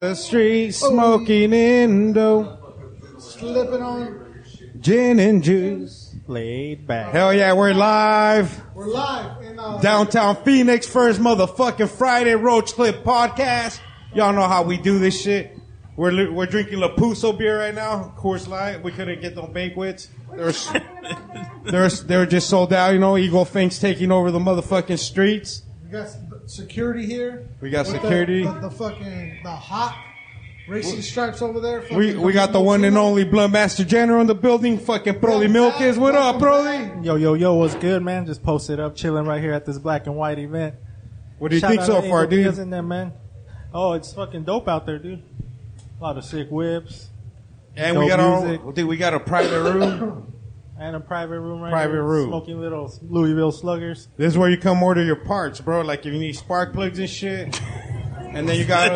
The street smoking indo, Slipping on. gin and juice, laid back. Hell yeah, we're live. We're live in uh, Downtown Phoenix, first motherfucking Friday Roach Clip Podcast. Y'all know how we do this shit. We're, li- we're drinking Lapuso beer right now, Coors Light. We couldn't get no banquets. There's, there's, they're just sold out, you know. Eagle Fink's taking over the motherfucking streets. We got s- security here. We got With the- security. with The, fucking the hot racing stripes over there. We, we got the one and only Blunt Master General in the building. Fucking Broly Milk is. What up, Broly? Yo, yo, yo, what's good, man? Just posted up, chilling right here at this black and white event. What do you Shout think out so to far, Angel dude? Diaz in there, man. Oh, it's fucking dope out there, dude. A lot of sick whips And we Dope got our music. own, dude, we got a private room. and a private room right Private here, room. Smoking little Louisville sluggers. this is where you come order your parts, bro. Like if you need spark plugs and shit. And then you got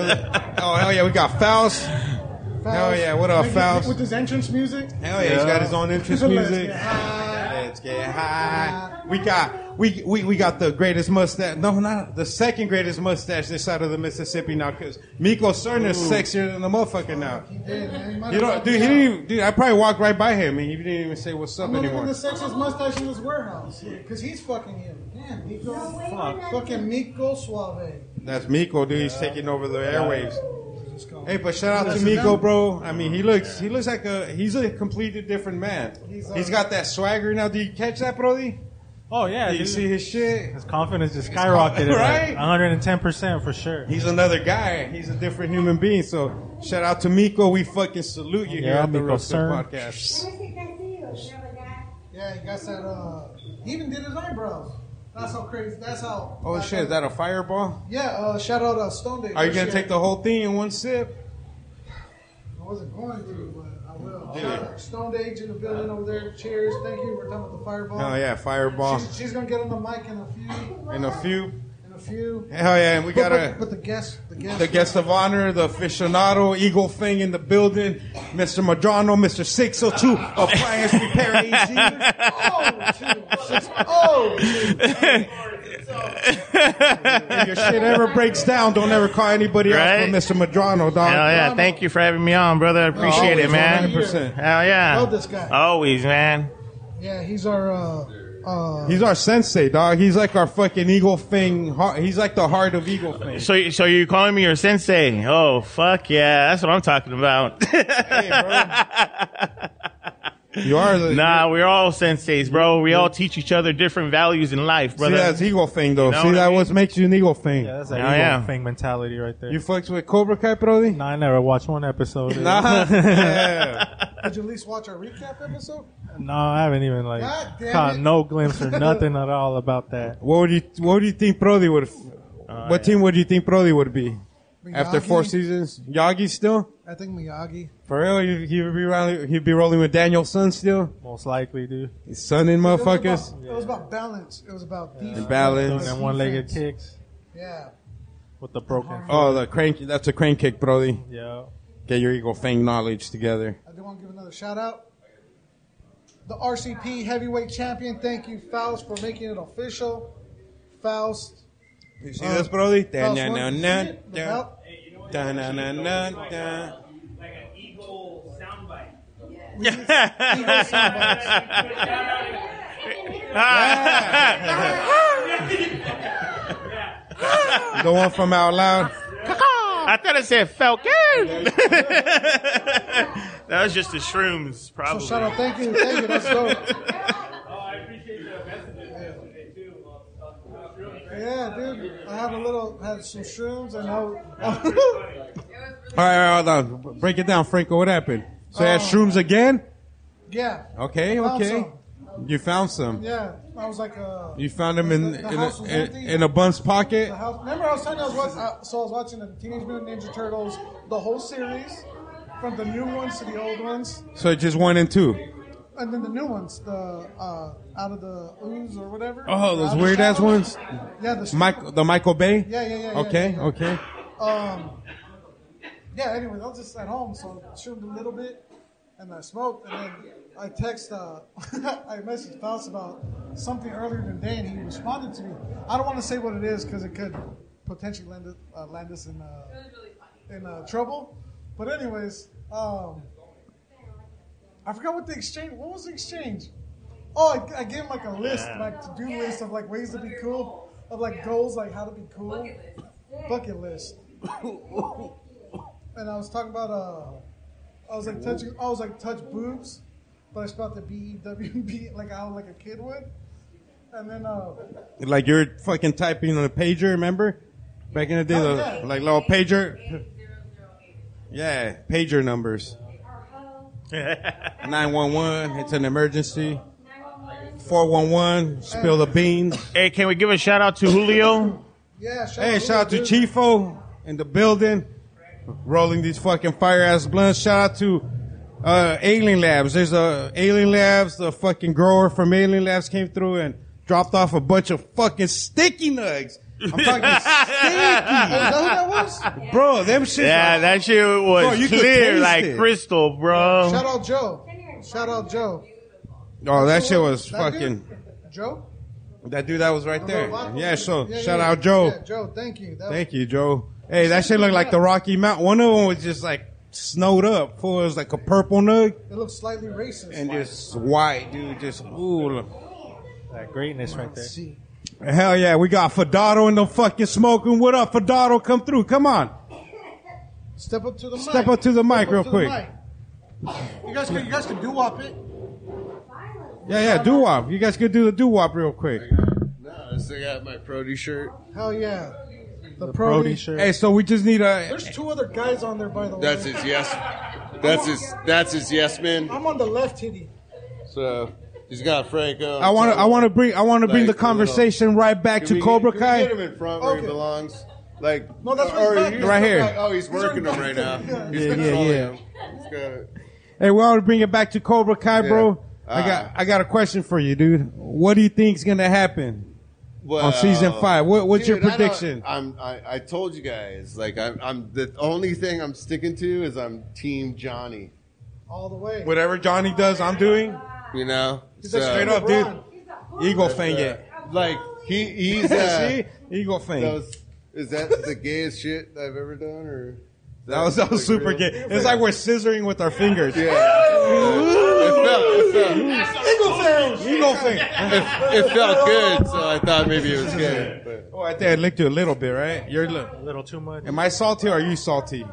oh hell yeah, we got Faust. Hell yeah, what up, Faust? With his entrance music. Hell yeah, he's got his own entrance Let's music. get high. Let's get high. We got we, we we got the greatest mustache. No, not the second greatest mustache this side of the Mississippi now, because Miko Cerner's sexier than the motherfucker now. He did, man. He might You have know, got dude, the he job. didn't even, dude, I probably walked right by him and he didn't even say what's up I'm not even anymore. the sexiest mustache in this warehouse because he's fucking him. Damn, Nico. Fuck. Fucking Nico Suave. That's Miko, dude. He's taking over the airwaves. Just call him. Hey, but shout out to Listen, Miko, them- bro. I mean, he looks he looks like a he's a completely different man. He's, uh, He's got that swagger now. Do you catch that, Brody? Oh yeah, Do you dude. see his shit? his confidence just skyrocketed, Right? right? 110 percent for sure. He's another guy. He's a different human being. So shout out to Miko. We fucking salute you here Yeah, on the Miko, Roast sir. Podcast. Yeah, he got that. Uh, he even did his eyebrows. That's how crazy. That's how. Oh that's shit, how- is that a fireball? Yeah, Oh, uh, shout out uh, Stone Day. Are you for gonna take sharing. the whole thing in one sip? I wasn't going to, but I will. Did Shout it. out Stone Day in the building over there. Cheers. Thank you. We're talking about the fireball. Oh yeah, fireball. She's, she's going to get on the mic in a few. In a few. In a few. Hell yeah, and we got but, a but, but the guest. The guest. The guest of honor, the aficionado, Eagle Thing in the building, Mr. Madrano, Mr. 602, Appliance E Repair AG. Oh, shoot. Oh, shoot. If your shit ever breaks down, don't ever call anybody Right? else but Mr. Madrano, dog. Hell yeah! Thank you for having me on, brother. I appreciate Always, it, man. 100%. Hell yeah! Love this guy. Always, man. Yeah, he's our. Uh, uh, He's our sensei, dog. He's like our fucking Eagle Thing. heart- He's like the heart of Eagle Thing. So, so you're calling me your sensei? Oh, fuck yeah! That's what I'm talking about. Hey, bro. You are the. nah, we're all senseis, bro. We all teach each other different values in life, See, brother. that's Eagle Thing, though. Know See, what I that mean? what makes you an Eagle Thing. Yeah, that's that Hell Eagle yeah. thing mentality right there. You fucks with Cobra Kai, Brody? Nah, I never watched one episode. Nah. Yeah. did you at least watch our recap episode? no, I haven't even like God damn caught it. no glimpse or nothing at all about that. What would you What do you think Brody would? what team would you think Brody would be after Miyagi? four seasons? Yagi still I think Miyagi. for real? He, he would be rolling. He'd be rolling with Daniel's son still. Most likely, dude. His son in motherfuckers. It was, about, it was about balance. It was about defense. balance. Doing them one-legged kicks Yeah. with the broken foot. Oh, the crank. That's a crank kick, Brody. Yeah. Get your Eagle Fang knowledge together. I do want to give another shout out. The RCP heavyweight champion. Thank you, Faust, for making it official. Faust. You see this, Brody? Faust won. Dun, dun, You see dun, it? The dun, belt? dun, dun, dun, dun, dun. like an eagle soundbite. We need- we need somebody. The one from out loud. I thought I said Falcon. that was just the shrooms, So probably. shout out. Thank you. Thank you. That's dope. Oh, I appreciate the messages yesterday too. Uh, uh, really great. Yeah, dude. I had a little, had some shrooms and I, All right, all right, hold on. Break it down, Franco. What happened? So you had shrooms again? yeah. Okay, Oh. Found okay. You found some. Yeah. I was like, uh, You found him in The- the in house a, was in, empty. in a bun's pocket. The house. Remember, I was telling you I was watching. Uh, so I was watching the Teenage Mutant Ninja Turtles, the whole series, from the new ones to the old ones, So just one and two. and then the new ones, the uh, out of the ooze or whatever. Oh, Out those of weird the ass shadow. ones. Yeah, the Michael, the Michael Bay. Yeah, yeah, yeah, yeah, Okay, yeah. okay. Um, yeah. Anyway, I was just at home, so I chewed a little bit, and I smoked, and then I text. Uh, I messaged Faust about something earlier in the day, and he responded to me. I don't want to say what it is because it could potentially land, us- uh, land us in. Uh, in uh, trouble. But anyways, um, I forgot what the exchange. What was the exchange? Oh, I, I gave him like a list, like to do list of like ways to be cool, of like goals, like how to be cool, bucket list. and I was talking about uh, I was like touching, I was like touch boobs, but I spelled the B E W B like how like a kid would. And then uh, Like you're fucking typing on a pager, remember? Back in the day, Oh, the- yeah. like little pager. Yeah, pager numbers. 911, it's an emergency. 411, spill the beans. Hey, can we give a shout out to Julio? yeah, shout Hey, out shout out to dude. Chifo in the building, rolling these fucking fire ass blunts. Shout out to uh, Alien Labs. There's a Alien Labs, the fucking grower from Alien Labs came through and dropped off a bunch of fucking sticky nugs. I'm talking Is that who that was? sticky, bro. Them shit. Yeah, that shit was Bro, you could clear taste like it. crystal, Um, bro. Shout out Joe. Shout out Joe. oh, that shit was That fucking. dude? Joe? That dude that was right there. Michael? Yeah. So Yeah, Oh, shout yeah, out Joe. yeah, Joe, thank you. That Thank you, Joe. Hey, that shit looked like the Rocky Mountain. One of them was just like snowed up. Fool, It was like a purple nug. was, it looks slightly racist. and just white, dude. Just ooh, look. That greatness right there. See. hell yeah, we got Fadado in the fucking smoking. What up, Fadado? Come through, come on. Step up to the mic. Step up to the mic Step up real to the quick. mic. You guys can you guys can do wop it. Yeah, yeah, doo wop. You guys could do the doo wop real quick. No, I still got my produce shirt. Hell yeah. The, Brody Brody. shirt. Hey, so we just need a. There's two other guys on there by the That's way. his yes. That's his. That's his yes man. I'm on the left hitty. So he's got Franco. I want to. I want to bring. I want to bring the Like, conversation right back Can to we Cobra get, can we Kai. Get him in front where Okay. he belongs. Like No, that's or- right or back. he's Right not here. like- oh, he's working him right now. He's Yeah, yeah, controlling yeah. him. He's got it. Hey, we want to bring it back to Cobra Kai, bro. Yeah. I Ah. got. I got a question for you, dude. What do you think's gonna happen? Well, season five. What- what's your dude, I don't- prediction? I'm. I, I told you guys. Like I'm. I'm. The only thing I'm sticking to is I'm Team Johnny. All the way. Whatever Johnny does, I'm doing. You know. He's like Straight Team up, dude. LeBron. Ego uh, fang it. Like he. He's. Uh, See, ego fang. Those, is that the gayest shit I've ever done, or That was that was like, super real? gay. It's like we're scissoring with our fingers. Yeah. It felt, it, felt, Eagle fang, eagle fang. it felt good, so I thought maybe it was gay. But Oh, I think I licked you a little bit, right? You're li- A little too much. Am I salty or are you salty? All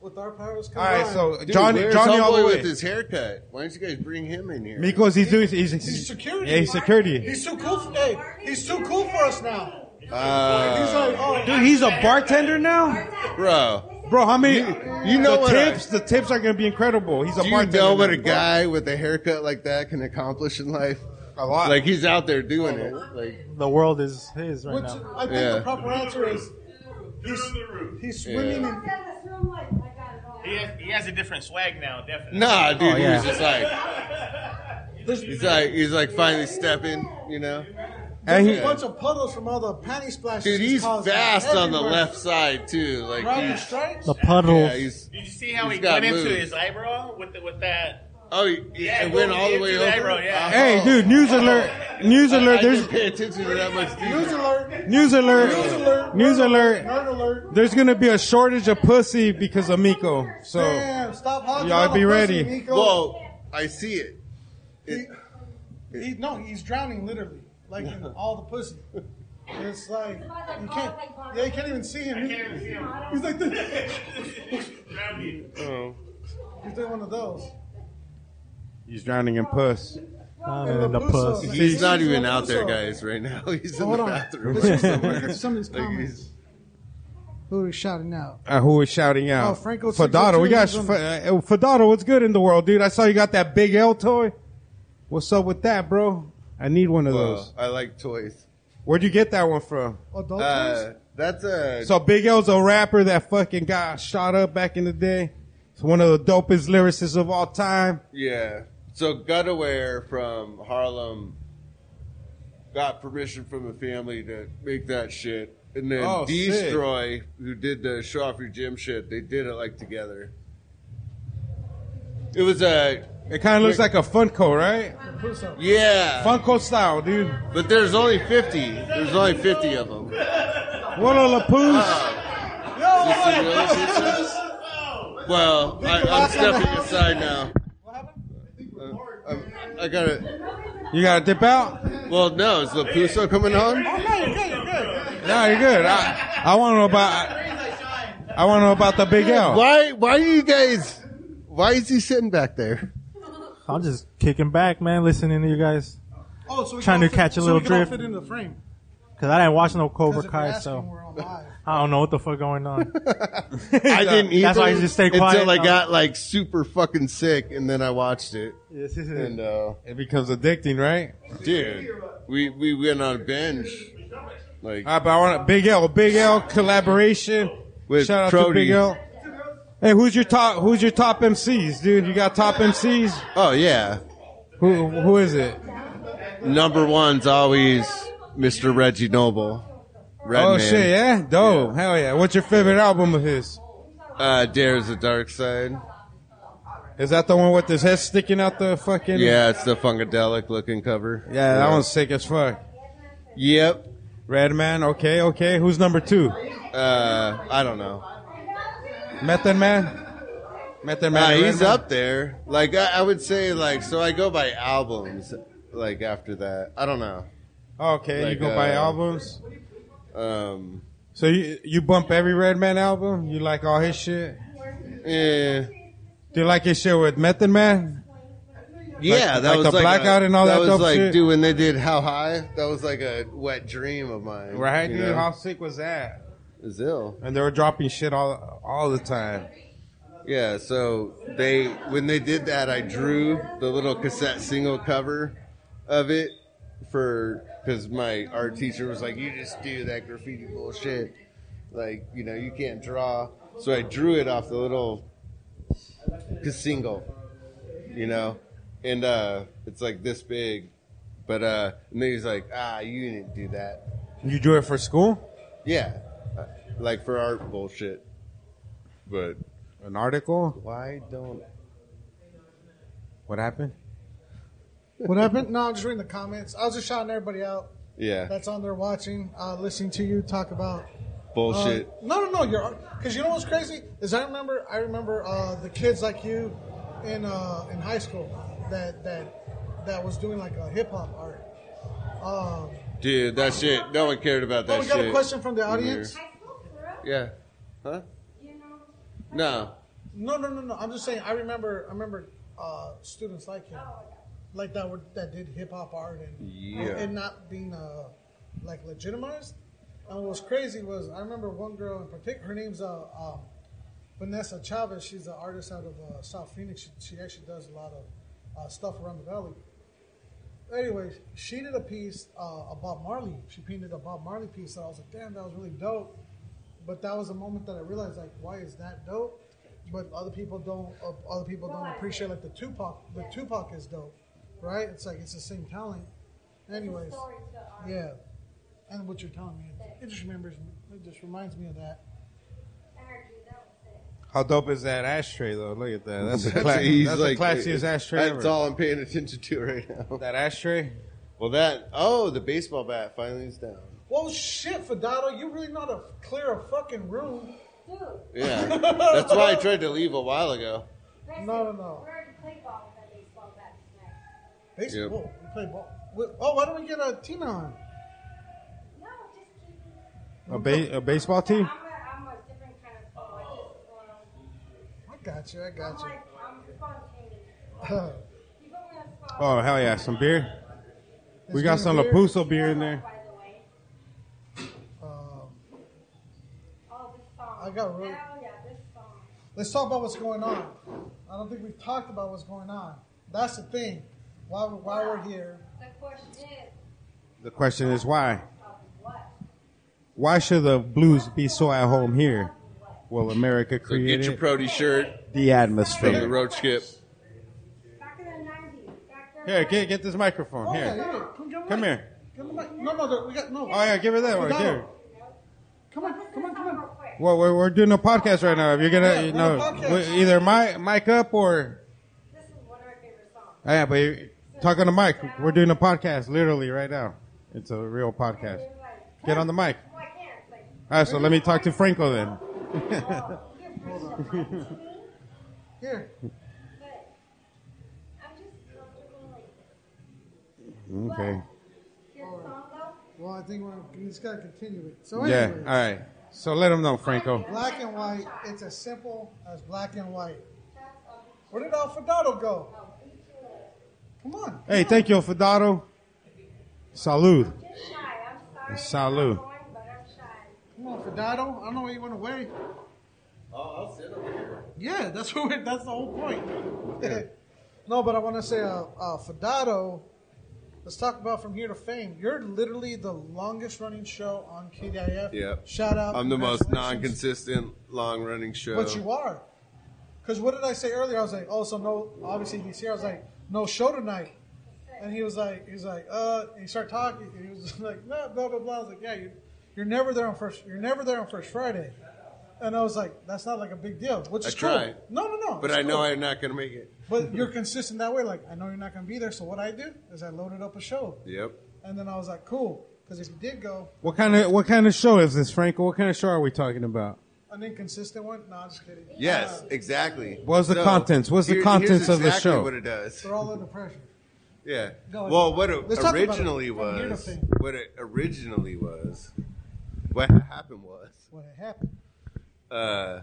With our powers combined. right, so Dude, Johnny, where's Johnny Homeboy all the way. with his haircut. Why don't you guys bring him in here? Mikos, he's doing. He's, he's, He's security. Yeah, he's security. He's too cool for hey, he's too cool for us now. Uh, He's like, oh, Dude, he's a bartender now, bro, bro. How many? you know the what I- tips. the tips are gonna be incredible. He's a do you bartender. know what a now. guy with a haircut like that can accomplish in life? A lot. Like he's out there doing it. Like The world is his right which now. I think Yeah. the proper answer is he's, he's swimming Yeah. in He has, he has a different swag now, definitely. nah, dude, Oh, yeah. he was just like he's like he's like finally stepping. You know, and he, a bunch of puddles from all the panty splashes. dude, he's caused fast on the everywhere. left side too. Like Riding he's, stripes. The puddles. yeah, he's Did you see how He's he got went into moves. his eyebrow with the, with that? Oh, he, he- Yeah, it went all the into way the over. eyebrow, yeah. Uh-huh. hey, dude, news alert! News I alert! There's didn't pay attention to that much. News Detail. alert. News news alert! alert. News alert! Nerd alert. There's gonna be a shortage of pussy because of Miko. So. Damn, stop hogging Y'all all the pussy, be ready. Nico. Whoa, I see it. He, he, no, he's drowning literally, like in all the pussy. It's like you can't. Yeah, you can't even see him. He's, he's like this. Oh. He's doing one of those. He's drowning in puss. Not in the puss. pussy. He's not even out there, guys, right now. He's in Oh, Hold the on. bathroom Let's or just look somewhere. at some of these Like, comments. he's- Who is shouting out? Uh, who is shouting out? Oh, Franco Fadado. We got 602 F- uh, Fadado. What's good in the world, dude? I saw you got that big L toy. What's up with that, bro? I need one of Whoa, those. I like toys. Where'd you get that one from? Adult Uh, toys? that's a So Big L's a rapper that fucking got shot up back in the day. It's one of the dopest lyricists of all time. yeah. So Gutaware from Harlem got permission from the family to make that shit, and then Oh, sick. Destroy, who did the show off your gym shit, they did it like together. It was a It kind of looks like a Funko, right? Puss-up. yeah. Funko style, dude. But there's only 50. There's only 50 of them. Uh-uh. What a lapoose. Yo, Is this some really pizza? Well, I, I'm stepping aside now. Uh, I'm- I got it. You gotta dip out? Well, no, is the Puso coming Oh, on? No, you're good. I, I want to know about. I want to know about the Big L. Why? Why do you guys? Why is he sitting back there? I'm just kicking back, man, listening to you guys. Oh, so we Trying can all to catch a fit, so little we can all drift. fit into the frame. Cause I didn't watch no Cobra 'Cause if Kai, we're asking, so we're on live. I don't know what the fuck going on. I didn't either. That's why you just stay quiet. until I got like super fucking sick, and then I watched it. Yes, yes, yes. And uh, It becomes addicting, right? dude, we we went on a binge, like All right, but I want a Big L, Big L collaboration. With Shout out to Prody. Big L. Hey, who's your top? Who's your top MCs, dude? You got top MCs? oh yeah, Who who is it? number one's always Mr. Reggie Noble. Red oh man. shit, yeah, dope, hell yeah. What's your favorite album of his? Uh, Dares the Dark Side. Is that the one with his head sticking out the fucking? Yeah, it's the funkadelic looking cover. yeah, that one's sick as fuck. Yep. Redman, okay, okay. Who's number two? Uh, I don't know. Method Man. Method Man. Nah, and he's Redman? up there. Like I, I would say, like so I go by albums. Like after that, I don't know. Oh, Okay, you Like, go by uh, albums. Um, So you you bump every Redman album. You like all his shit. eh. Do you like his shit with Method Man? Yeah, that Like- like was the like Blackout a- and all that was dope like, shit? dude, when they did How High, that was like a wet dream of mine. Right, you dude. know? How sick was that? It was ill. And they were dropping shit all all the time. Yeah, so they when they did that, I drew the little cassette single cover of it for because my art teacher was like, "You just do that graffiti bullshit, like you know you can't draw." So I drew it off the little ca- single, you know, and uh, it's like this big, but uh, and then he's like, "Ah, you didn't do that." You do it for school? Yeah, uh, like for art bullshit, but An article? why don't What happened? What happened? No, I'm just reading the comments. I was just shouting everybody out yeah? that's on there watching, uh, listening to you talk about Uh, bullshit. no, no, no. You're because you know what's crazy is I remember I remember uh, the kids like you in uh, in high school that that that was doing like a hip hop art. Um, Dude, that shit. No one cared about that oh, we got shit. a question from the in audience. there. Yeah. Huh? No. No, no, no, no. I'm just saying. I remember I remember uh, students like him, like that were that did hip hop art and Yeah. and not being uh, like legitimized. And what was crazy was I remember one girl in particular. Her name's uh, um, Vanessa Chavez. She's an artist out of uh, South Phoenix. She, she actually does a lot of uh, stuff around the valley. Anyway, she did a piece uh, a Bob Marley. She painted a Bob Marley piece, and I was like, "Damn, that was really dope." But that was a moment that I realized, like, why is that dope? But other people don't. Uh, other people don't appreciate like the Tupac. The Tupac is dope, right? It's like it's the same talent. Anyways, yeah. And what you're telling me, it just remembers. me- It just reminds me of that. How dope is that ashtray though? Look at that. That's a, That's- cla- he's that's like- the classiest ashtray That's ever. all I'm paying attention to right now. That ashtray. Well, that. Oh, the baseball bat finally is down. Well, shit, Fadado, you really know how to clear a fucking room. Yeah. That's why I tried to leave a while ago. No, no, no. Yep. Baseball, we play ball. We- Oh, why don't we get a Tina on? A, ba- a baseball team. I got you. I got you. Oh hell yeah! Some beer. Let's We got get a some beer. Lapuso beer in there. Um, I got really. yeah, this song. let's talk about what's going on. I don't think we've talked about what's going on. That's the thing. Why, we- why we're here. The question is, The question is why? of what? Why should the blues be so at home here? Well, America So get created your Prody shirt the from the atmosphere. road skip. Back in the 90s. Back then. Here, get, get this microphone. Oh, yeah, Here, yeah. Come, get come mic. here. Get the mic. No, no, there- we got no. Oh yeah, give her that one. Here. Come on, come on, come on. Well, we're, we're doing a podcast right now. If you're gonna, Yeah, you we're know, on a podcast. we- either mic mic up or Ah, This is one of my favorite songs. yeah, but you're talking to mic. We're doing a podcast literally right now. It's a real podcast. Like, Get on the mic. Ah, well, I can't. Like, All right, so let me talk to Franco then. Here. I'm just comfortable like this. Okay. Your song though, Well, I think we're, we just gotta continue it. So Yeah. anyway, All right. So let them know, Franco. black and white. It's as simple as black and white. that's all. Where did Alfredo go? Come on. Hey, thank you, Fidado. Salud. Just shy. I'm sorry. I'm Salud. not going, but I'm shy. Come on, Fidado. I don't know where you went away. Oh, I'll sit over here. Yeah, that's what we're, that's the whole point. no, but I want to say, uh, uh, Fidado, let's talk about from here to fame. You're literally the longest running show on KDIF. Yep. Shout out. I'm the most congratulations. non-consistent, long-running show. But you are. Because what did I say earlier? I was like, oh, so no, obviously he's here. I was like, no show tonight. And he was like, he was like, uh, he started talking. He was like, no, blah, blah, blah. I was like, yeah, you, you're never there on first, you're never there on first Friday. And I was like, that's not like a big deal, which I is cool. tried. No, no, no. But it's I know cool. I'm not gonna make it. But you're consistent that way. Like, I know you're not going to be there. So what I do is I loaded up a show. Yep. And then I was like, cool. Because if you did go, What kind of what kind of show is this, Franco? What kind of show are we talking about? an inconsistent one, no, I'm just kidding. Yes, Uh, exactly. What's the contents? What's the here- contents here's of the exactly show? What it does. they're all under pressure. Yeah. Go ahead. Well, what it Let's talk about it. originally From here to was, fame. what it originally was, what happened was, What had happened. uh,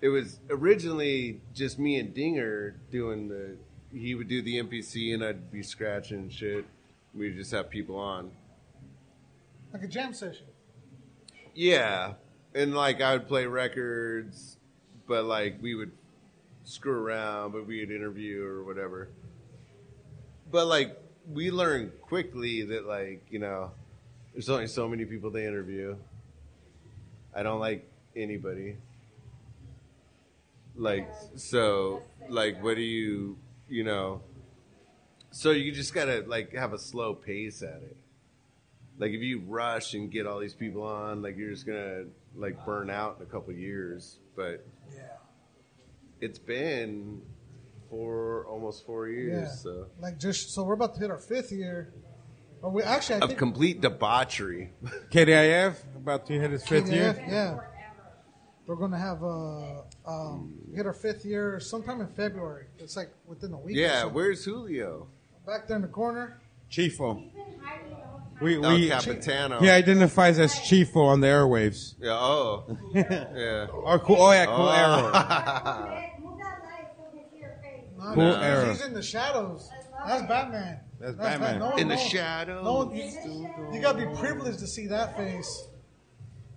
it was originally just me and Dinger doing the. He would do the NPC and I'd be scratching and shit. We'd just have people on. Like a jam session. Yeah, and like I would play records, but like we would screw around, but we'd interview or whatever. But like we learned quickly that like you know, there's only so many people they interview. I don't like anybody. Like so, like what do you you know? So you just gotta like have a slow pace at it like if you rush and get all these people on, like you're just gonna like burn out in a couple years. But Yeah. it's been four almost four years, so Like just so we're about to hit our fifth year. Or we actually I of think complete debauchery. KDIF about to hit its fifth yeah, year. yeah. We're gonna have uh um hit our fifth year sometime in February. It's like within a week. or yeah, so. where's Julio? back there in the corner. Chifo. He's been hiding the whole time. We El we Capitano. he identifies as Chifo on the airwaves. Yeah, Oh. yeah. Or cool. Oh yeah, cool Oh. arrow. Move that leg so we can see your face. No, Cool he's- era. He's in the shadows. That's Batman. That's Batman. Bat- no one In the knows. shadows. No one, you, you gotta be privileged to see that face.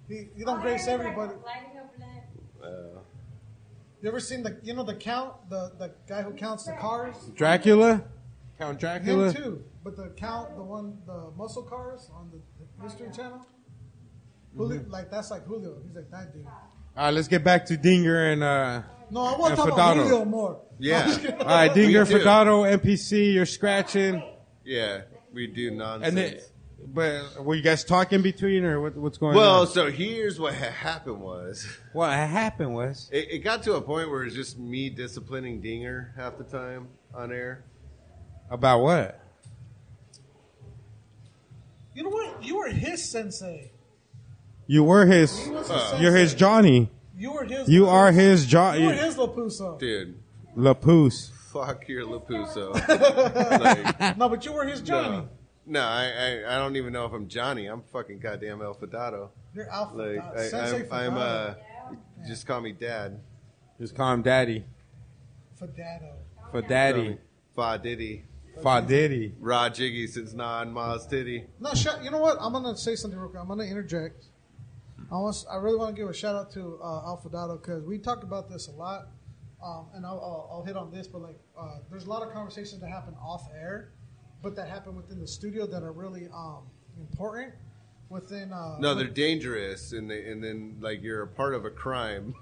He, you don't grace everybody. Lighting up lamp. You ever seen the you know the count the the guy who counts the cars? Dracula, Count Him Dracula. too, but the count, the one, the muscle cars on the, the History Channel. Julio, Mm-hmm. like that's like Julio. He's like that dude. All right, let's get back to Dinger and. uh No, I want to And talk about Fidano. Julio more. Yeah. All right, Dinger, We do. Fedado, NPC. You're scratching, yeah. We do nonsense. and then, but were you guys talking between or what, what's going well, on? so here's what ha- happened was what happened was it, it got to a point where it's just me disciplining Dinger half the time on air. about what? You know what? You were his sensei. You were his. He was his Uh, sensei. You're his Johnny. You were his. You Lapuso. are his You were Johnny. his Lapuso. Dude, Lapoose. fuck your Lapuso. like, No, but you were his Johnny. No, no I, I, I don't even know if I'm Johnny. I'm fucking goddamn El Fadado. You're Alpha. Like Dot. I, sensei I'm, I'm Fidado. uh, just call me Dad. Just call him Daddy. Fidado. For Daddy. Fa Diddy. For Diddy. Raw Jiggy since non Ma's Titty. No, shut. You know what? I'm gonna say something real quick. I'm gonna interject. I want. I really want to give a shout out to uh, Alfredo because we talked about this a lot, um, and I'll, I'll, I'll hit on this. But like, uh, there's a lot of conversations that happen off air, but that happen within the studio that are really um, important. Within uh, No, they're dangerous, and they, and then like you're a part of a crime.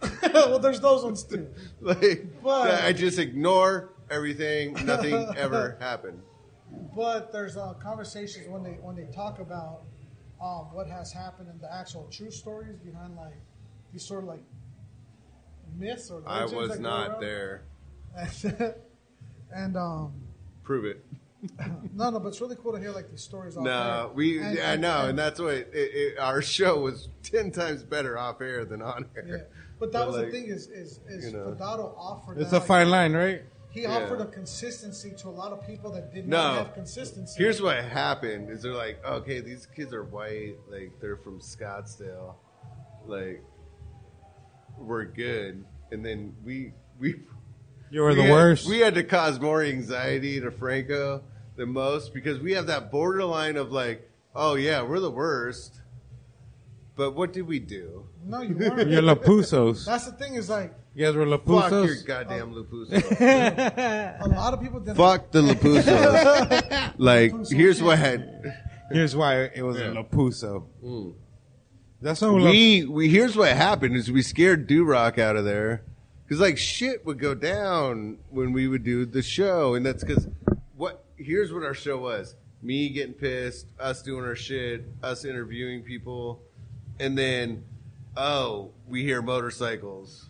well, there's those ones too. like But- I just ignore everything. Nothing ever happened. But there's uh, conversations when they when they talk about um, what has happened and the actual true stories behind like these sort of like myths or I legends that was go not around. there. and um, Prove it. No, no, but it's really cool to hear like these stories. off air. No, we. And- I and- know, and- and that's what it, it, our show was ten times better off air than on Yeah. air. But that But, was like, the thing is is is you know. Fadado offered. It's that, a fine line, right? He Yeah. offered a consistency to a lot of people that did No. not have consistency. Here's what happened: is they're like, okay, these kids are white, like they're from Scottsdale, like we're good, and then we we You were we the had- worst. We had to cause more anxiety to Franco than most because we have that borderline of like, oh yeah, we're the worst, but what did we do? No, you weren't. You're Lapusos. That's the thing is like You guys were Fuck your Lapusos. goddamn Lupuso. a lot of people didn't. Oh. Fuck the Lapusos. like, here's what Here's why it was Yeah. a Lapuso. That's what we, we we here's what happened is we scared Durock out of there because like shit would go down when we would do the show, and that's because what here's what our show was: me getting pissed, us doing our shit, us interviewing people, and then oh, we hear motorcycles,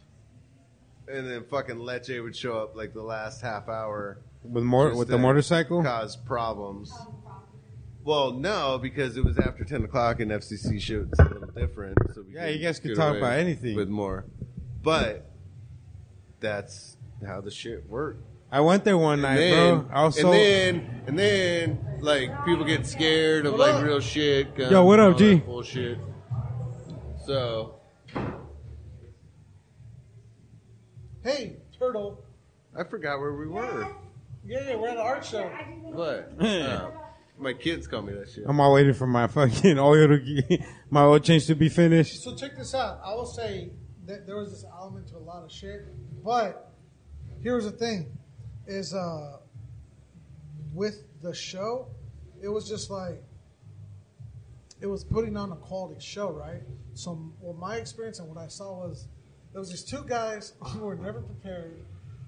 and then fucking Leche would show up like the last half hour with more just with the to motorcycle. cause problems. Well, no, because it was after ten o'clock and FCC shit was a little different. So we Yeah, you guys could talk away about anything. with more, but that's how the shit worked. I went there one night, bro. I was and so then, and then, like people get scared of like real shit. guns, Yo, what up, all that G? Bullshit. So Hey, turtle. I forgot where we were. Yeah, yeah, we're at an art show. What? Oh, my kids call me that shit. I'm all waiting for my fucking oil to get, my oil change to be finished. So check this out. I will say that there was this element to a lot of shit, but here's the thing: is uh, with the show, it was just like it was putting on a quality show, right? So well, my experience and what I saw was there was these two guys who were never prepared,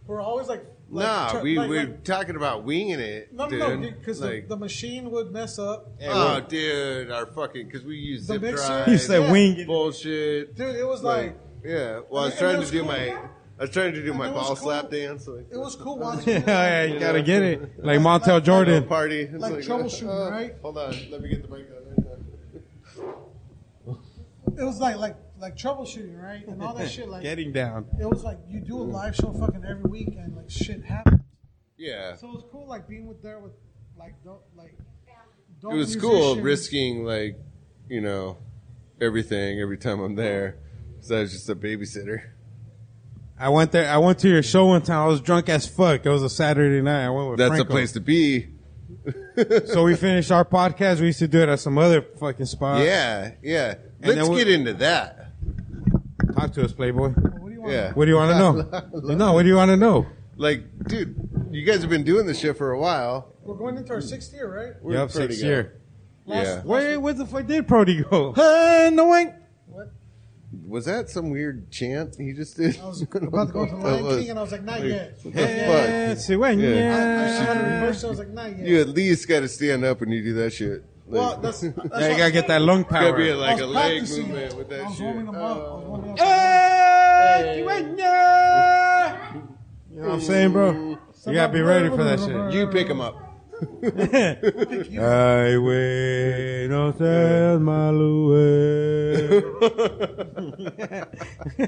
who were always like, like nah, tr- we like- we're like- talking about winging it, no, dude. no, no, because like, the, the machine would mess up. oh, dude, our fucking because we use The zip mixer? drive. You said wing it. bullshit. Dude, it was like yeah. Well, I And- was and trying it to was do cool. my, I was trying to do And my it was ball cool. slap dance. Like, it was cool watching. yeah, it. yeah, you gotta get it like Like- Montel like- little Jordan. party. It's Like troubleshooting, right? uh, Hold on, let me get the mic on. It was like like like troubleshooting, right? And all that shit. Like Getting down. it was like you do a live show fucking every week and like shit happens. Yeah, So it was cool like being with there with like do like dope it was cool musicians. risking like, you know, everything every time I'm there. Cause I was just a babysitter. I went there. I went to your show one time. I was drunk as fuck. It was a Saturday night. I went with That's Franco. a place to be. so we finished our podcast. We used to do it at some other fucking spot. yeah, yeah. Uh, then Let's we- get into that. Talk to us, Playboy. What do you want? Yeah. What do you want to know? no, what do you want to know? Like, dude, you guys have been doing this shit for a while. We're going into our sixth year, right? Where'd Yup, Purdy six go? year. Yeah. Where, where the fuck did Prody go? Huh, no way. Was that some weird chant he just did? I was about to go to the That Lion was- King and I was like, not Like, yet. what the Yeah, fuck? see, when, Yeah. I, I yeah. shot a reverse. I was like, not yet. You at least got to stand up when you do that shit. Well, Like, that's, that's Yeah, you gotta get that lung it's gotta power. be like I a was leg practicing. movement with I that was shit. warming them up. I was Oh. warming up. Hey, see, when, yeah. You know what I'm saying, bro? You gotta be ready for that shit. you pick him up. I wait on San Maluel. Did we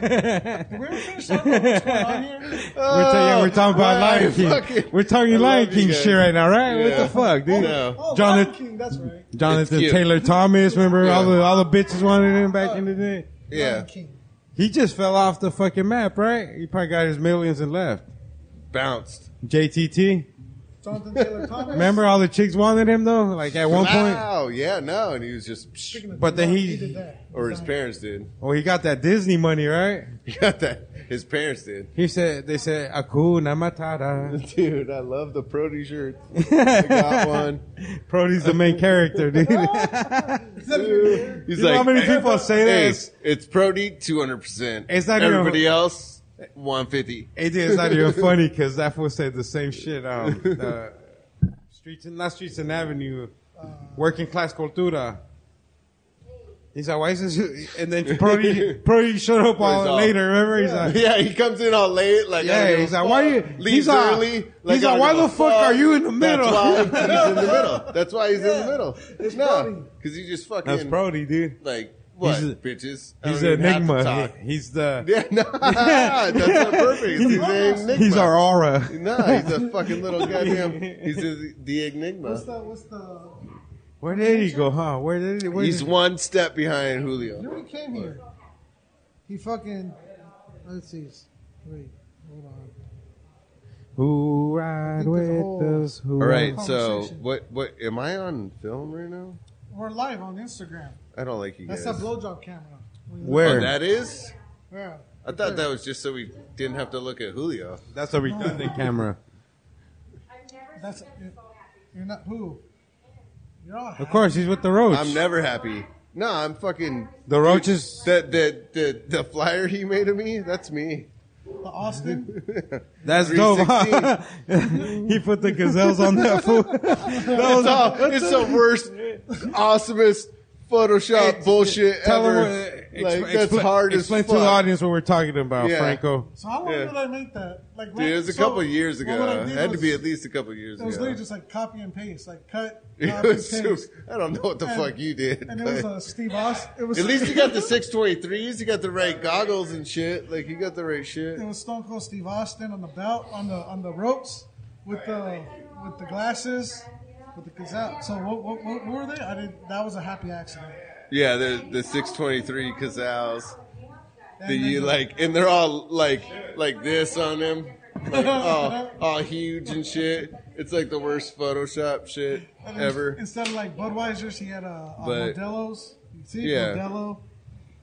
ever finish up on what's going on here? We're, ta- yeah, we're talking about Oh, Lion King. fucking- we're talking I love Lion you King guys. shit right now, right? What Yeah. the fuck, dude? No. Oh, Jonathan- Lion King, that's right. Jonathan cute. Taylor Thomas, remember Yeah. Uh, all the all the bitches wanted him back in the day. Yeah, Lion King. He just fell off the fucking map, right? He probably got his millions and left. bounced. JTT, Jonathan Taylor Thomas. remember all the chicks wanted him though, like at one point. Wow. Yeah. No. And he was just, psh, Speaking of But then that, he- did that. or his Zion. parents did. Oh, he got that Disney money, right? He got that. His parents did. He said they said Akuna Matata. Dude, I love the Prody shirt. I got one. Prody's the main character, dude. Dude. He's You know how many people say hey, this? It's Prody, 200%. It's not even- Everybody else, 150. AJ, it's not even funny because that fool said the same shit. Um, uh, streets and not streets and avenue, working class cultura. He's like, why is this? And then Brody, Brody showed up all He's all- later. Remember? He's like, yeah, he comes in all late. Like, I Yeah, don't give he's a like, why fuck. you- he's Leaves like- early. he's I like, don't why give a the fuck are you in the middle? That's why he's in the middle. That's why he's in Yeah. the middle. It's Brody. no, because he just fucking that's Brody, dude. like what He's a- bitches. I He's don't an even have to enigma. talk. He- He's the Yeah, no, that's not perfect. He's an enigma. he's our aura. No, he's a fucking little goddamn. He's the, the What's enigma. the what's the? Where did he go? Huh? Where did he? Where He's did- one step behind Julio. You know he came here. He fucking. Let's see. Wait, hold on. who ride think there's a with whole- us? Who All right, ride- so Conversation. what? What am I on film right now? We're live on Instagram. I don't like you That's guys. that blowjob camera. We- Where? Oh, that is. Yeah. I thought that was just so we didn't have to look at Julio. That's a redundant camera. I've never That's- seen them so happy. You're not who? You're not. Of course, he's with the roach. I'm never happy. No, I'm fucking the roach is. the the the, the flyer he made of me. That's me. The Austin. That's dope. huh? 316. he put the gazelles on that fool. that was It's, all, it's the worst, awesomest Photoshop bullshit Tell ever. her, uh, expl- like that's expla- hard as Explain fuck. to the audience what we're talking about, Yeah. Franco. So how long Yeah. did I make that? Like, Dude, it was a so- couple years well, ago. what I it did had to was- be at least a couple years It was ago. literally just like copy and paste, like cut. it copy, was paste. too, I don't know what the fuck you did. And it was but- uh, Steve Austin. It was at least you got the 623s. You got the right goggles and shit. Like you got the right shit. It was Stone Cold Steve Austin on the belt, on the on the ropes, with the with the glasses, with the gazelle. So what what, what were they? I did. That was a happy accident. Yeah, the the 623 Kazals. And that you then- like, and they're all like like this on them, like all, all huge and shit. It's like the worst Photoshop shit and then ever. Instead of like Budweisers, he had a, a But- Modelo's. You see Yeah. Modelo,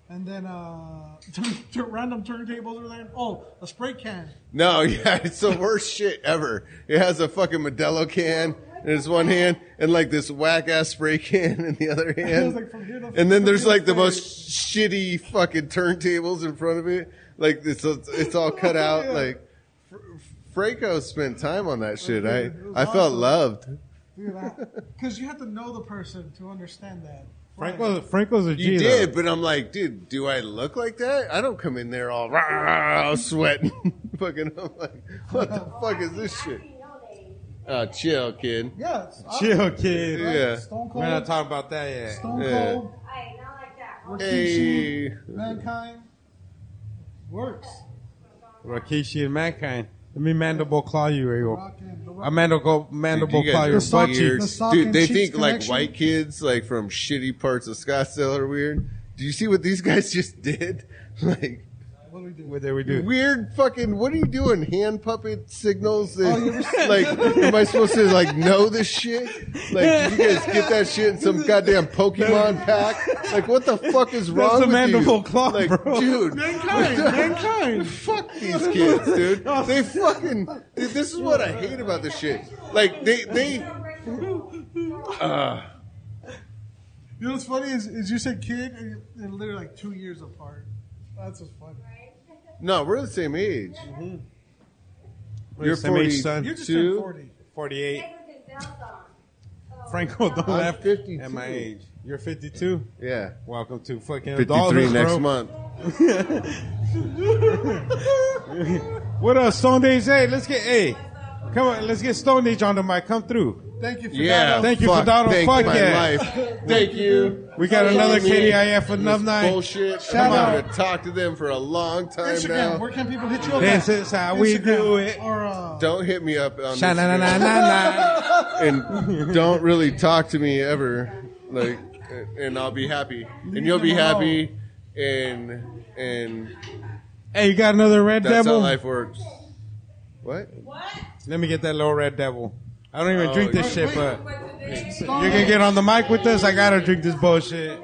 and then uh, random turntables over there. Oh, a spray can. No, yeah, it's the worst shit ever. It has a fucking Modelo can in its one hand, and like this whack ass spray can in the other It was, hand. like, from here to- And then there's from here like the to most there. shitty fucking turntables in front of it. Like it's it's all cut out. Yeah. Like Fr- Franco spent time on that shit. I It was I felt awesome. loved. Because you have to know the person to understand that. Franco, Franco's a G. You though. did, but I'm like, dude, do I look like that? I don't come in there all rah, rah, rah, sweating, fucking. I'm like, what the uh, fuck is this shit? You know they. Oh, chill, kid. Yeah, it's Uh, Chill, kid. Right? Yeah. Stone Cold. We're not talking about that yet. Stone Yeah. Cold. Hey, not like that. Hey, Mankind. Works. Rakishi and Mankind. Let me mandible claw you, Ariel. Rockin' the I rock. mandible, go- dude, mandible you claw your guys are butt weird. cheeks. The sock Dude, and they cheeks think like connection. white kids, like from shitty parts of Scottsdale, are weird. Do you see what these guys just did? Like What do we do? What did we do? weird fucking. What are you doing? Hand puppet signals? Oh, And, like, am I supposed to like know this shit? Like, did you guys get that shit in some goddamn Pokemon pack? Like, what the fuck is wrong the with mandible you? claw, like, bro. dude, Mankind, mankind. fuck these kids, dude. They fucking. dude, This is what I hate about this shit. Like, they they. Uh, You know what's funny is, is you said kid and they're literally like two years apart. That's what's funny. No, we're the same age. You're You're same age, 40. You son. Mm-hmm. just Two? turned 40. 48. They put the belts on. Franco, don't I'm laugh 52. at my age. You're 52. Yeah, Welcome to fucking 53 adulthood, next bro. month. What up, Stone Age? Hey, let's get hey. Come on, let's get Stone Age on the mic. Come through. Thank you for Yeah, that. Thank you for Donald. Thank Fuck my yeah. life. Thank you. We got Fuck another me. KDIF This enough night. Bullshit. Shout I'm out. going to talk to them for a long time Instagram. now. Where can people hit you up? This at? is how we Instagram do it. Or, uh, Don't hit me up on Instagram Sha-na-na-na-na. and don't really talk to me ever. Like, and I'll be happy, and you'll be them alone. happy, and and Hey, you got another red that's devil? how life works. What? Let me get that little red devil. I don't even Oh, drink this yeah. shit, but Stone you're gonna get on the mic with us. I gotta drink this bullshit.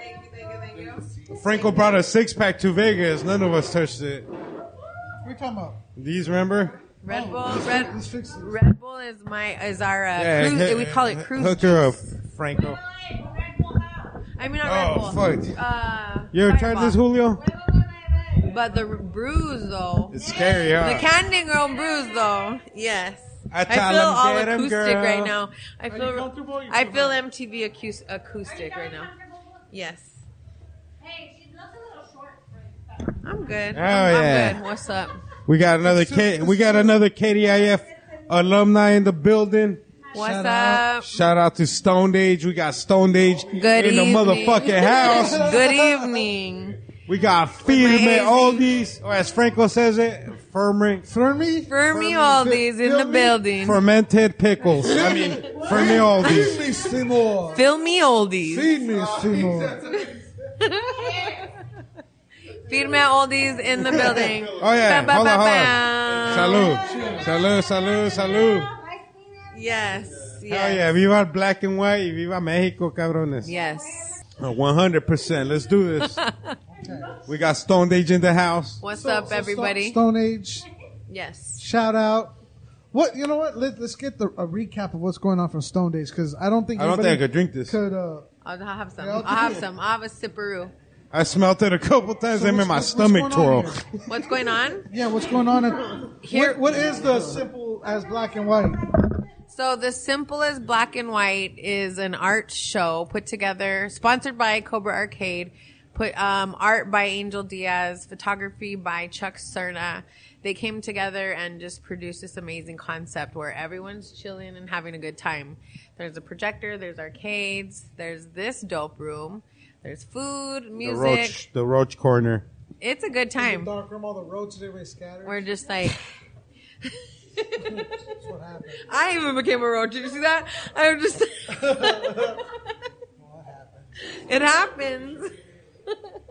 Franco brought a six pack to Vegas. None of us touched it. What are you talking about? Oh, These remember? Red Bull, Red, Let's fix it. Red Bull is my is our uh, cruise. hit- we call it cruise. Hook her up, juice. Franco. I mean, not Oh, Red Bull. fuck. Uh, You ever tried Fireball. this, Julio? But the r- brews though, It's scary, huh? the candy girl brews though. Yes. I I tell feel 'em, all get 'em, acoustic girl. right now. I you comfortable? feel You I feel feel MTV acoustic, acoustic right now. Yes. I'm good. Oh, I'm, I'm yeah. good. What's up? We got another K- we got another KDIF alumni in the building. What's Shout up? out. Shout out to Stone Age. We got Stone Age Good in evening. the motherfucking house. Good evening. We got Firme Amazing. Oldies, or as Franco says it, Firme, Firme, Fermi Aldi's in the building. fermented pickles. I mean, Firme Oldies. Feed me, Seymour. Fill me oldies. Feed me, Seymour. Firme oldies in the building. Oh yeah, Ba, ba, hold on, ba, hold on. ba. Salud, salud, salud, salud. Yes. Hell Yes. yeah, viva black and white, y viva Mexico, cabrones. Uh, Yes. One hundred percent. Let's do this. we got Stone Age in the house. What's So- up, so Stone- everybody? Stone Age Yes. shout out. What you know? What Let, let's get the, a recap of what's going on from Stone Days because I don't think I don't think I anybody could drink this. could. Uh, I'll I'll have some. Yeah, I'll I'll have do it. some. I'll have a sipperoo. I smelt it a couple times. So They made what's- my what's stomach going on twirl. here? What's going on? yeah, what's going on? At, Here- what, what is the simple as black and white? So the simplest black and white is an art show put together, sponsored by Cobra Arcade, put um, art by Angel Diaz, photography by Chuck Cerna. They came together and just produced this amazing concept where everyone's chilling and having a good time. There's a projector, there's arcades, there's this dope room, there's food, The music. roach, the roach corner. It's a good The time. dark room, all the roads, everybody scattered. We're just like. That's what happened. I even became a roach. Did you see that? I'm just. it happens.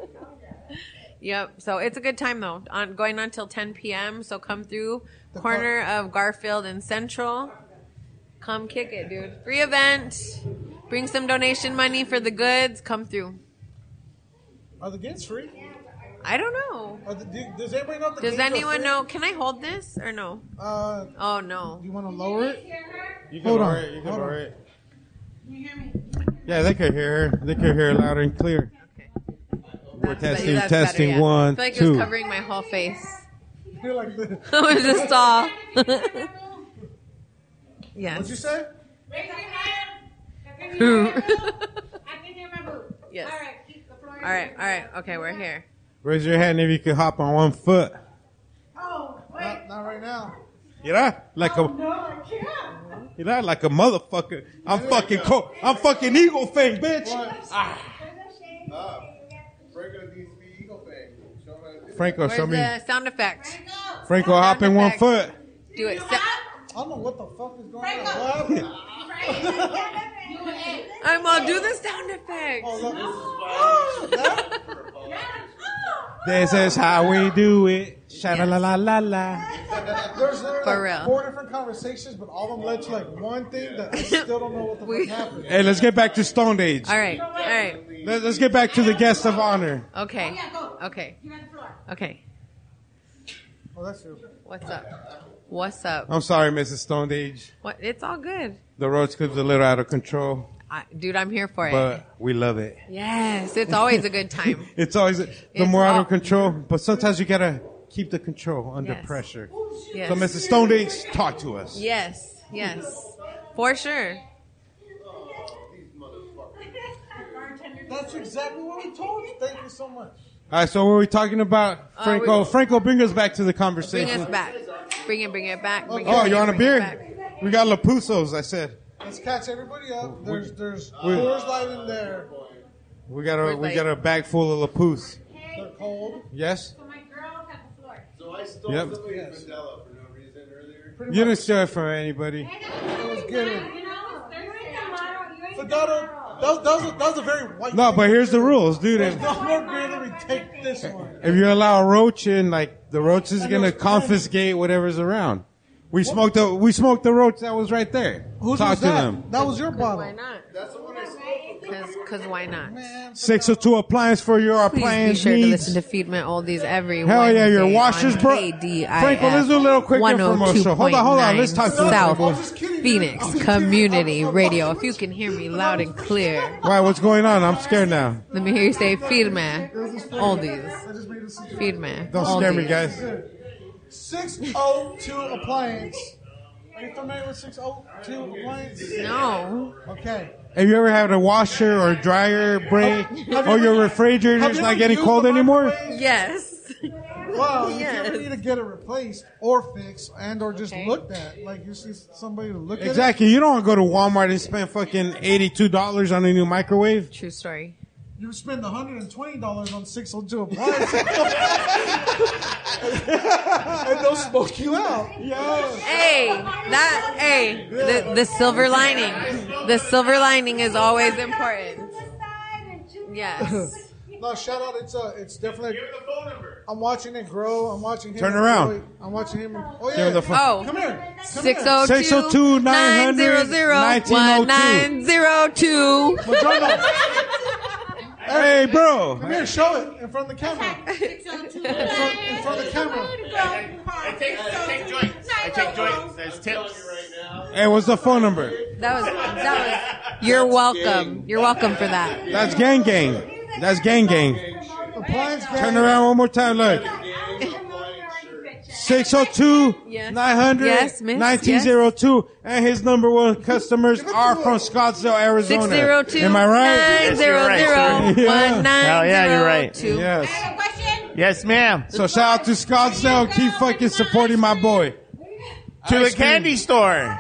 yep. So it's a good time though. On going on till 10 p.m. So come through corner of Garfield and Central. Come kick it, dude. Free event. Bring some donation money for the goods. Come through. Are the games free? I don't know. Are the, do, does anybody know if the Does games are anyone free? know? Can I hold this or no? Uh, Oh no. you want to lower it? You can Hold lower on, it. You can hold lower on. it. Yeah, they could hear her. They could hear her loud and clear. Okay. We're That's- testing, that's better, testing. yeah. One, I feel like it two. was covering my whole face. You're like, the, I was just all. what'd you yes. say? Raise your hand. I can Who? hear my boo. I can hear my boo. Yes. All right, keep the floor. All right, all right, okay, we're here. Raise your hand if you could hop on one foot. Oh, wait. Not, not right now. You know, like Oh, a, no, I can't. you know, like a motherfucker. I'm fucking, co- I'm fucking eagle fang, bitch. Ah. There's a shade. Franco needs to be Eagle Fang. Show him how to do it. Franco, Where's show me. the sound effect? Franco. Franco, hop in one foot. Do it. I don't know what the fuck is going Franco. on. What happened? I'm all do the sound effect. Oh, look, This is how we do it. Sha la la la la. There's For literally like real. four different conversations, but all of them led to like one thing that I still don't know what the We- fuck happened. Hey, let's get back to Stone Age. All right, all right, Let, let's get back to the guest of honor. Oh, okay, okay, You got the floor. okay. Oh, that's Oh. you. What's up? What's up? I'm sorry, Mrs. Stone Age. What? It's all good. The roach clip's a little out of control, I, dude, I'm here for it. but we love it. Yes, it's always a good time. It's always the It's more out all- of control, but sometimes you gotta keep the control under Yes. pressure. So, Yes, Mrs. Stone Age, talk to us. yes, yes, for sure. That's exactly what we told you. Thank you so much. All right, so what are we talking about, Uh, Franco? we- Franco, bring us back to the Bring conversation. us back. Bring it, bring it back. Bring it, Oh, bring you're it, on a bring it beer? We got Lapusos, I said. Let's catch everybody up. There's there's we- Coors Light in there. We got a We're we like- got a bag full of Lapus. They're cold. Yes? So my girls have the floor. So I stole Yep. somebody's Yes. Modelo for no reason earlier. Pretty You much. didn't steal it from anybody. It was good. You know, it's Thursday. Tomorrow, you ain't So Donald, that was, that, was a, that was a very white. No, but here's the rules, dude. There's If, no more beer than we take this one. if you allow a roach in, like the roach is And gonna there's- confiscate whatever's around. We smoked the we smoked the roach that was right there. Who's talk was to that? them. That was your Why bottle. not? That's the one I stole. Because cause why not? Man, Six or two appliance for your Please be appliance sure to needs. listen to Feed My Oldies every Hell yeah, your Wednesday washers, on bro. KDIF Franco, let's do a little quick infomercial. Hold on, hold on. Let's talk to the 102.9 Franco South boy. I'm just kidding, Phoenix man. I'm Community kidding. I'm- Radio. I'm- If you can hear me loud and clear, Why? What's going on? I'm scared now. let me hear you say Feed My There's this thing- Oldies. I just made this Feed My Don't scare me, Oldies. guys. 602 appliance. Are you familiar with 602 appliance? No. Okay. Have you ever had a washer or dryer break, Oh, Have you or ever- your have you refrigerator's ever not getting used cold the anymore? microwave? Yes. Well, you Yes. ever need to get it replaced or fixed and or just Okay. looked at. Like you see somebody to look at it. Exactly. You don't want to go to Walmart and spend fucking eighty-two dollars on a new microwave. True story. You spend $120 on 602 appliances. and they'll smoke you out. Hey, that hey, the, the silver lining. The silver lining is always important. Yes. No, shout out. It's uh, it's definitely. Give me the phone number. I'm watching it grow. I'm watching him. Turn around. grow. I'm watching him. Oh yeah. Give him the phone. Oh. Come here. Come here. 602 900 1902. Madonna, Hey, bro. Come here. Show it in front of the camera. In front of the camera. I take, I take joints. I take joints. There's tips. Hey, what's the phone number? That was that was. You're welcome. You're welcome for that. That's gang gang. That's gang gang. Appliance gang. Turn around one more time. oh Look. 602 900 Yes, miss. 1902. And his number one customers are from Scottsdale, Arizona. 602 Am I right? Oh, 900 Hell yeah, you're right. Oh, Yes. Yes, ma'am. So shout out to Scottsdale. Keep fucking supporting my boy. To the Ice cream. candy store.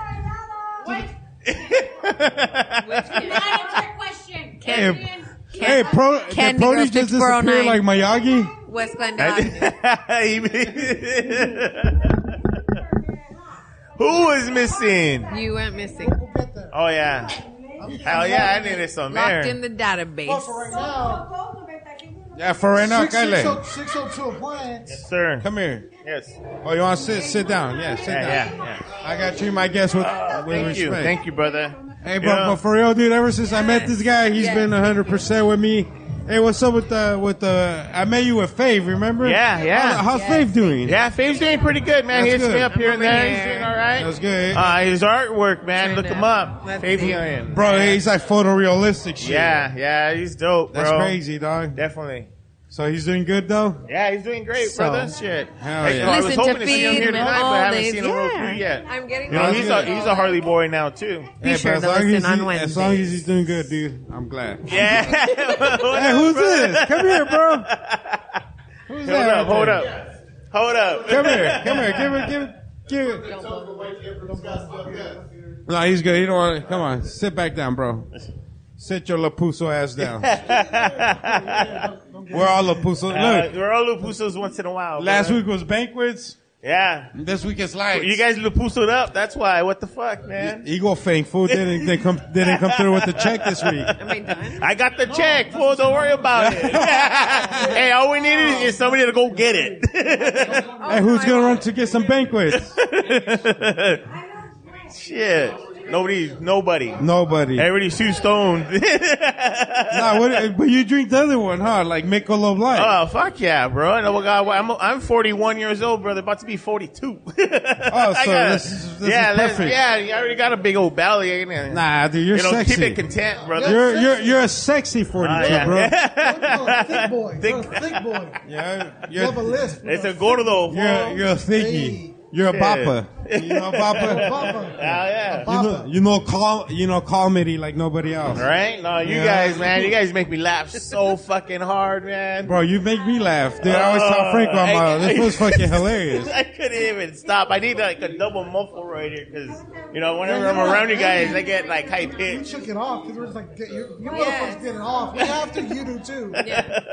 Hey, Pro, did Candy Brody Girl just disappear 6409. like Miyagi? West Glendale. Avenue. Who is missing? You went missing. We'll get there. Oh yeah. Hell yeah, I need this on Locked in there. the But for database. right now, Yeah, for right now, six- six Kyle. oh- 602 appliance. Sir. Come here. Yes. Oh, you want to sit? Sit down. Yeah, sit down. Yeah, yeah, yeah. I got to treat my guests with, with Thank respect. you. Thank you, brother. Hey, bro, Yeah. but for real, dude, ever since I met this guy, he's Yeah. been 100% with me. Hey, what's up with the, with the, I met you with Fave, remember? Yeah, yeah. How- how's Fave doing? Yeah, Fave's doing pretty good, man. That's He's good. up here and I'm over there. here. He's doing all right. That's good. Uh, his artwork, man. Trying Look to- him up. let's Fave see. Hillian. Bro, he's like photorealistic shit. Yeah, yeah, he's dope, bro. That's crazy, dog. Definitely. So he's doing good, though? Yeah, he's doing great, So- brother. Shit. Hell Hey, yeah. so I was Listen to hoping to see him feed here him tonight, but I all haven't days. seen him roll Yeah. through yet. I'm getting You know, Yeah, he's a that's closer. good. he's a Harley boy now too. Be Hey, sure but to as long listen as he- on Wednesday. As long as he's doing good, dude, I'm glad. Yeah. Hey, who's this? Come here, bro. Who's Hold that? up, hold right up. Hold up. there? Come here, come here, give it, give it, give it. No, he's good. He don't want. Come on, sit back down, bro. Sit your Lapuso ass down. We're all Lapuso. Uh, Look, we're all Lupusos once in a while. last brother. week was banquets. Yeah. This week is lights. You guys Lupusoed up. That's why. What the fuck, man? ego fang fool didn't didn't come didn't come through with the check this week. Am I done? I got the check, fool. Don't worry about it. hey, all we needed is somebody to go get it. Hey, who's gonna run to get some banquets? Shit. Nobody. Nobody. Nobody. Everybody's too stoned. Nah, what, but you drink the other one, huh? Like Michelob Light. Oh fuck yeah, bro! And, oh, my God, I'm I'm 41 years old, brother. About to be 42. oh, so so this is- this uh, yeah, is let's- perfect. yeah. I already got a big old belly. ain't I? nah, dude, you're you know, sexy. keep it content, brother. You're you're you're a sexy 42, Ah, yeah. bro. You're a thick boy. You're a thick boy. Yeah, You have a you're list. It's a gordo. fool. you're, you're a thingy. Hey. You're a Yeah. bopper. You know bopper. Papa. Hell yeah. You know, you know, call, you know, comedy like nobody else, Right? No, you Yeah. guys, man, you guys make me laugh so fucking hard, man. bro. You make me laugh, dude. I always tell Frank, I'm Uh, uh, this was fucking hilarious. I couldn't even stop. I need like a double muffle right here because you know whenever I'm around you guys, I get like high You pitch. took it off because we're just like, get, you, you Yes. motherfuckers get it off. We have to. You do too.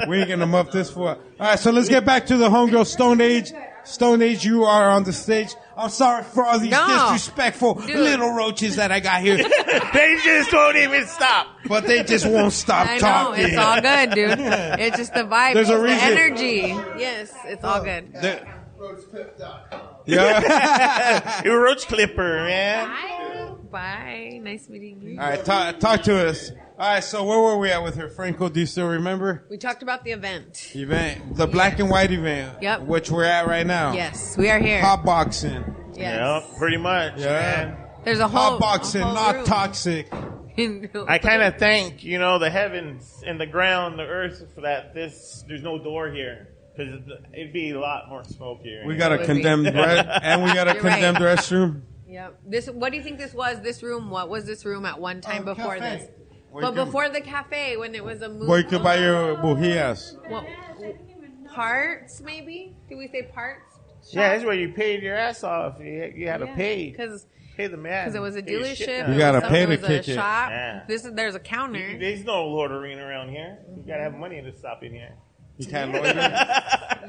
We ain't gonna muff this for. All right, so let's get back to the homegirl Stone Age. Stone Age, you are on the stage. I'm sorry for all these No. disrespectful little roaches that I got here, They just won't even stop. but they just won't stop I know. talking. It's all good, dude. It's just the vibe. There's a it's reason. the energy. Yes, it's Oh, all good. The- yeah. You roach clipper, man. Bye. Bye. Nice meeting you. All right, talk, talk to us. All right, so where were we at with her? Franco, do you still remember? We talked about the event. Event, the black and white event. Yep. Which we're at right now. Yes, we are here. Hot boxing. Yes. Yep, pretty much. Yeah. Man. There's a whole Hot boxing, a whole not room. toxic. I kind of thank you know the heavens and the ground, the earth for that. This there's no door here because it'd be a lot more smokier. We got a Would be. condemned re- and we got a You're right. condemned restroom. Yep. This. What do you think this was? This room. What was this room at one time Oh, Um, before cafe. this? Where but you could- before the cafe, when it was a movie. Where you could buy your bujías. What, parts, maybe? Did we say parts? Yeah, that's where you paid your ass off. You, you had to pay. Because Pay the man. it was a Pay your shit dealership. down. it You gotta was a- pay it to was a kick it. uh, Shop. Yeah. This is, there's a counter. There's no Lord Arena around here. You gotta have money to stop in here. You can't loiter.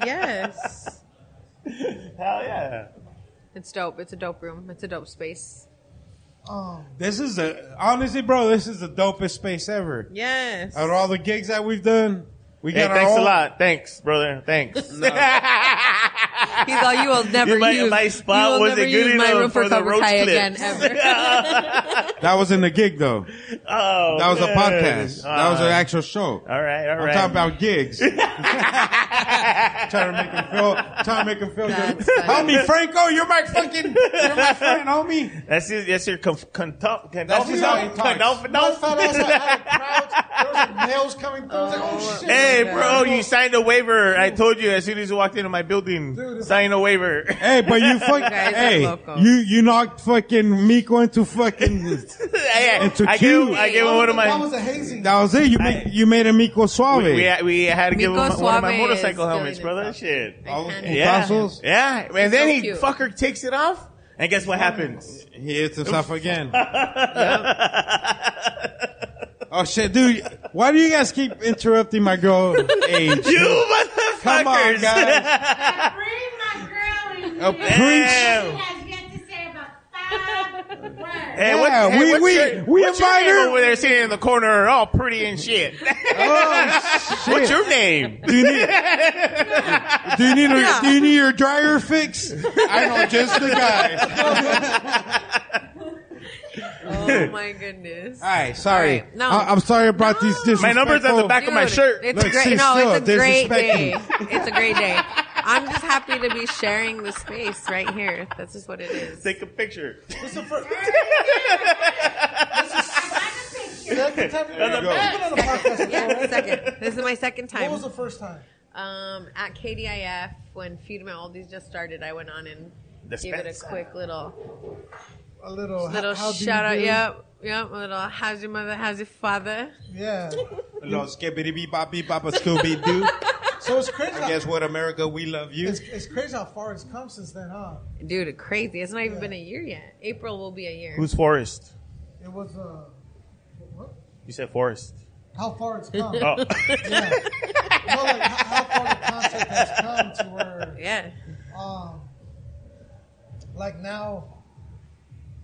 yes. Hell yeah. It's dope. It's a dope room. It's a dope space. Um, This is a honestly, bro. This is the dopest space ever. Yes. Out of all the gigs that we've done, we Hey, got our thanks a own- lot. Thanks, brother. Thanks. He's all you will never my- use my spot you will wasn't never good use my enough room for, for the Cobra roach Kai clips. again ever. That was in the gig though. oh, That was a man. podcast. That was Uh, an actual show. All right, all I'm right. talking about gigs. trying to make him feel. Trying to make him feel good. That's funny. Homie Franco, you're my fucking. You're my friend, homie. that's your, that's your conf- contump, That's just how he contump, talks. my fat ass contump. had a crowd. There was nails coming through. I was like, oh shit. Hey, Yeah. bro, you signed a waiver. I told you as soon as you walked into my building, Dude, it's- sign a waiver. Hey, but you fuck. guys are hey, loco. you you knocked fucking Miko into fucking. Hey, I, It's a I gave, cue. I gave him one of That my. was a hazing. That was it. You make, you made a Miko suave. We, we had- we had to give him Nico one of Suave my is motorcycle doing helmets, it brother. up. Shit. Yeah. Utensils. Yeah. And so then he cute. fucker takes it off, and guess what happens? He hits himself again. Oh shit, dude! Why do you guys keep interrupting my girl age? You motherfuckers! Come on, guys! Oh, Bring my girl in here. Damn. She has yet to say about five words. Hey, Yeah, what, hey, we- what's we- your, we what's your invite name her. over there sitting in the corner, all pretty and shit? Oh shit! what's your name? do you need? Do you need? A, Do you need your dryer fixed? I know just the guy. oh my goodness. All right, sorry. All right, no. I, am sorry about No. these disrespectful. My number's at the back of my Dude, shirt. It's Look, a great. she's No, it's a still great day. disrespecting. It's a great day. I'm just happy to be sharing the space right here. That's just what it is. Take a picture. I got a picture. Second time. You've been on the podcast before, Yeah, right? second. This is my second What time. was the first time? Um, at KDIF when Feed My Oldies just started, I went on and gave it a Dispenser. quick little A little. little how do you shout out. do? Yep, yep. A little how's your mother? How's your father? Yeah. Little skibbity bee bop bee bop a Scooby Doo. So it's crazy. how- Guess what, America? We love you. It's, it's crazy how far it's come since then, huh? Dude, it's crazy. It's not even been a year yet. April will be a year. Who's Forrest? It was uh, what? You said Forrest. How far it's come. Oh, Yeah. No, like how, how far the concept has come to where, yeah. um, like now,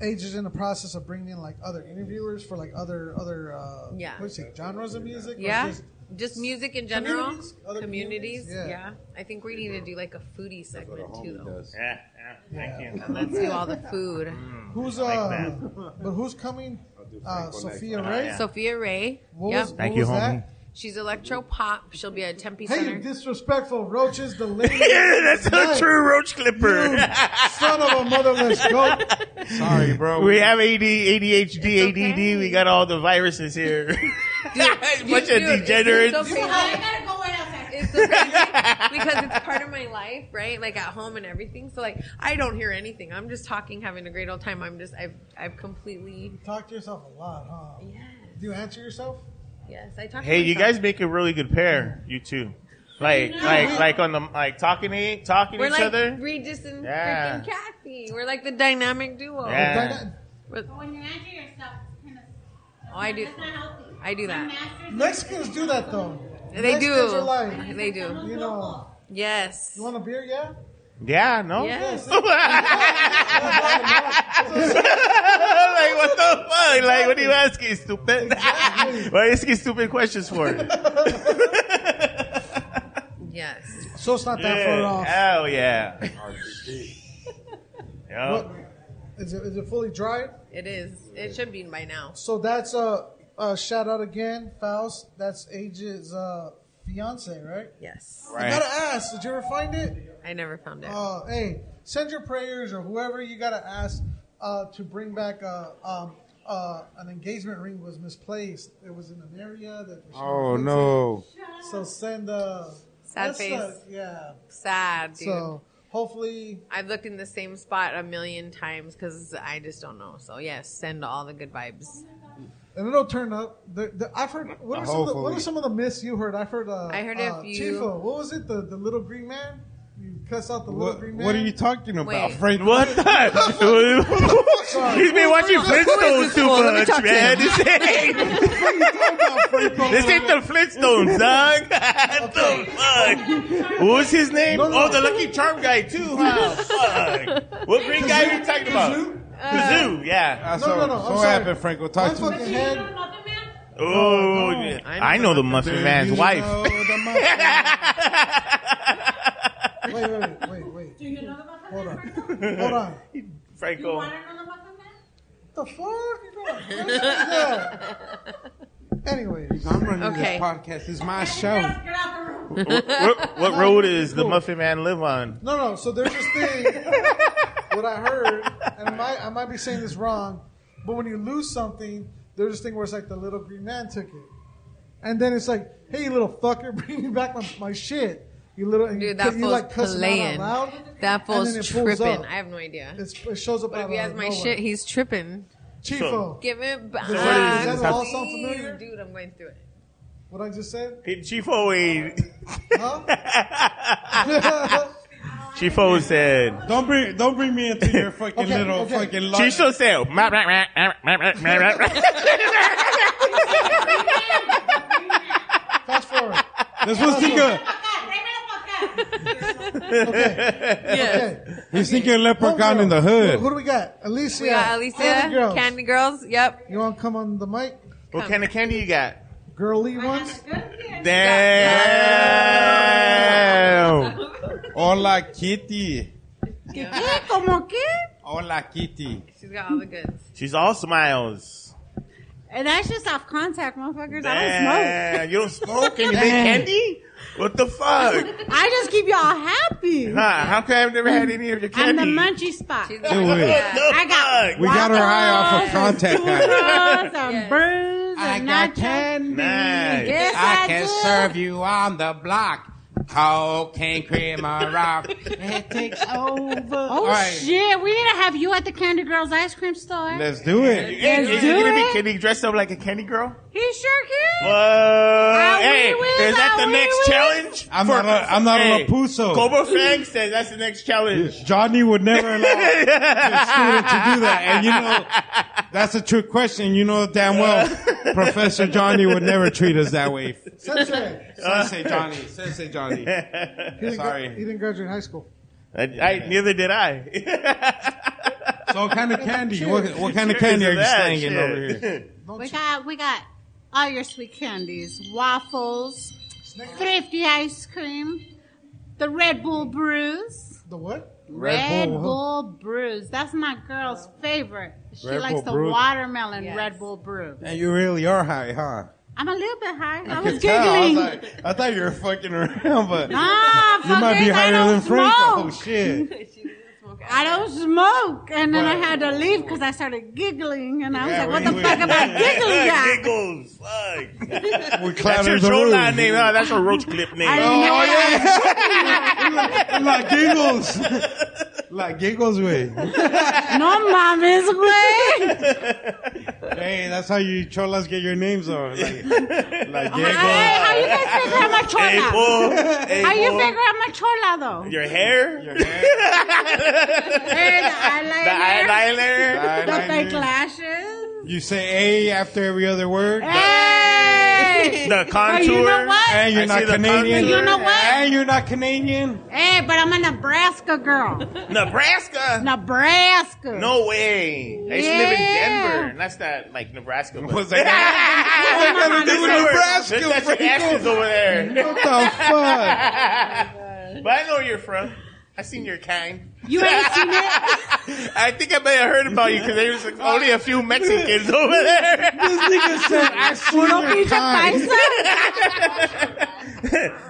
Age is in the process of bringing in like other interviewers for like other other uh, Yeah. what's it, genres of music. or Yeah. just- Just music in general. Communities? Other Communities, communities? Yeah. I think we need to do like a foodie segment too though. yeah, yeah, thank you. Let's do all the food. who's uh, Like but who's coming? Uh, Sophia Ray. Yeah. Sophia Ray. What yep. was, what Thank you, was that? She's electro pop. She'll be at Tempe Hey, you Center. disrespectful roaches, the lady. Yeah, that's a Nice. true roach You clipper. son of a motherless goat. Sorry, bro. We have AD, ADHD, ADD. It's okay. We got all the viruses here. Bunch of Dude, it's- degenerates. It's okay. I like, gotta go right outside. it's okay because it's part of my life, right? Like at home and everything. So like I don't hear anything. I'm just talking, having a great old time. I'm just I've I've completely Talk to yourself a lot, huh? yes Do you answer yourself? yes I talk. to Hey, you myself. guys make a really good pair, you two. Like, like, like on the like talking to e, talking to We're each like other. Regis and Yeah. freaking Kathy. We're like the dynamic Oh, duo. Yeah. Dyna- We're- But when you answer yourself, it's kind of. Oh, I do- That's not healthy. I do that. My master's- Mexicans do that though. They Mexicans do. Are like, They do. you know, Yes. you want a beer? Yeah. Yeah, no. Yes. like what the fuck? Like what are you asking, stupid? Why are you asking stupid questions for? Yes. So it's not that far off. yeah. Hell yeah. What, yeah. is it? Is it fully dried? It is. It should be by now. So that's a, a shout out again, Faust. That's Age's uh, fiance, right? Yes. I gotta ask. Did you ever find it? I never found it. Uh, hey, send your prayers or whoever you gotta ask uh, to bring back uh, um, uh, an engagement ring was misplaced. It was in an area that. Oh no. So send uh Sad that's face. not- yeah. Sad, dude. So hopefully I've looked in the same spot a million times because I just don't know. So yes, send all the good vibes. and it'll turn up. The, the, I've heard. What are, some of the, what Hopefully. are some of the myths you heard? I've heard. Uh, I heard a uh, few. Chifo, what was it? The the little green man. You cuss out the little What, green man. what are you talking about, Wait. Frank? What the? He's been watching Who is Flintstones this too fool? Let me talk much, to man. him. This ain't, this ain't the Flintstones, dog. What the fuck? What was his name? Oh, the Lucky Charm guy too. Huh? Fuck. What green guy are you talking about? Kazoo, yeah. Uh, No, so, no, no, I'm so what sorry. happened, Franco? My Talk to me. fucking You know head. the Muffin Man? Oh, no. yeah. I know the Muffin Man's wife. Wait, wait, wait, wait. Do you know the Muffin Hold Man? on. Franco? Hold on. What You Franco. want to know the Muffin Man? the fuck? You going crazy? Yeah. Anyways, I'm running Okay. this podcast. It's my Get show. out- Get out the room. What, what, what road is the Muffin Man live on? no, no. So there's this thing. what I heard, and I might, I might be saying this wrong, but when you lose something, there's this thing where it's like the little green man took it, and then it's like, hey, you little fucker, bring me back my, my shit. You little and you, Dude, that you fool's like cuss him out playing. Out loud, That and then fool's it pulls tripping. up. I have no idea. It's, it shows up. But if out he of has my nowhere. shit, he's tripping. Chifo. Give it back. Does that- please. does that all sound familiar? Dude, I'm going through it. What I just said? Chifo, Huh? Chifo said. Don't bring don't bring me into your fucking Okay, little okay. fucking life. Chicho said. "Mah, mah, mah, mah, mah, mah, mah, mah, mah." Fast forward. Let's was thinking Acá, tráemelo para acá. Yes. Okay. he's thinking leprechaun Homegirl. in the Who, who hood. do we got? Alicia. We got Alicia, Candy girls. Candy Girls. Yep. You want to come on the mic? What kind of candy you got? Girly ones? Damn. Hola Kitty. ¿Cómo qué? Hola Kitty. She's got all the goods. She's all smiles. And that's just off contact, motherfuckers. I Damn. You don't Oh, smoke and you make candy? What the fuck? don't smoke. I just keep y'all happy. Huh, how come I've never had any of your I'm candy? the munchy spot. She's Do got it. What the I got fuck? We got her eye off of contact. guys. Churros and burrs and nachos. Nice. Yes, I, do. you on the block. Cocaine cream or rock. It takes over. Oh shit! We need to have you at the Candy Girls ice cream store. Let's do it. Is, Let's you do gonna be it. can you dress up like a candy girl? he sure can. Whoa! hey, wee, is that ah, the wee, next wee. challenge? I'm not a- I'm not a Lapuso. Cobra Fang says that's the next challenge. Johnny would never allow a student to do that. And you know, that's a true question. You know damn well Professor Johnny would never treat us that way. Sensei. Sensei Johnny. Sensei Johnny. You didn't gra- Sorry. You didn't graduate high school. I, I, neither did I. So what kind of candy? What, what kind of candy are you slanging over here? We got we got all your sweet candies, waffles, thrifty ice cream, the Red Bull brews. The what? Red Bull, brews. That's my girl's favorite. She Red likes Bull the brews. watermelon Yes. Red Bull brew. And you really are high, huh? I'm a little bit high. I, was could tell. I was giggling. like, I thought you were fucking around, but you ah, fuckers, might be I higher don't than Franco. Oh smoke. shit! I don't smoke. And then I had to leave because I started giggling. And I was Yeah, like, what we- the we- fuck am I giggling at? Giggles. Fuck. We That's your clouded the troll room. line name. Huh? That's your roach clip name. I didn't Oh, know Oh what I was yeah, like giggles, like giggles way. No mames, güey. Hey, that's how you cholas get your names on. Like, like Hey, giggles. how you guys figure out my hey, chola? boy. Hey, How you boy. figure out my chola, though? Your hair? Your hair, Hey, the the eyeliner, eyeliner? the fake eyeliner. lashes. You say A after every other word. Eh. Hey! the But contour? you know what? And you're I see not the Canadian. contour. You know what? And you're not Canadian. Hey, but I'm a Nebraska oh, girl. Nebraska? Nebraska. No way. I used to live in Yeah. Oh, Denver. And that's not like Nebraska. but- Was like, "What the hell do you do in Nebraska, That's your Franco?" asses over there. What the fuck? But I know where you're from. I seen your kind. You ain't seen it? I think I may have heard about you because there's like, only a few Mexicans over there. This nigga said, I swear No pinche paisa?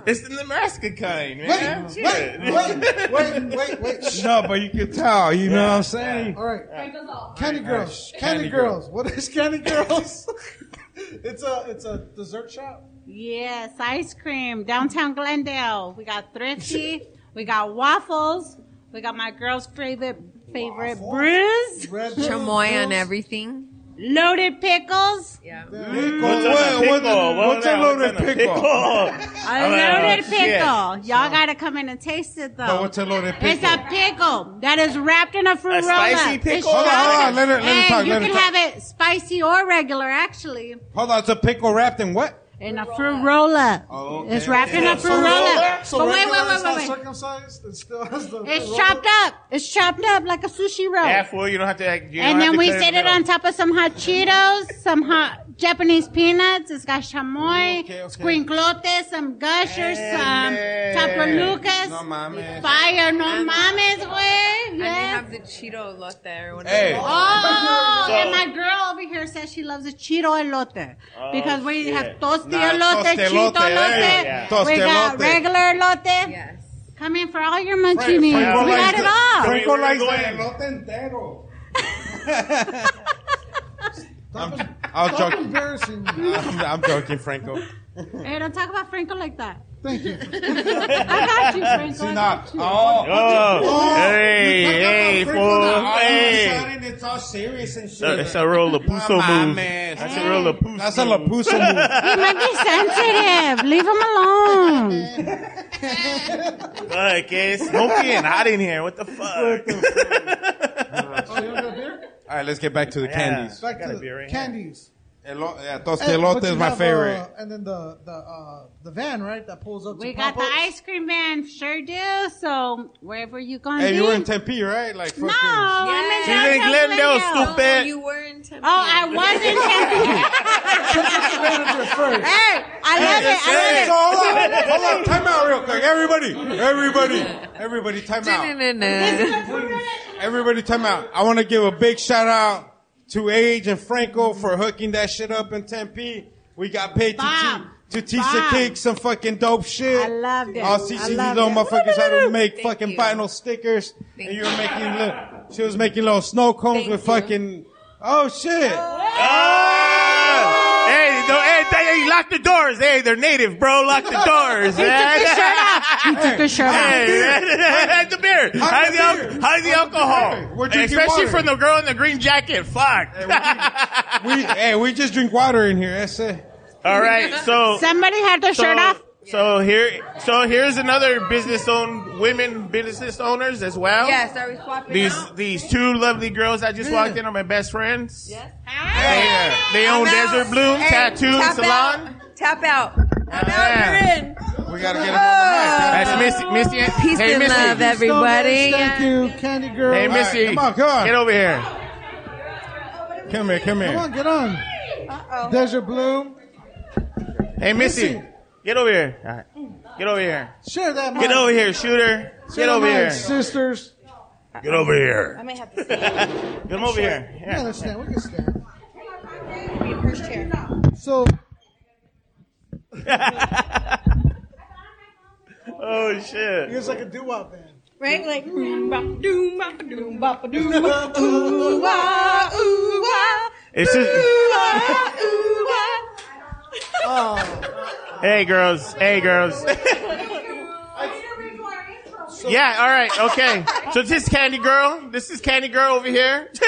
it's the Nebraska kind, man. Wait, Shit. wait, wait, wait, wait, wait. Shh. No, but you can tell. You know what I'm saying? All right. Franco's off. Candy girls. Candy, Candy girls. What is candy girls? it's a it's a dessert shop. Yes, ice cream. Downtown Glendale. We got thrifty. we got waffles. We got my girl's favorite favorite brews. Red Bull chamoy on girls. everything. Loaded pickles. Yeah. What's a pickle? What's a loaded pickle? Oh, A loaded pickle. Y'all gotta come in and taste it though. No, what's a loaded It's a pickle that is wrapped in a fruit A spicy roll-up. It's pickle? Hold on, shredded. hold on. Let her- let her and talk, you let her can talk. have it spicy or regular, actually, Hold on, it's a pickle wrapped in what? Oh, in a fruit roll-up. It's wrapped in a So fruit roll-up. So but wait, regular wait, is wait, not wait, wait. circumcised and still has the. It's chopped up. It's chopped up like a sushi roll. Yeah, fool, you don't have to. act- You don't and have then to we cut sit in it the on top of some hot Cheetos, some hot Japanese peanuts. It's got chamoy, squinklotes, some gushers, some tapalucas. No mames. Fire, no mames, güey. And they Yes. have the Cheeto look there. When Hey. Oh, So- and my girl over here says she loves the Cheeto elote Oh, because we shit. have tosti Nah, elote, tostelote, Cheeto elote. there you go. We got Tostelote. regular elote. Yes. Come in for all your munchies. We Franco got likes it the- all. Franco likes the I was joking. embarrassing. I'm, I'm joking, Franco. Hey, don't talk about Franco like that. Thank you. I got you, Franco. See, nah. Oh, Oh, hey, hey, You talking about Franco fool, now, all of a hey. sudden It's all serious and shit. Uh, It's a real Lapuso Nah, move. man. That's a real Lapuso. That's a Lapuso move. He might be sensitive. Leave him alone. Fuck, it's smoky and hot in here. What the fuck? All right, let's get back to the candies. Back to the candies. Elo- yeah, And- tostelote but you is my have, uh, favorite. and then the the uh, the van right that pulls up. We to got the pop-ups. ice cream van, sure do. So wherever you going, hey, be, you were in Tempe, right? Like, fucking. No, I'm in She's in downtown Glendale, Glendale. stupid. you were in Tempe. Oh, I was in Tempe. hey, I love it. Hey, I so love hold on, hold on, time out real quick. Everybody, everybody, everybody, time out. Everybody, time out. I want to give a big shout out to Age and Franco for hooking that shit up in Tempe. We got paid to teach. To teach the Bob. kids some fucking dope shit. I loved it. All I CC these loved little it. motherfuckers how to make Thank fucking you. vinyl stickers. Thank and you. you were making little, she was making little snow cones with fucking, oh shit. Hey, don't, hey, they- hey, lock the doors. Hey, they're native, bro. Lock the doors, He took man. his shirt off. He took his shirt off. Hide the beer. Hide Hide the the, al- beer. hide the alcohol. We're Hey, drinking Especially water. from the girl in the green jacket. Fuck. we, hey, we just drink water in here. That's it. All right, so Somebody had their shirt off. So here, so here's another business own women business owners as well. Yes, are we swapping These out? these two lovely girls I just walked in are my best friends. Yes. They, they own I'm out. Desert Bloom Hey, Tattoo tap Salon. Out. Tap out. I'm out. You're in. We gotta get That's Missy. Missy. Peace hey, and Missy. love, everybody. Thank you, Candy Girl. Hey, All right, Missy. come on, come on. Get over here. Come here, come here. Come on, get on. Uh-oh. Desert Bloom. Hey, Missy. Get over here. All right. Get over here. Share that. Get over here, shooter. Get over here. sisters. Get over here. I may have to stand. Come over here. Yeah, let's stand. We can stand. First chair. So Oh shit. it's like a doo-wop band. Right? Like, doom, bop, doom, bop, doom, bop, doom, ooh, wah, ooh, wah, It's just. ooh, wah, ooh, wah. Oh. Hey girls. Hey girls. yeah, all right, okay. So this is Candy Girl. This is Candy Girl over here. this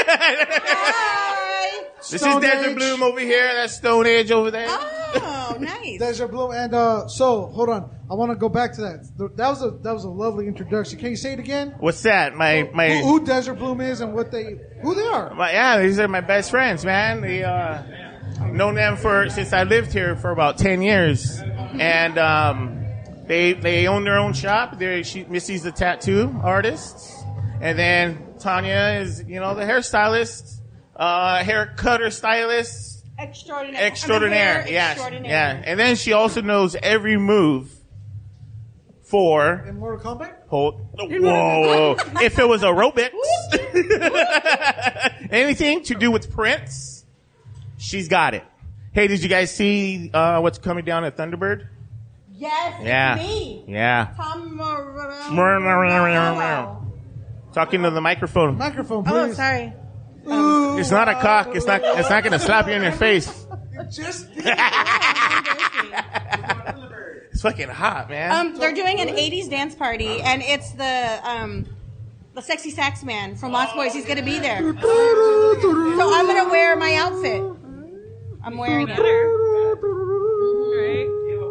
Stone is Desert Age. Bloom over here. That's Stone Edge over there. Oh, nice. Desert Bloom. And uh, so hold on. I want to go back to that. Th- That was a that was a lovely introduction. Can you say it again? What's that? My my, Who, who Desert Bloom is and what they who they are. my- yeah, these are my best friends, man. They uh known them for since I lived here for about ten years. And um they they own their own shop. They she Missy's a tattoo artist. And then Tanya is, you know, the hairstylist, uh hair cutter stylist. Extraordinary. extraordinaire. yes, Extraordinary. yeah. And then she also knows every move for In Mortal Kombat. hold. Whoa! if it was aerobics, anything to do with Prince, she's got it. Hey, did you guys see uh, what's coming down at Thunderbird? Yes. Yeah. Me. Yeah. Tom Talking to the microphone. Microphone, Oh, please. sorry. It's not a cock. It's not. It's not gonna slap you in your face. Just It's fucking hot, man. um, they're doing an '80s dance party, and it's the um, the sexy sax man from Lost Boys. He's gonna be there. So I'm gonna wear my outfit. I'm wearing it.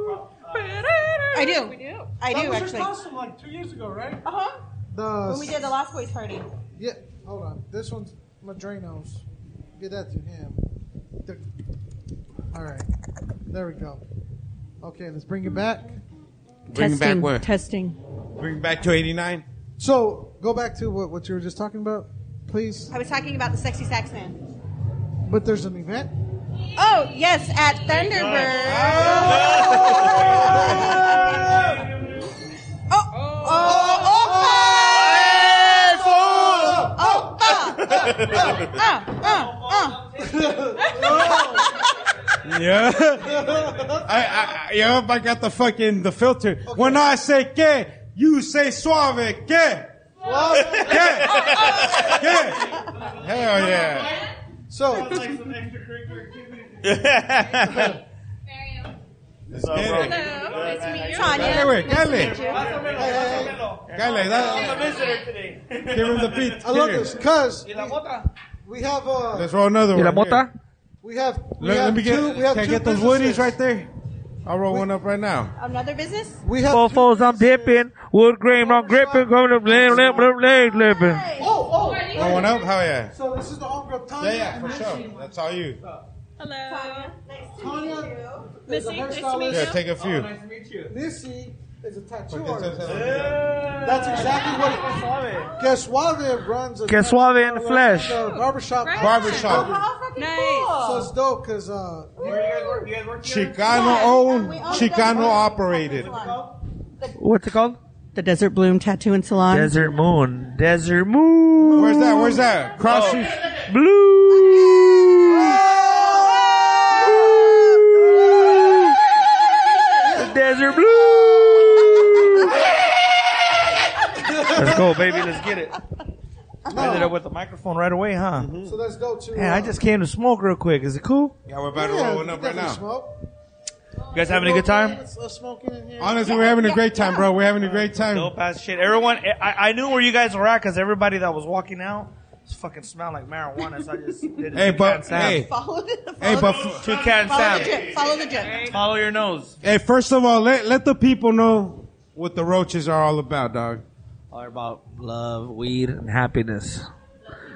I do. I That do was actually. Your costume like two years ago, right? Uh huh. The When we did the Lost Boys party. Yeah, hold on. This one's Madrino's. Get that to him. The- All right. There we go. Okay, let's bring it back. Bring it back Testing, where? Testing. Bring it back to 89. So go back to what, what you were just talking about, please. I was talking about the sexy sax man. But there's an event. Oh yes, at Thunderbird. Oh, Yeah. Oh, I, I, yeah, I got the fucking the filter. When I say que, you say suave que. Hell yeah. So. Let's get it. nice to meet you. Dale, güey, dale. Dale, I'm a dale. visitor today. Give him the beat. I love Here. this because we have uh, Let's roll another one. here. we have we Let, let have me get. two we have can I two get those businesses. woodies right there? I'll roll one up right now. Another business? We have Fofos, I'm dipping. Wood grain, I'm gripping. Going up, limp, limp, limp, limp, limping. Oh, oh. Roll one up. Hell yeah. So this is the homegirl Tanya. Yeah, yeah, for sure. That's all you. Hello. Nice Tanya. Missy, is a nice to hairstylist. meet Yeah, take a few. Missy is a tattoo Put this artist. up. That's exactly what. Que Suave runs. a Que Suave in the tattoo flesh. parlor and a Barbershop. Right. Barbershop. Oh, how Nice. So it's dope because uh, Chicano owned, Chicano operated. What's it called? The Desert Bloom Tattoo and Salon. Desert Moon. Desert Moon. Where's that? Where's that? Oh. Cross street. Blue. Desert Blue. Let's go, baby. Let's get it. Ended up with the microphone right away, huh? so that's dope too. Man, I just came to smoke real quick. Is it cool? Yeah, we're about to Yeah, roll one up right definitely now. Smoke. You guys having a good time? Let's, let's smoke it in here. Honestly, we're having a great time, bro. We're having a great time. Dope ass shit. Everyone, I, I knew where you guys were at because everybody that was walking out was fucking smelled like marijuana. So I just did Hey, two but can Sam. hey, Follow the hey, but two can follow the Sam. drip. Follow the drip. Follow your nose. hey, first of all, let let the people know what the roaches are all about, dog. All about love, weed, and happiness.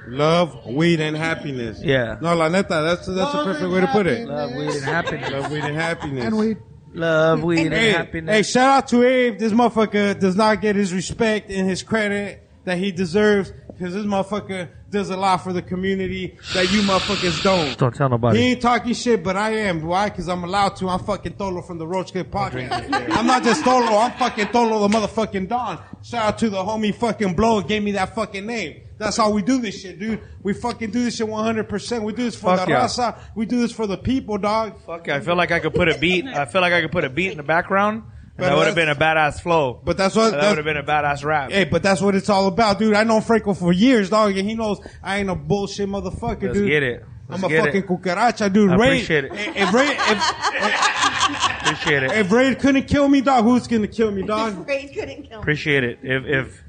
Love, weed, and happiness. Yeah. No, la neta, that's that's the Love perfect and way to put it. happiness. Love, weed, and happiness. Love, weed, and happiness. And we Love, weed, and, Hey, happiness. hey, shout out to Abe. This motherfucker does not get his respect and his credit that he deserves because this motherfucker does a lot for the community that you motherfuckers don't. Don't tell nobody. He ain't talking shit, but I am. Why? Because I'm allowed to. I'm fucking Tolo from the Roach Kid podcast. I'm not just Tolo. I'm fucking Tolo the motherfucking Don. Shout out to the homie fucking Blow gave me that fucking name. That's how we do this shit, dude. We fucking do this shit 100%. We do this for Fuck the yeah. raza. We do this for the people, dog. Fuck, I feel like I could put a beat. I feel like I could put a beat in the background, and But that would have been a that's- badass flow. But that's what- that that's- would have been a badass rap. Hey, but that's what it's all about, dude. I know Franco for years, dog, and he knows I ain't a bullshit motherfucker, Let's dude. get it. Let's I'm a get fucking it. cucaracha, dude. I Ray, appreciate it. If, if Ray, if, Appreciate it. if Ray couldn't kill me, dog, who's gonna kill me, dog? Braid couldn't kill me. Appreciate it. If if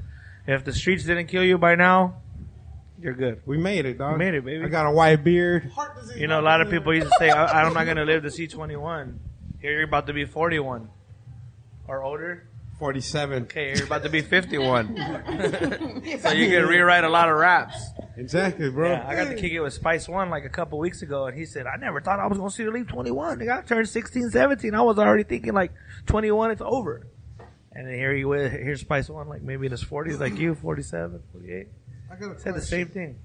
if the streets didn't kill you by now, you're good. We made it, dog. We made it, baby. I got a white beard. heart disease. You know, a lot of people used to say, I, "I'm not gonna live to see 21." Here you're about to be 41 or older. 47. Okay, you're about to be 51. so you can rewrite a lot of raps. Exactly, bro. Yeah, I got to kick it with Spice One like a couple weeks ago, and he said, I never thought I was going to see the leave 21. Nigga, I turned 16, 17. I was already thinking, like, 21, it's over. And then here you is, here's Spice One, like, maybe in his 40s, like you, 47, 48. I got a Said the same thing.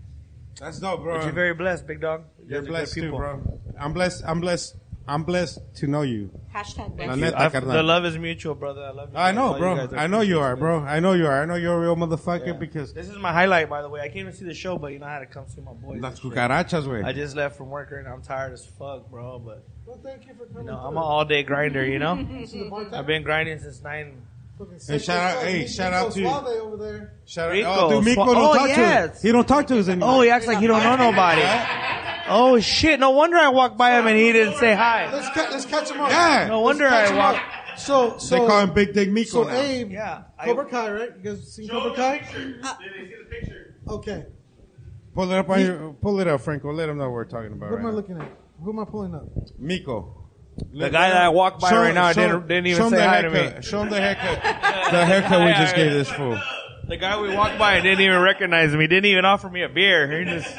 That's dope, bro. But you're very blessed, big dog. You guys You're are good blessed too, people. bro. I'm blessed. I'm blessed. I'm blessed to know you. Hashtag La blessed. neta, I- carnal. the love is mutual, brother. I love you. I guys. know, All bro. guys are I know good you people. are, bro. I know you are. I know you're a real motherfucker Yeah. because This is my highlight, by the way. I came to see the show, but you know, I had to come see my boys. las and shit. cucarachas, I way. just left from work right now. I'm tired as fuck, bro. But Well, thank you for coming. you know, I'm an through. all day grinder. You know, This is the bartender. I've been grinding since nine. Fucking Hey, shout out- hey, Nico shout out to- Suave over there. Shout Rico. out, oh, dude, Miko Swa- don't oh, talk to us. yes. He don't talk to us anymore. Oh, he acts like he don't know nobody. Oh shit! No wonder I walked by him and he didn't say hi. Let's, ca- let's catch him up. Yeah. No wonder I walked. So, so they call him Big Dick Miko So now. Abe, yeah, Cobra Kai, right? You guys seen Cobra Kai? Did they see the picture? Okay. Pull it up on your, pull it up, Franco. Let them know what we're talking about. What am I Right now. looking at? Who am I pulling up? Miko. The guy that I walked by right now didn't- didn't even show him say the hi to haircut. me. Show him the haircut. the haircut we just gave this fool. The guy we walked by didn't even recognize me. Didn't even offer me a beer. He just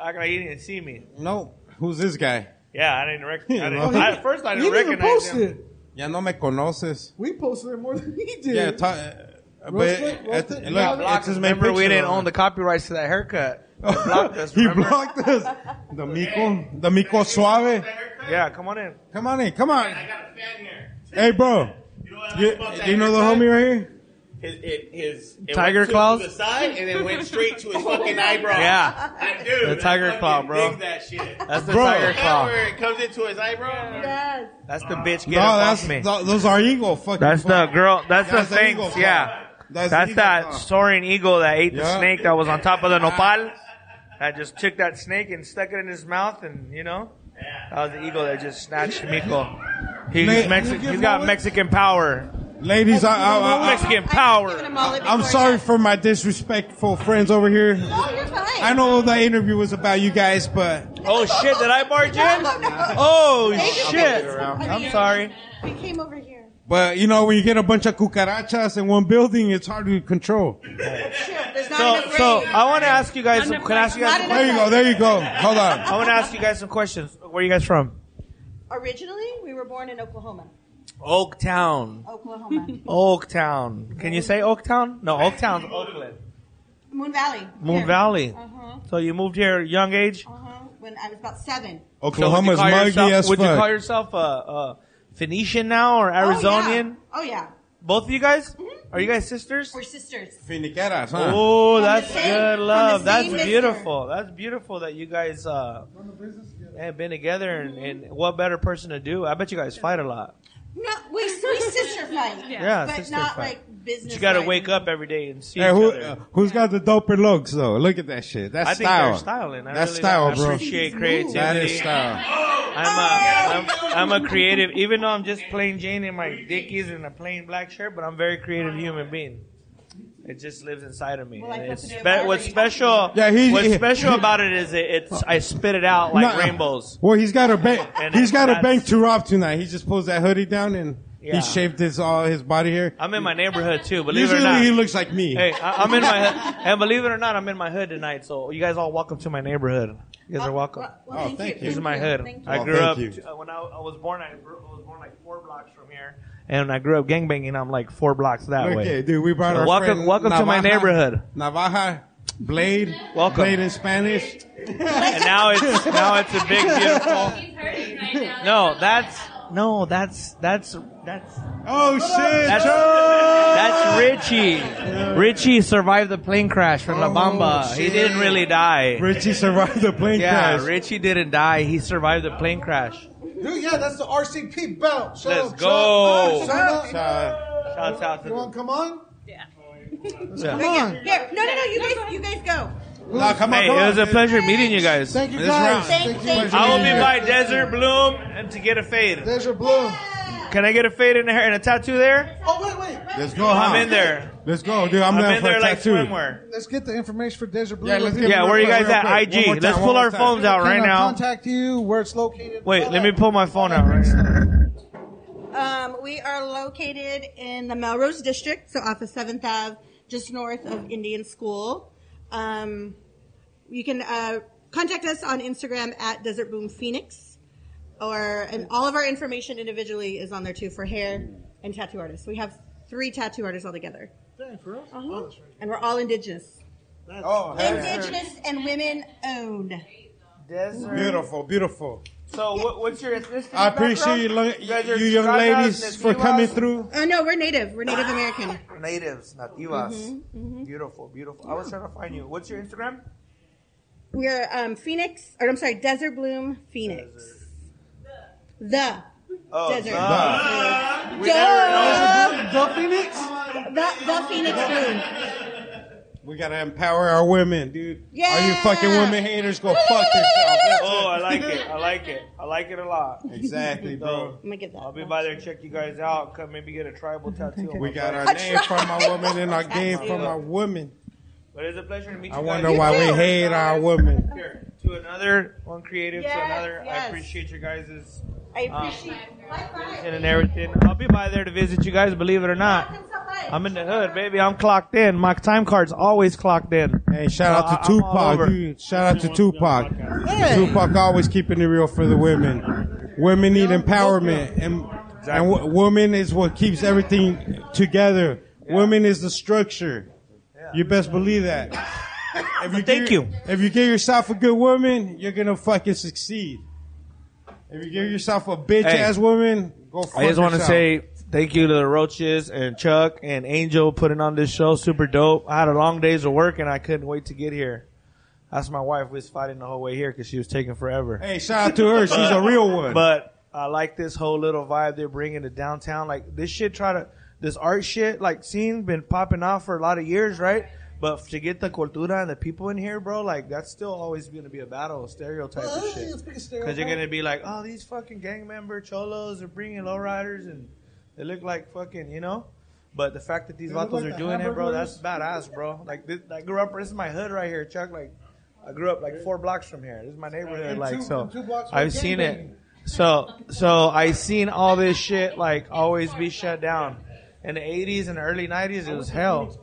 act like he didn't see me. No, who's this guy? Yeah, I didn't recognize. I Oh, didn't, he- I, at first, I he didn't didn't even recognize post him. it. Ya no me conoces. We posted it more than he did. Yeah, ta- uh, but Roast it, at- roast at- it. look, Yeah, it's his main Remember, we picture didn't on own the copyrights to that haircut. he blocked us. The Miko, the Miko Suave. Yeah, come on in. Come on in. Come on. I got a fan here. Hey, bro. You, do you know the homie right here? His, it, his it Tiger went to- claws? To the side and then went straight to his fucking eyebrow. Yeah. I, dude, The tiger I fucking claw, bro. Dig that shit. That's the Bro. tiger Is that claw. Where it comes into his eyebrow. Yes. That's the bitch. Get no, up that's off me. th- those are eagle fucking. That's the girl. That's, the thing. eagle claw. Yeah. That's, the eagle that claw. soaring eagle that ate Yeah. the snake that was on top of the nopal. That just took that snake and stuck it in his mouth, and you know, that was the eagle that just snatched Miko. He's Nate, Mexican. He's got Mexican power. Ladies, I, I, I, I, Mexican power. I'm sorry for my disrespectful friends over here. I know the interview was about you guys, but Oh shit! Did I barge in? Oh shit! I'm sorry. We came over here. but you know when you get a bunch of cucarachas in one building, it's hard to control. There's not So, enough so room. I want to ask you guys. Some, Not can I ask you guys? enough Some room. There you go, there you go. Hold on. I want to ask you guys some questions. Where are you guys from? Originally, we were born in Oklahoma. Oaktown. Oklahoma. Oaktown. Can you say Oaktown? No, Oaktown's Oakland. Moon Valley. Moon Here. Valley. Uh-huh. So you moved here young age. Uh-huh. When I was about seven. Oh, Oklahoma's so would you call muggy yourself- as Would you fuck. call yourself a, a Phoenician now Oh, or yeah. Arizonian? Oh, yeah. Both of you guys? Are you guys sisters? We're sisters. Finiqueras, huh? Oh, From the that's same- good from love. the That's same mister. beautiful. That's beautiful that you guys uh, have been together. And, and what better person to do? I bet you guys fight a lot. No, we, we sister fight. Yeah, But sister not fight. like business. But you got to fight. wake up every day and see Hey, each who, other. uh, who's got the doper looks though? Look at that shit. That's I think style. they're styling. I That's really style, I bro. appreciate creativity. That is style. I'm a, I'm, I'm a creative, even though I'm just plain Jane in my Dickies and a plain black shirt, but I'm a very creative human being. It just lives inside of me. Well, I And it's hope it spe- what's special? Yeah, he- what's he- special about it is it, it's I spit it out like Nuh-uh. rainbows. Well, he's got a bank. And He's got a that's- bank to rob tonight. He just pulls that hoodie down and Yeah. he shaved his all his body hair. I'm in my neighborhood too. Believe Usually it or not, he looks like me. Hey, I, I'm in my hood, and believe it or not, I'm in my hood tonight. So you guys all welcome to my neighborhood. You guys are welcome. well, Oh, thank thank you. you. This is my Thank hood. you. Thank you. I Oh, grew thank up you. to- uh, when I, I was born. I, grew, I was born like four blocks from here, and I grew up gangbanging. I'm like four blocks that Look way. at- dude, we brought So our welcome, friend welcome to my Navaja- neighborhood. Navaja, blade, Welcome. blade in Spanish. and now it's now it's a big beautiful. No, that's no, that's that's that's Oh shit! That's, that's Richie. Richie survived the plane crash from La Bamba. he didn't really die. Oh, Richie survived the plane yeah, crash. Richie didn't die. He survived the plane crash. Dude, yeah, that's the RCP belt. Shut Let's up, go. Chuck. Ah, shut up. Shouts out to You want to come on? Yeah. Yeah. Come on. Here, no, no, no. You guys, you guys go. No, come on, Hey, come it on. was a pleasure meeting you guys. Thank you This guys. round. Thank, thank I will be by Desert Bloom and to get a fade. Desert Bloom. Can I get a fade in the hair and a tattoo there? Oh, wait, wait. Let's go. I'm huh? in there. Let's go, dude. I'm, I'm down in for there a like tattoo. swimwear. Let's get the information for Desert Bloom. Yeah, let's get Yeah, real where you quick, guys real at? quick. IG. One more Let's time, pull one our more time. phones out right Can I now. Contact you where it's located. Wait, let me pull my phone out right now. Um, we are located in the Melrose District, so off of Seventh Ave, just north of Indian School. Um, you can uh, contact us on Instagram at Desert Bloom Phoenix, or and all of our information individually is on there too for hair and tattoo artists. We have three tattoo artists all together, Dang, for real? Oh, and we're all indigenous, Oh, hell yeah. indigenous and women owned. Desert. beautiful, beautiful. So, what, what's your ethnicity? I appreciate you, lo- You guys are you young Chicanos, ladies for Natiwas? coming through. Oh no, we're native. We're Native American. Natives, Mm-hmm, nativas. Beautiful, beautiful. I was trying to find you. What's your Instagram? We're um, Phoenix, or I'm sorry, Desert Bloom Phoenix. The Desert. Oh, We never know. The Phoenix? The, the Phoenix Bloom. We gotta empower our women, dude. Yeah. All you fucking women haters, go fuck yourself. Oh, I like it. I like it. I like it a lot. Exactly, bro. I'm gonna get that. I'll be by there, check you guys out. Come maybe get a tribal tattoo. on We my got body. our name from our woman and our game from our women. But it's a pleasure to meet you. I guys. wonder why we hate our women. Here, to another, one creative to Yes, another. I yes. appreciate you guys' I um, appreciate and and everything. I'll be by there to visit you guys, believe it or not. I'm in the hood, baby. I'm clocked in. My time card's always clocked in. Hey, shout out to Tupac, dude. Shout out to Tupac. Tupac always keeping it real for the women. Women need empowerment, and and w- woman is what keeps everything together. Women is the structure. You best believe that. If you Thank you. If you give yourself a good woman, you're gonna fucking succeed. If you give yourself a bitch Hey. ass woman, go. Fuck I just want to yourself. say thank you to the Roaches and Chuck and Angel putting on this show. Super dope. I had a long days of work and I couldn't wait to get here. That's my wife. We was fighting the whole way here because she was taking forever. Hey, shout out to her. She's a real one. But I like this whole little vibe they're bringing to downtown. Like this shit, try to this art shit, like scene been popping off for a lot of years, right? But to get the cultura and the people in here, bro, like that's still always going to be a battle of stereotypes and shit. Because you're gonna be like, oh, these fucking gang member cholos are bringing lowriders and they look like fucking, you know. But the fact that these They look vatos like are the doing it, bro, that's hamburgers. badass, bro. Like, this, I grew up. This is my hood right here, Chuck. Like, I grew up like four blocks from here. This is my neighborhood. And Like, two- so and two blocks from I've seen it. gangbanging. So, so I seen all this shit like always be shut down. In the '80s and early '90s, it was hell.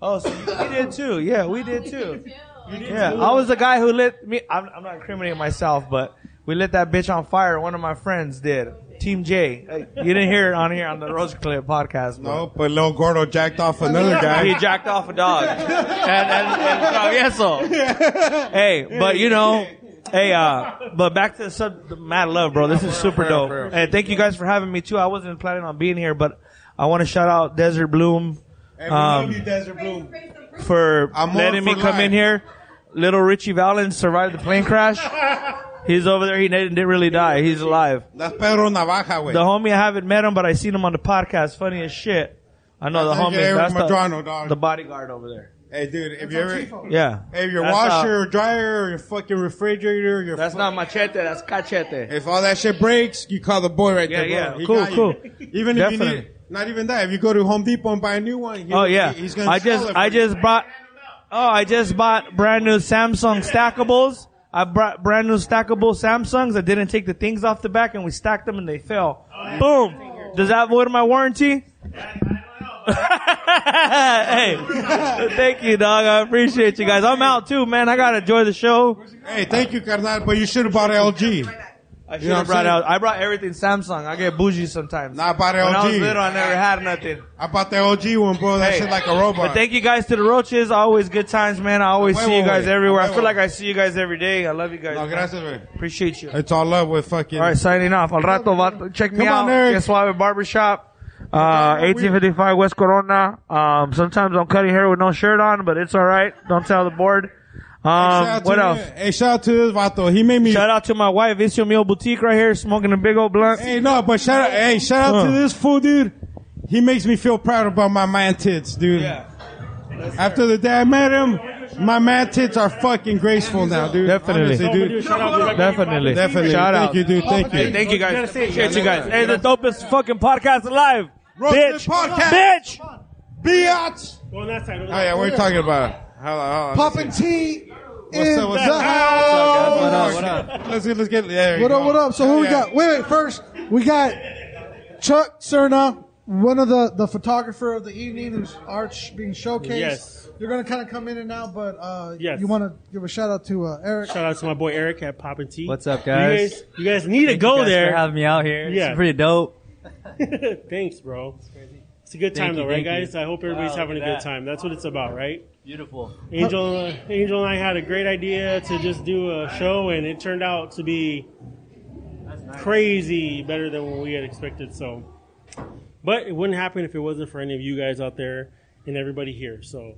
Oh, so you, we did too. Yeah, we did too. Yeah, I was the guy who lit me. I'm, I'm not incriminating myself, but we lit that bitch on fire. One of my friends did. Team J. Hey, You didn't hear it on here on the Rose Clip podcast. but- No, but Lil Gordo jacked off another guy. He jacked off a dog. and, and, and Travieso. Hey, but you know, hey, uh, but back to the sub, the Mad Love, bro. This is super dope. And thank you guys for having me too. I wasn't planning on being here, but I want to shout out Desert Bloom. Hey, we um, love you, Desert Bloom. for I'm on letting me for come life. in here. Little Richie Valens survived the plane crash. He's over there. He didn't didn't really die. He's alive. That's Pedro Navaja, The güey. homie, I haven't met him, but I seen him on the podcast. Funny as shit. I know That's the like homie. Eric That's Madrano, the, dog. the bodyguard over there. Hey, dude, if you ever, Yeah. Hey, your That's washer, how- or dryer, or your fucking refrigerator, your That's not machete. That's cachete. If all that shit breaks, you call the boy right Yeah, there. bro. yeah. He Cool, got cool. You. Even if you Definitely. need, not even that. If you go to Home Depot and buy a new one, he, oh yeah. he- he's gonna. I just I just bought. Oh, I just bought brand new Samsung stackables. I brought brand new stackable Samsungs. I didn't take the things off the back, and we stacked them, and they fell. Boom. Does that void my warranty? hey, thank you, dog. I appreciate you guys. I'm out too, man. I gotta enjoy the show. Hey, thank you, carnal. But you should have bought LG. I You know should what I'm have brought saying? out. I brought everything Samsung. I get bougie sometimes. Nah, I bought When I was LG. little, I never had nothing. I bought the LG one, bro. That Hey, shit like a robot. But thank you guys to the Roaches. Always good times, man. I always Wait, see you wait, guys wait. everywhere. I Wait, feel wait. like I see you guys every day. I love you guys. No, man. gracias, man. Appreciate you. It's all love with fucking. All right, signing off. Al rato, vato. check me Come out. on, Eric. Guess what? Barbershop. Uh, 1855 West Corona. Um, sometimes I'm cutting hair with no shirt on, but it's all right. Don't tell the board. Um, Shout out what to- else? Hey, shout out to this vato. He made me. Shout out to my wife, Vicio Mio Boutique, right here, smoking a big old blunt. Hey, no, but shout out, hey, shout out to Huh. this fool, dude. He makes me feel proud about my man tits, dude. After the day I met him, my man tits are fucking graceful now, dude. Definitely. Honestly, dude. Definitely. Definitely. Shout Thank out. you, dude. Thank you. Hey, thank you, guys. Appreciate you guys. Hey, the dopest fucking podcast alive. Bitch. Bitch. Biatch. Going that side. Oh, yeah, we're talking about it. Hold on, hold on. Popping tea What's in up, what's the up? house. What up, what up? Let's get, let's get, there you What up? go. What up? So Hell who we yeah. got? Wait, wait. First, we got Chuck Cerna, one of the the photographer of the evening, who's arch being showcased. Yes. You're gonna kind of come in and out, but uh, Yes. you want to give a shout out to uh, Eric. Shout out to my boy Eric at Poppin' Tea. What's up, guys? You guys, you guys need to Thank you go guys there. for having me out here. It's Yeah, pretty dope. Thanks, bro. It's a good Thank time you, though, right, thank you. guys? I hope everybody's Wow, having a look good at that. time. That's what it's about, right? Beautiful. Angel, Angel and I had a great idea to just do a show, and it turned out to be crazy better than what we had expected. So, but it wouldn't happen if it wasn't for any of you guys out there and everybody here. So,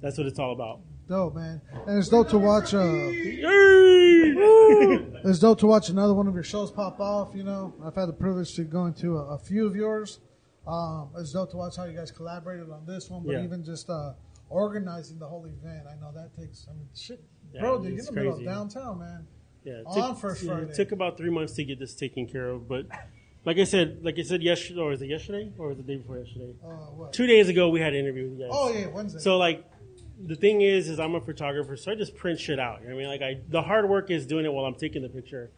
that's what it's all about. Dope, man. And it's dope to watch. Uh, it's dope to watch another one of your shows pop off. You know, I've had the privilege to go into a, a few of yours. Um, it's dope to watch how you guys collaborated on this one, but Yeah. even just uh, organizing the whole event. I know that takes. I mean, shit, Yeah, bro, dude, you're in it's the middle of crazy. downtown, man. Yeah, it on took- first yeah, Friday. It took about three months to get this taken care of, but like I said, like I said yesterday, or was it yesterday, or was it the day before yesterday? Uh, what? Two days ago, we had an interview with you guys. Oh, yeah, Wednesday. So like, the thing is, is I'm a photographer, so I just print shit out. You know what I mean? Like, I the hard work is doing it while I'm taking the picture.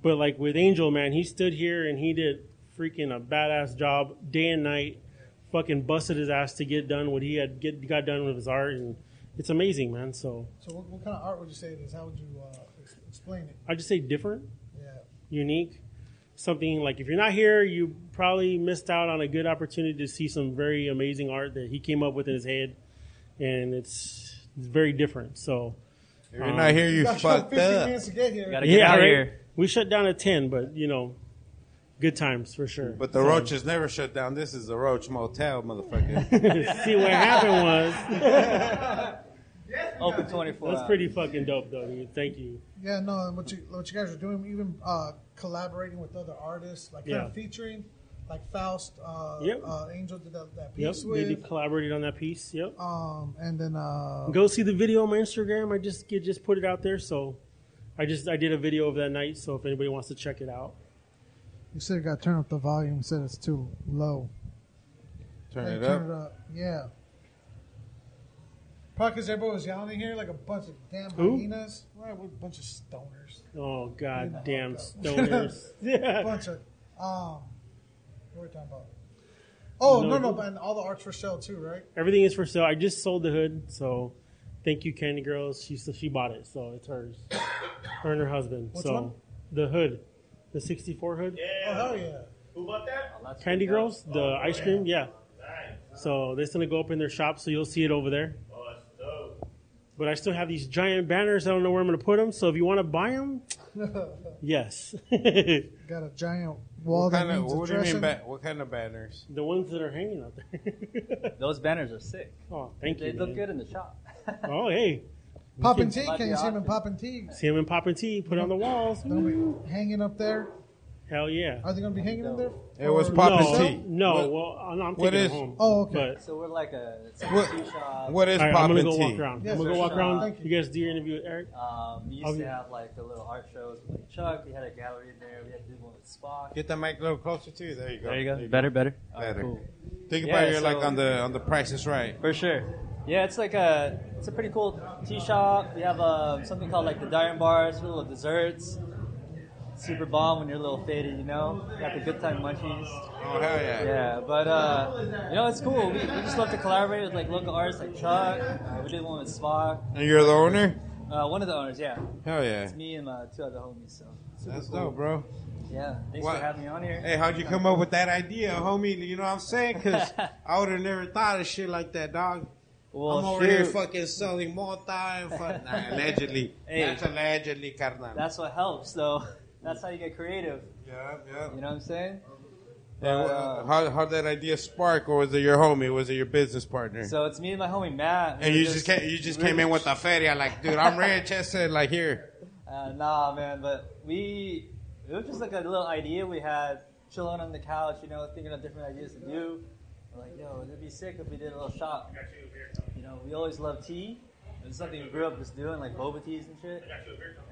But like with Angel, man, he stood here and he did freaking a badass job day and night. Fucking busted his ass to get done what he had get got done with his art, and it's amazing, man. So So what, what kind of art would you say it is? How would you uh, ex- explain it? I just say different, Yeah. unique, something like if you're not here, you probably missed out on a good opportunity to see some very amazing art that he came up with in his head, and it's, it's very different. So um, If you're not here, you You got your fucked 15 up. minutes to get here. Gotta get out right? here. We shut down at ten, but you know, good times for sure. But the So- roaches never shut down. This is the roach motel, motherfucker. See what happened was. Open 24 That's hours. pretty fucking dope, though. dude. Thank you. Yeah, no, and what you what you guys are doing, even uh, collaborating with other artists, like kind Yeah. of featuring, like Faust, uh, Yep. uh, Angel did that, that Yep, piece they with. did collaborated on that piece. Yep. Um, and then uh, go see the video on my Instagram. I just get, just put it out there. So, I just I did a video of that night. So if anybody wants to check it out, You said you got to turn up the volume. You said it's too low. Turn Hey, it up. Yeah. Probably because everybody was yelling in here like a bunch of damn Who? hyenas. Right, we're a bunch of stoners. oh god damn stoners. yeah. bunch of. Um, what were we talking about? Oh, no, No, no, who- but and all the art's for sale too, right? Everything is for sale. I just sold the hood, so thank you, Candy Girls. She so she bought it, so it's hers. Her and her husband. Which so one? the hood, the '64 hood. Oh, hell yeah. Who bought that? Candy Girls, Oh, the ice cream, yeah. So they're gonna go up in their shop, so you'll see it over there. But I still have these giant banners. I don't know where I'm gonna put them. So if you want to buy them, yes. the got a giant wall what that kind of, needs what do you mean? addressing. Ba- what kind of banners? ones that are hanging out there. Those banners are sick. Oh, thank they, you, They look man. good in the shop. Oh hey, Poppin' You tea. Might Can be you see him in poppin' tea? See them in poppin' tea. Put it on the walls. They'll be hanging up there. Hell yeah. Are they going to be hanging in there? It was Or- poppin' no, tea. No, What- well, I'm- I'm what taking is- it home. Oh, okay. But- So we're like a, it's like What- a shoe shop. what is All right, I'm gonna poppin' go tea? walk around. Yes, I'm gonna go sir. walk around. Thank you. guys do your interview with Eric. Um, we used I'll be- to have like the little art shows with like Chuck. We had a gallery in there. We had to do one with Spock. Get that mic a little closer to you. There you go. There you go. Better, better. Better. Cool. Think Yeah, about it, you're so- like on the on the Price is Right. For sure. Yeah, it's like a it's a pretty cool tea shop. We have uh, something called like the Diron Bars, little desserts. Super bomb when you're a little faded, you know. Got the good time munchies. Oh hell yeah. Yeah, but uh, you know it's cool. We, we just love to collaborate with like local artists like Chuck. Uh, we did one with Spock. And you're the owner? Uh, one of the owners, yeah. Hell yeah. It's me and uh, two other homies. So super That's cool. dope, bro. Yeah, thanks What- for having me on here. Hey, how'd you come up with that idea, homie? You know what I'm saying? Because I would have never thought of shit like that, dog. Well, I'm over here shoot. fucking selling Malta and fuck. Nah, allegedly. Hey. That's allegedly, carnal. That's what helps, though. That's how you get creative. Yeah, yeah. You know what I'm saying? Hey, uh, wha- how how'd that idea spark, or was it your homie? Was it your business partner? So it's me and my homie Matt. and you just came, you just came in with the feria, like, dude, I'm rich. I said, like, here. Uh, nah, man, but we it was just like a little idea we had, chilling on the couch, you know, thinking of different ideas to do. We're like, yo, it'd be sick if we did a little shop. You know, we always love tea. It's something we grew up just doing, like boba teas and shit.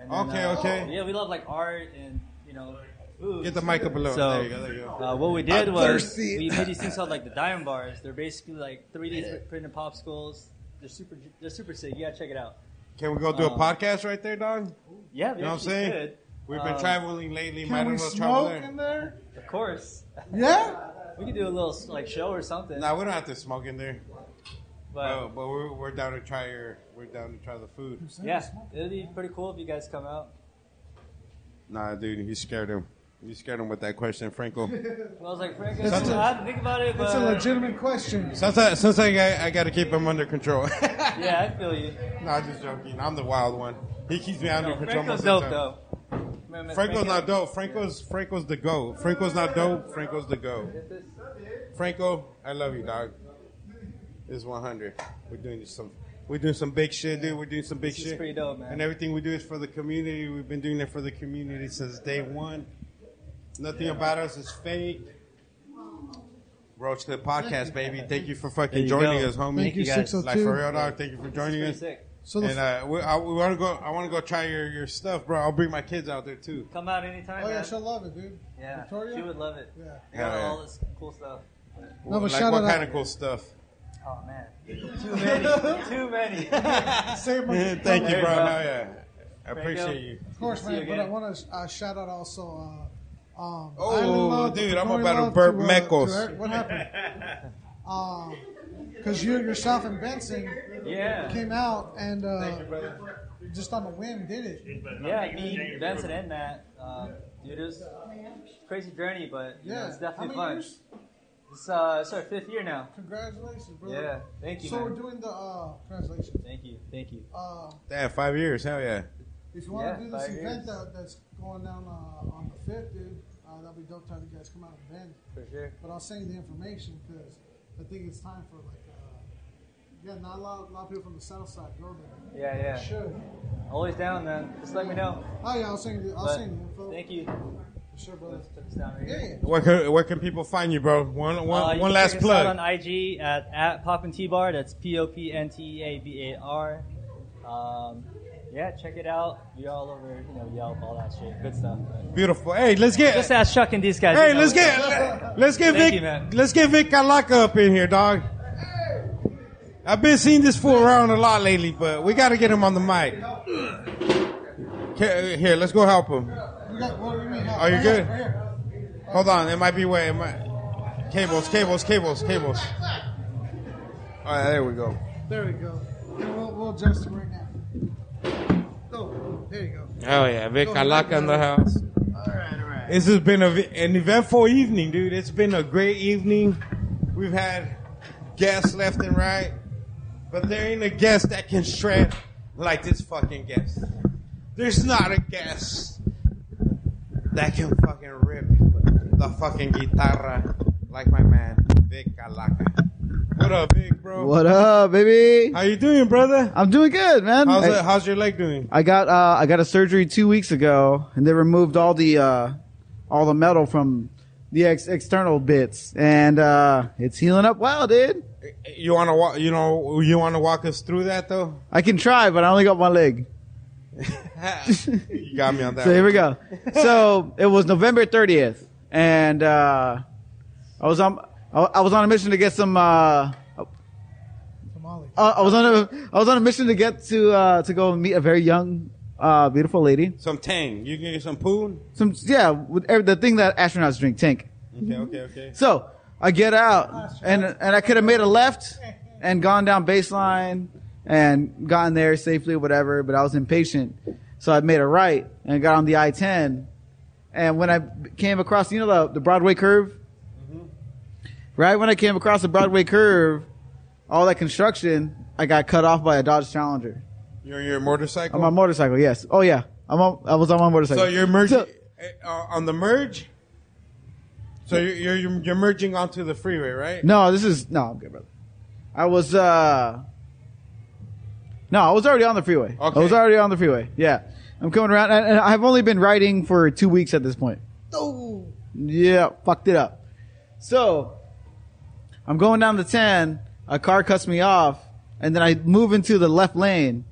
And uh, Okay, okay. Yeah, we love like art and you know. Food. Get the mic up a little. So, there you go. There you go. Uh, what we did I'm was thirsty. we made these things called like the diamond bars. They're basically like 3D printed popsicles. They're super. They're super sick. You gotta check it out. Can we go do a Um, podcast right there, dog? Yeah, You we know what I'm actually saying? could. We've been Um, traveling lately. can Might we as well travel smoke there. in there? Of course. Yeah? we could do a little like show or something. Nah, we don't have to smoke in there. But- But, but we're, we're down to try your we're down to try the food. yeah, it'd be pretty cool if you guys come out. Nah, dude, you scared him. You scared him with that question, Franco. Well, I was like, Frank, I That's a- had to think about it, uh, but That's a legitimate question. since I since I got, I got to keep him under control. yeah, I feel you. nah, just joking. I'm the wild one. He keeps me under No, control. Franco's most dope of the time. though. Remember Franco's Franco? not dope. Franco's Franco's the go. Franco's not dope. Franco's the go. Franco, I love you, dog. It's 100. We're doing some we're doing some big shit, dude. We're doing some big This is shit. pretty dope, man. And everything we do is for the community. We've been doing it for the community since day one. Nothing about us is fake. Roach Clip Podcast, baby. Thank you for fucking There you joining go. us, homie. Thank you, Thank you, guys. 602. Like for real, dog. Thank you for joining It's us. pretty sick. So So the and uh, we, I, we want to go. I want to go try your, your stuff, bro. I'll bring my kids out there too. Come out anytime. Oh, yeah, man. she'll love it, dude. Yeah, Victoria? she would love it. Yeah. They got Hell yeah. all this cool stuff. Well, like shout what out- kind of cool stuff? Oh man, too many, too many. Save my- Yeah, Thank you, bro. Hell yeah. I Franco. appreciate you. Of course, Good to see man. you But I again. want to uh, shout out also. Uh, um, Oh, Island Love, dude, I'm Pinoy about to Love burp uh, Mecos. to- what happened? Because you yourself and Benson Yeah. came out and uh, Thank you, brother. just on a whim did it. Yeah, me, Benson, and Matt. Um, dude, it was a crazy journey, but you know, Yeah. it's How definitely many fun. years? It's uh, it's our fifth year now. Congratulations, brother. Yeah, thank you. So man. we're doing the uh, translation. Thank you, thank you. Uh, Damn, five years. Hell yeah. if you want Yeah, to do this five event years. that, that's going down uh, on the fifth, dude, uh, that'd be dope to have you guys come out and bend. For sure. But I'll send you the information because I think it's time for like, uh, yeah, not a lot, a lot of people from the south side go there. Yeah, yeah. Should. Always down, man. Just let me know. Oh yeah, I'll send you. I'll But send you the info. Thank you. For sure, brother. Yeah. Where can where can people find you, bro? One Uh, one you one can last check us out plug. on IG at, at Pop and T Bar. That's P O P N T E A B A R. Um, yeah, check it out. You're all over, you know, Yelp, all that shit. Good stuff. Beautiful. Hey, let's get Just ask Chuck and these guys. Hey, They know let's what's get up. let's get Thank Vic you, man. let's get Vic Kalaka up in here, dog. I've been seeing this fool around a lot lately, but we got to get him on the mic. Ca- Here, let's go help him. You got, what do you mean? Are you good? Hold on, it might be way. It might... Cables, cables, cables, cables. All right, there we go. There we go. And we'll, we'll adjust it right now. Oh, there you go. Hell yeah, Vic Kalaka in the house. All right, all right. This has been a, an eventful evening, dude. It's been a great evening. We've had guests left and right, but there ain't a guest that can shred like this fucking guest. There's not a guest that can fucking rip the fucking guitarra like my man Vic Kalaka. What up, Vic, bro? What up, baby? How you doing, brother? I'm doing good, man. How's, I, it, how's your leg doing? I got uh, I got a surgery two weeks ago, and they removed all the uh, all the metal from the ex- external bits, and uh, it's healing up well, dude. You wanna walk? You know, you wanna walk us through that though? I can try, but I only got one leg. You got me on that. so here one. we go. So it was November 30th, and uh, I was on I, I was on a mission to get some. Uh, uh, I was on a I was on a mission to get to uh, to go meet a very young, uh, beautiful lady. Some tang. You can get some poon. Some yeah, with every, the thing that astronauts drink, tank. Mm-hmm. Okay, okay, okay. So I get out, and and I could have made a left and gone down baseline and gotten there safely, whatever. But I was impatient, so I made a right and got on the I ten. And when I came across, you know, the, the Broadway curve, Mm-hmm. right when I came across the Broadway curve, all that construction, I got cut off by a Dodge Challenger. You're your motorcycle. On my motorcycle, yes. Oh yeah, I'm on, I was on my motorcycle. So you're merging uh, on the merge. So you're, you're- you're you're merging onto the freeway, right? No, this is no. I'm good, brother. I was uh, no, I was already on the freeway. I was already on the freeway. Yeah, I'm coming around, and, and I've only been riding for two weeks at this point. Oh. Yeah, fucked it up. So I'm going down the ten. A car cuts me off, and then I move into the left lane.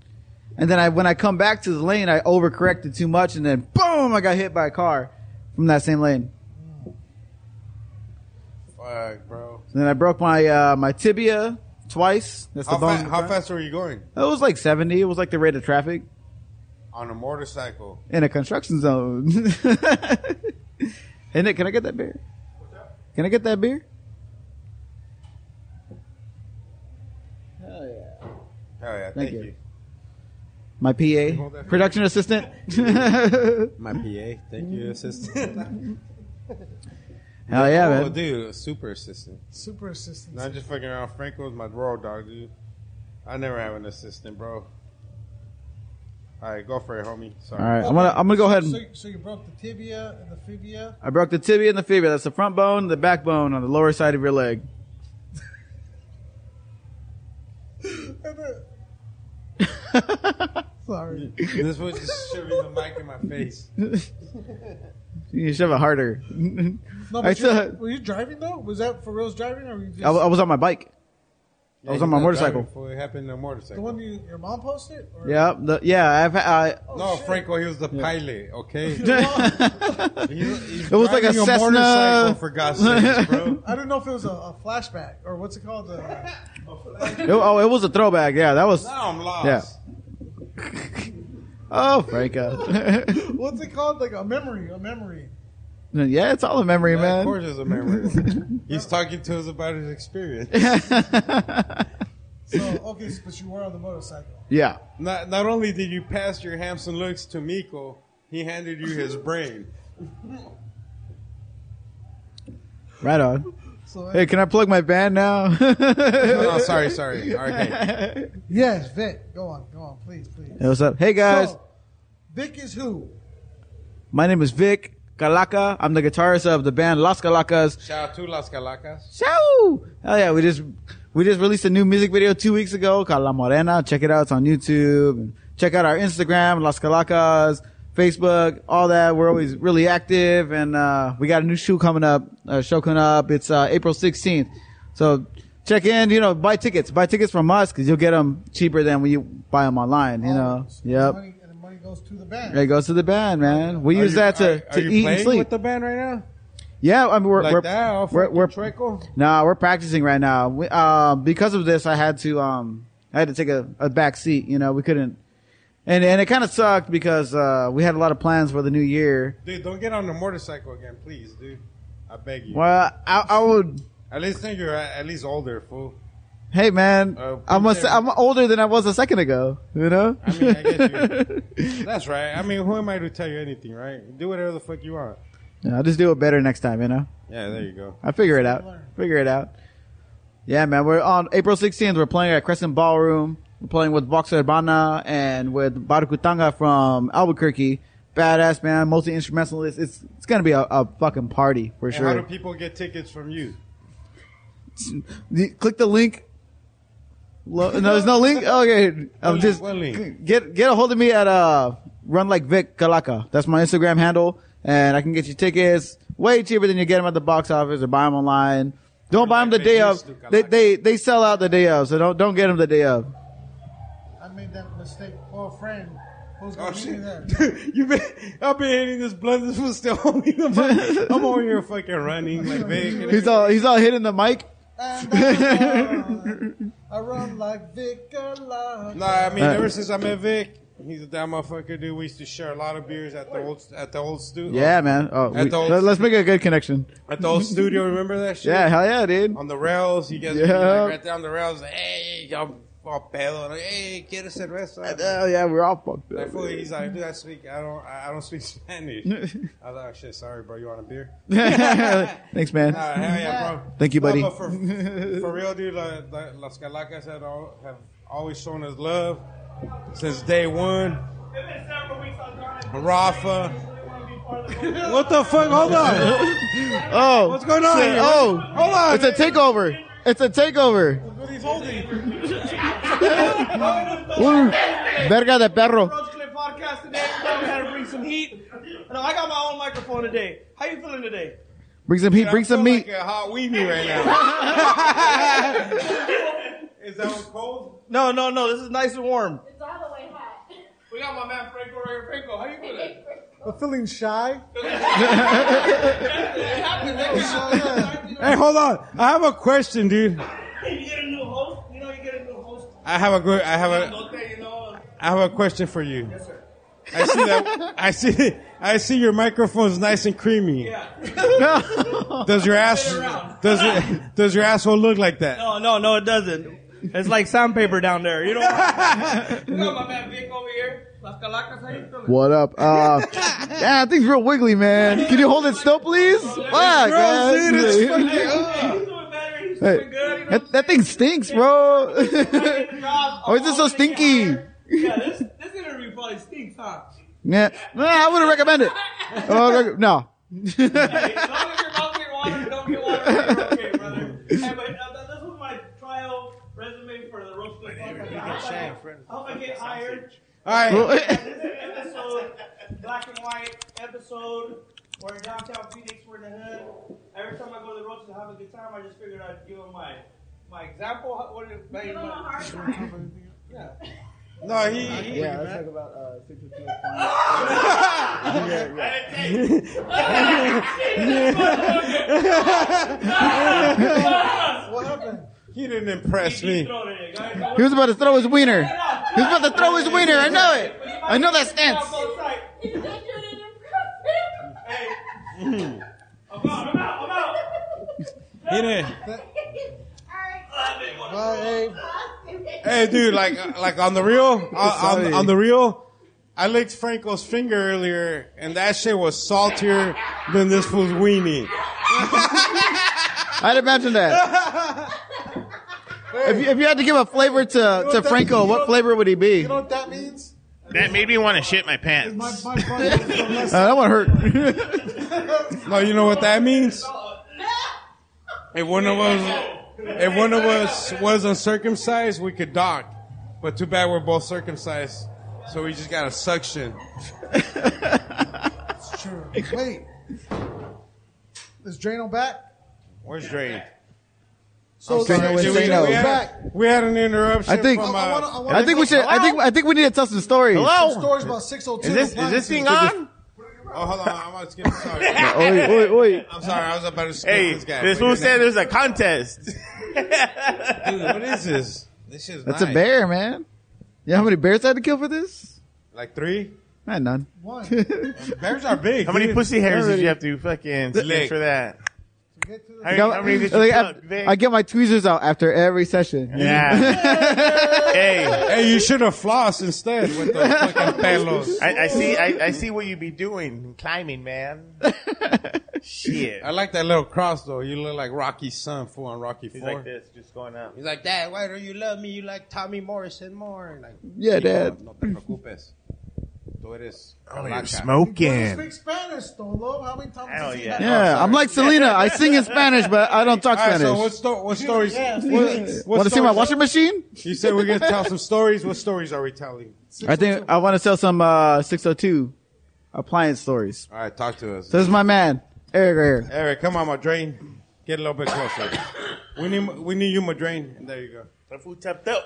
And then I, when I come back to the lane, I overcorrected too much, and then boom, I got hit by a car from that same lane. Fuck, bro. And then I broke my uh, my tibia twice. That's the How, bone. fa- how fast were you going It was like 70. It was like the rate of traffic on a motorcycle? in a construction zone. hey, Nick, can I get that beer? Can I get that beer? Hell yeah! Hell yeah! Thank, you. My PA, Hold that. production assistant. My PA. Thank you, assistant. Hell yeah, oh, man. dude, a super assistant. Super assistant. Not just fucking around. Franco's my raw dog, dude. I never have an assistant, bro. All right, go for it, homie. Sorry. All right, I'm gonna I'm gonna go ahead So, and so you broke the tibia and the fibia. I broke the tibia and the fibula. That's the front bone, the back bone on the lower side of your leg. Sorry. this was just shoving the mic in my face. You shove it harder. No, but I you- still, were you driving though? Was that for reals driving, or were you just I, wa- I was on my bike. I was on my motorcycle. It happened on a the motorcycle. one you, your mom posted? Or Yeah, the, yeah. I've, I, no, Oh, Franco, he was the pilot. Okay, He's- he's It was like a driving Cessna. motorcycle, for God's sakes, bro. I don't know if it was a, a flashback or what's it called? Uh, It- oh, it was a throwback. Yeah, that was. Now I'm lost. Yeah. oh, Franco. what's it called? Like a memory, a memory. yeah, it's all a memory, man. Of course, it's a memory. He's talking to us about his experience. So okay, so- but you were on the motorcycle. yeah. Not not only did you pass your handsome looks to Miko, he handed you his brain. Right on. So- hey, can I plug my band now? no, Oh, sorry, sorry. Okay. Yes, Vic. Go on, go on, please, please. Hey, what's up? Hey, guys. So, Vic is who? My name is Vic Calaca. I'm the guitarist of the band Las Calacas. Shout out to Las Calacas. Show! Hell yeah, we just we just released a new music video two weeks ago called La Morena. Check it out. It's on YouTube. And check out our Instagram, Las Calacas, Facebook, all that. We're always really active, and uh, we got a new show coming up. Uh, show coming up. It's uh, April 16th. So check in. You know, buy tickets. Buy tickets from us because you'll get them cheaper than when you buy them online. You know. Yep. Money, and Oh, the money goes to the band. It goes to the band, man. We Are use you- that to, are- to are you eat and playing sleep. with the band right now? Yeah, I mean, we're Like we're, that, all we're, we're fucking trickle? nah, we're practicing right now. We, uh, because of this, I had to um, I had to take a, a back seat. You know, we couldn't, and and it kind of sucked because uh, we had a lot of plans for the new year. Dude, don't get on the motorcycle again, please, dude. I beg you. Well, I, I would. At least think you're at at least older, fool. Hey, man, Uh, I'm a, appreciate I'm older than I was a second ago. You know. I mean, I get you. That's right. I mean, who am I to tell you anything, right? Do whatever the fuck you want. Yeah, I'll just do it better next time. You know. Yeah, there you go. I figure it out. Figure it out. Yeah, man. We're on April 16th. We're playing at Crescent Ballroom. We're playing with Vox Urbana and with Barukutanga from Albuquerque. Badass man, multi instrumentalist. It's it's gonna be a, a fucking party for and sure. how do people get tickets from you? The- click the link. Lo- no, there's no link. Okay, I'm link, just what link? c- get get a hold of me at uh run like Vic Kalaka. That's my Instagram handle, and I can get you tickets way cheaper than you get them at the box office or buy them online. Don't buy them the day of. They they they sell out the day of, so don't don't get them the day of. I made that mistake. Poor friend. Who's Oh going to be shit! there? Dude, you been I've been hitting this blunt. This was still holding the mic. I'm over here fucking running like Uh, big. He's all he's all hitting the mic. I run like Vic Alonso. Nah, I mean, Uh, ever since I met Vic, he's a damn motherfucker, dude. We used to share a lot of beers at the old at the old studio. Yeah, man. Oh, at we- the old, let, us make a good connection. at the old studio. Remember that shit? Yeah, hell yeah, dude. On the rails, you guys. Yeah. Yeah. Like right down the rails. Like, hey, I'm all pedo. Like, hey, quiero cerveza. Hell yeah, we're all fucked Like, up. fool, he's like, dude, I speak, I don't, I I don't speak Spanish. I was like, shit, sorry, bro, you want a beer? Thanks, man. Nah, hell yeah, bro. Thank you, No, buddy. but for, for real, dude, like, like, Las Calacas have, al- have always shown us love since day one. Rafa. what the fuck? Hold on. Oh, What's going on shit. here? Oh, Hold on, It's a takeover. It's a takeover. What he's holding? Ooh, verga de perro. Roach Clip podcast today. We thought we had to bring some heat. No, I got my own microphone today. How you feeling today? Bring some heat. Bring some meat. Like a hot weenie right now. Is that one cold? No, no, no. This is nice and warm. It's all the way hot. We got my man Franco right here. Franco, how you feeling? I'm feeling shy. Hey, hold on. I have a question, dude. you get a new host. You know, you get a new host. I have a good. I have You a. go there, you know. I have a question for you. Yes, sir. I see that. I see. I see your microphone's nice and creamy. Does your ass? Does it? Does your asshole look like that? No, no, no. It doesn't. It's like sandpaper down there. You know. We got my man Vic over here. Las Calacas, how you feeling? What up? Uh, yeah, that thing's real wiggly, man. Can you hold it still, please? Fuck, man. Hey, that, that thing stinks, bro. oh, is it so stinky? yeah, this this interview probably stinks, huh? Yeah, no, I wouldn't recommend it. Oh, rec- no. As long as your mouth get water, don't get water. You're okay, brother. Hey, but uh, th- this was my trial resume for the roast beef podcast. I hope I- I hope I get hired. All right. episode, black and white episode. We're in downtown Phoenix. We're in the hood. Every time I go to the roaches to have a good time, I just figured I'd give them my my example. how- What is, give them a hard time. Yeah. No, he. he Yeah, let's talk about uh, what happened? He didn't impress me. He was about to throw his wiener. He was about to throw his wiener. I know it. I know that stance. He didn't. Hey, dude, like, like on the real, on, on, Sorry. on the real, I licked Franco's finger earlier, and that shit was saltier than this fool's weenie. I'd imagine that. If you, if you had to give a flavor to, to Franco, what flavor would he be? know what that means? That made me want to shit my pants. My, my buddy. Uh, that one hurt. No, you know what that means? If one of us, if one of us wasn't circumcised, we could dock. But too bad we're both circumcised, so we just got a suction. It's true. Wait. Is Drano back? Where's Dre? So I'm sorry, Drano was did we- Drano. we, had, we had an interruption. I think From, uh, I think we should I think I think we need to tell some stories. Some stories about 602. appliances. Oh, hold on. I'm about to skip. Sorry. Wait, wait, wait. I'm sorry. I was about to skip Hey, this guy. this Wait fool a said minute. there's a contest. Dude, what is this? This is That's a bear, man. You know how many bears I had to kill for this? Like three? I had none. One. Bears are big. How many dude. pussy hairs did Already. you have to fucking Lick. lick for that? How Like, many, how many did you like, fuck? I, I get my tweezers out after every session. Yeah. hey, Hey, you should have flossed instead with those fucking pelos. I, I see. I, I see what you be doing, climbing, man. Shit. I like that little cross though. You look like Rocky's son, fool on Rocky He's Four. like this, just going up. He's like, Dad, why don't you love me? You like Tommy Morrison more. Like, Yeah, Dad. No, no te preocupes. Tú eres. Oh, calaca." you're You smoking. speak Spanish, though, love. How many times? Hell have you yeah. seen Yeah, I'm like Selena. I sing in Spanish, but I don't talk All right, Spanish. so what, sto- what stories? Yeah, what- Felix. what want to see my stories- washing machine? You said we're gonna tell some stories. What stories are we telling? I think I want to sell some uh, 602 appliance stories. All right, talk to us. So this is my man, Eric right here. Eric, come on, Madrain. Get a little bit closer. We need we need you, Madrain. There you go. That fool tapped out.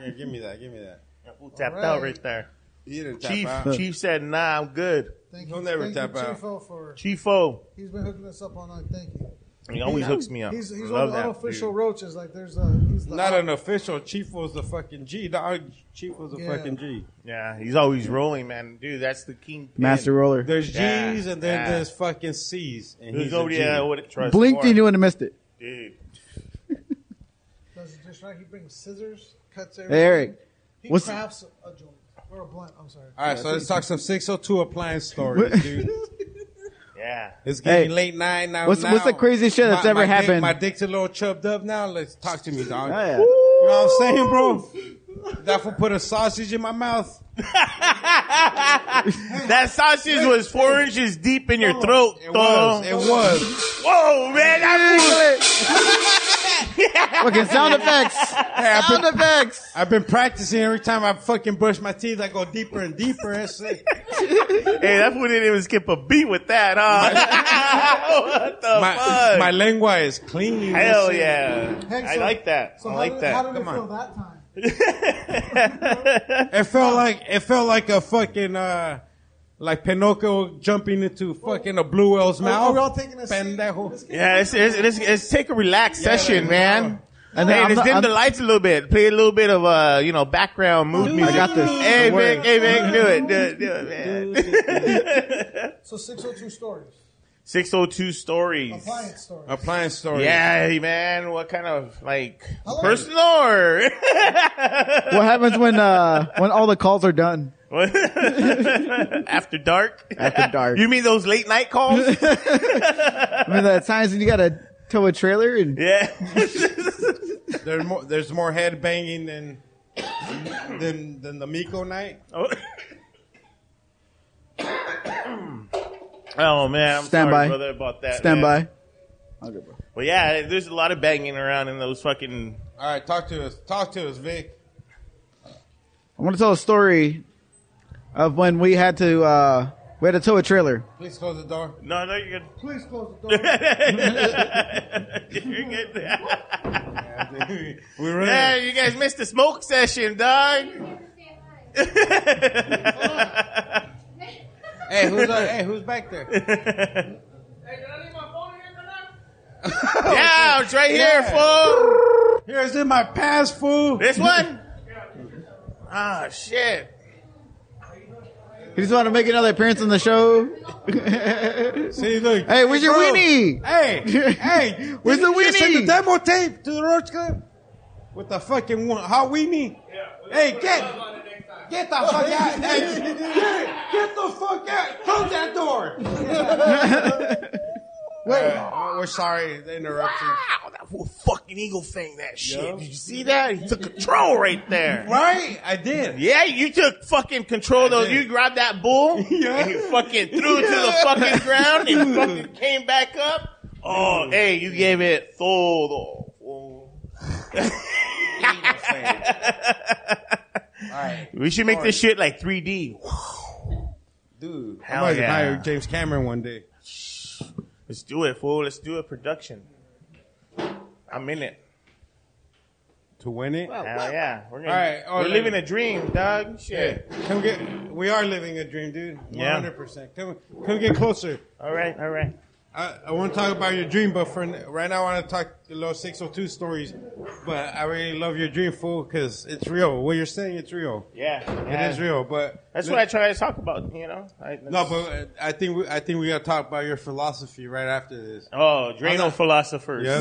Yeah, give me that. Give me that. That fool tapped All out right. right there. He didn't tap Chief, out. Chief said, "Nah, I'm good." Thank He'll never thank tap you, out. Chiefo, for Chiefo, he's been hooking us up all night. Thank you. he always hooks me up. He's, he's one Love of the that. unofficial dude. roaches. Like there's a he's the Not an official. Chief was the fucking G. Dog. Chief was the Yeah. fucking G. Yeah, he's always rolling, man. Dude, that's the king. Master roller. There's G's Yeah, and then yeah. there's fucking C's. And There's he's nobody a G. that I would trust. Blinked more. and you wouldn't have missed it. Dude. does it just right. He brings scissors, cuts everything. Hey, Eric, he what's- crafts a joint or a blunt. I'm sorry. All right, so let's talk some 602 appliance stories, dude. Yeah. It's getting Hey, late nine now. what's- now. what's the craziest shit that's My- ever my dick- happened? my dick's a little chubbed up now. Let's talk to me, dog. Oh, yeah. You know what I'm saying, bro? That fool put a sausage in my mouth. That sausage was four inches deep in your throat. It was. It was. Whoa, man! That Fucking sound effects. Hey, I've Sound been, effects. I've been practicing every time I fucking brush my teeth. I go deeper and deeper. That's it. fool- hey, that fool didn't even skip a beat with that, huh? what the My, fuck? my lengua is clean. Hell That's it. yeah! Hey, I so- like that. So I how like did, that. How did it Come on. feel that time? It felt like it felt like a fucking uh like Pinocchio jumping into fucking a blue whale's Are, are mouth. we all taking a seat? Pendejo. Yeah, it's, it's, it's, it's take a relaxed Yeah, session, yeah. man. And hey, I'm just not- dim I'm- the lights a little bit. Play a little bit of uh, you know, background mood music. I got this. Hey, Don't worry. Vic, hey, Vic, do it, do it, do it, man. So 602 stories, Six oh two stories. appliance stories. Appliance story. Yeah, hey, man. What kind of like Hello. personal or? What happens when uh when all the calls are done? After dark. After dark. You mean those late night calls? I mean, the times when you gotta tow a trailer and yeah. There's more there's more head banging than than than the Miko night. Oh, Oh, man, I'm Stand sorry, by. brother, about that. stand man. by. Well, yeah, there's a lot of banging around in those fucking. All right, talk to us. Talk to us, Vic. I want to tell a story of when we had to uh, we had to tow a trailer. Please close the door. No, no, you're good. Please close the door. You're good. we Yeah, you guys missed the smoke session, dog. Hey, who's on, hey, who's back there? yeah, it's right here, fool. Here's in my past, fool. This one? Ah, shit. He just wanted to make another appearance on the show. See, look. Hey, where's your Bro. weenie? Hey, hey, Where's the didn't you Send the weenie? demo tape to the Roach Clip with the fucking one, hot weenie. hey, get, get the fuck out! hey, get, get the fuck out! Close that door. Wait, we're sorry the interruption. Wow, that whole fucking eagle fang that shit. Did you see that? He took control right there. Right, I did. Yeah, you took fucking control though. did. You grabbed that bull and you fucking threw it to the Yeah. fucking ground and fucking came back up. Oh, hey, you gave it full. We should make this shit like 3D. Dude, Hell I might yeah. hire James Cameron one day. Let's do it, fool. Let's do a production. I'm in it. To win it? Hell yeah. We're, gonna, All right, all we're right. living a dream, dog. Shit. Yeah. Come get. We are living a dream, dude. One Yeah. hundred percent. Come, come get closer. All right, all right. I, I want to talk about your dream, but for n- right now, I want to talk a little six hundred two stories. But I really love your dream, fool, because it's real. What you're saying, it's real. Yeah. It is real, but That's what I try to talk about, you know? I, No, but uh, I think we, I think we gotta talk about your philosophy right after this. Oh, I'm Drano not- philosophers. Yeah,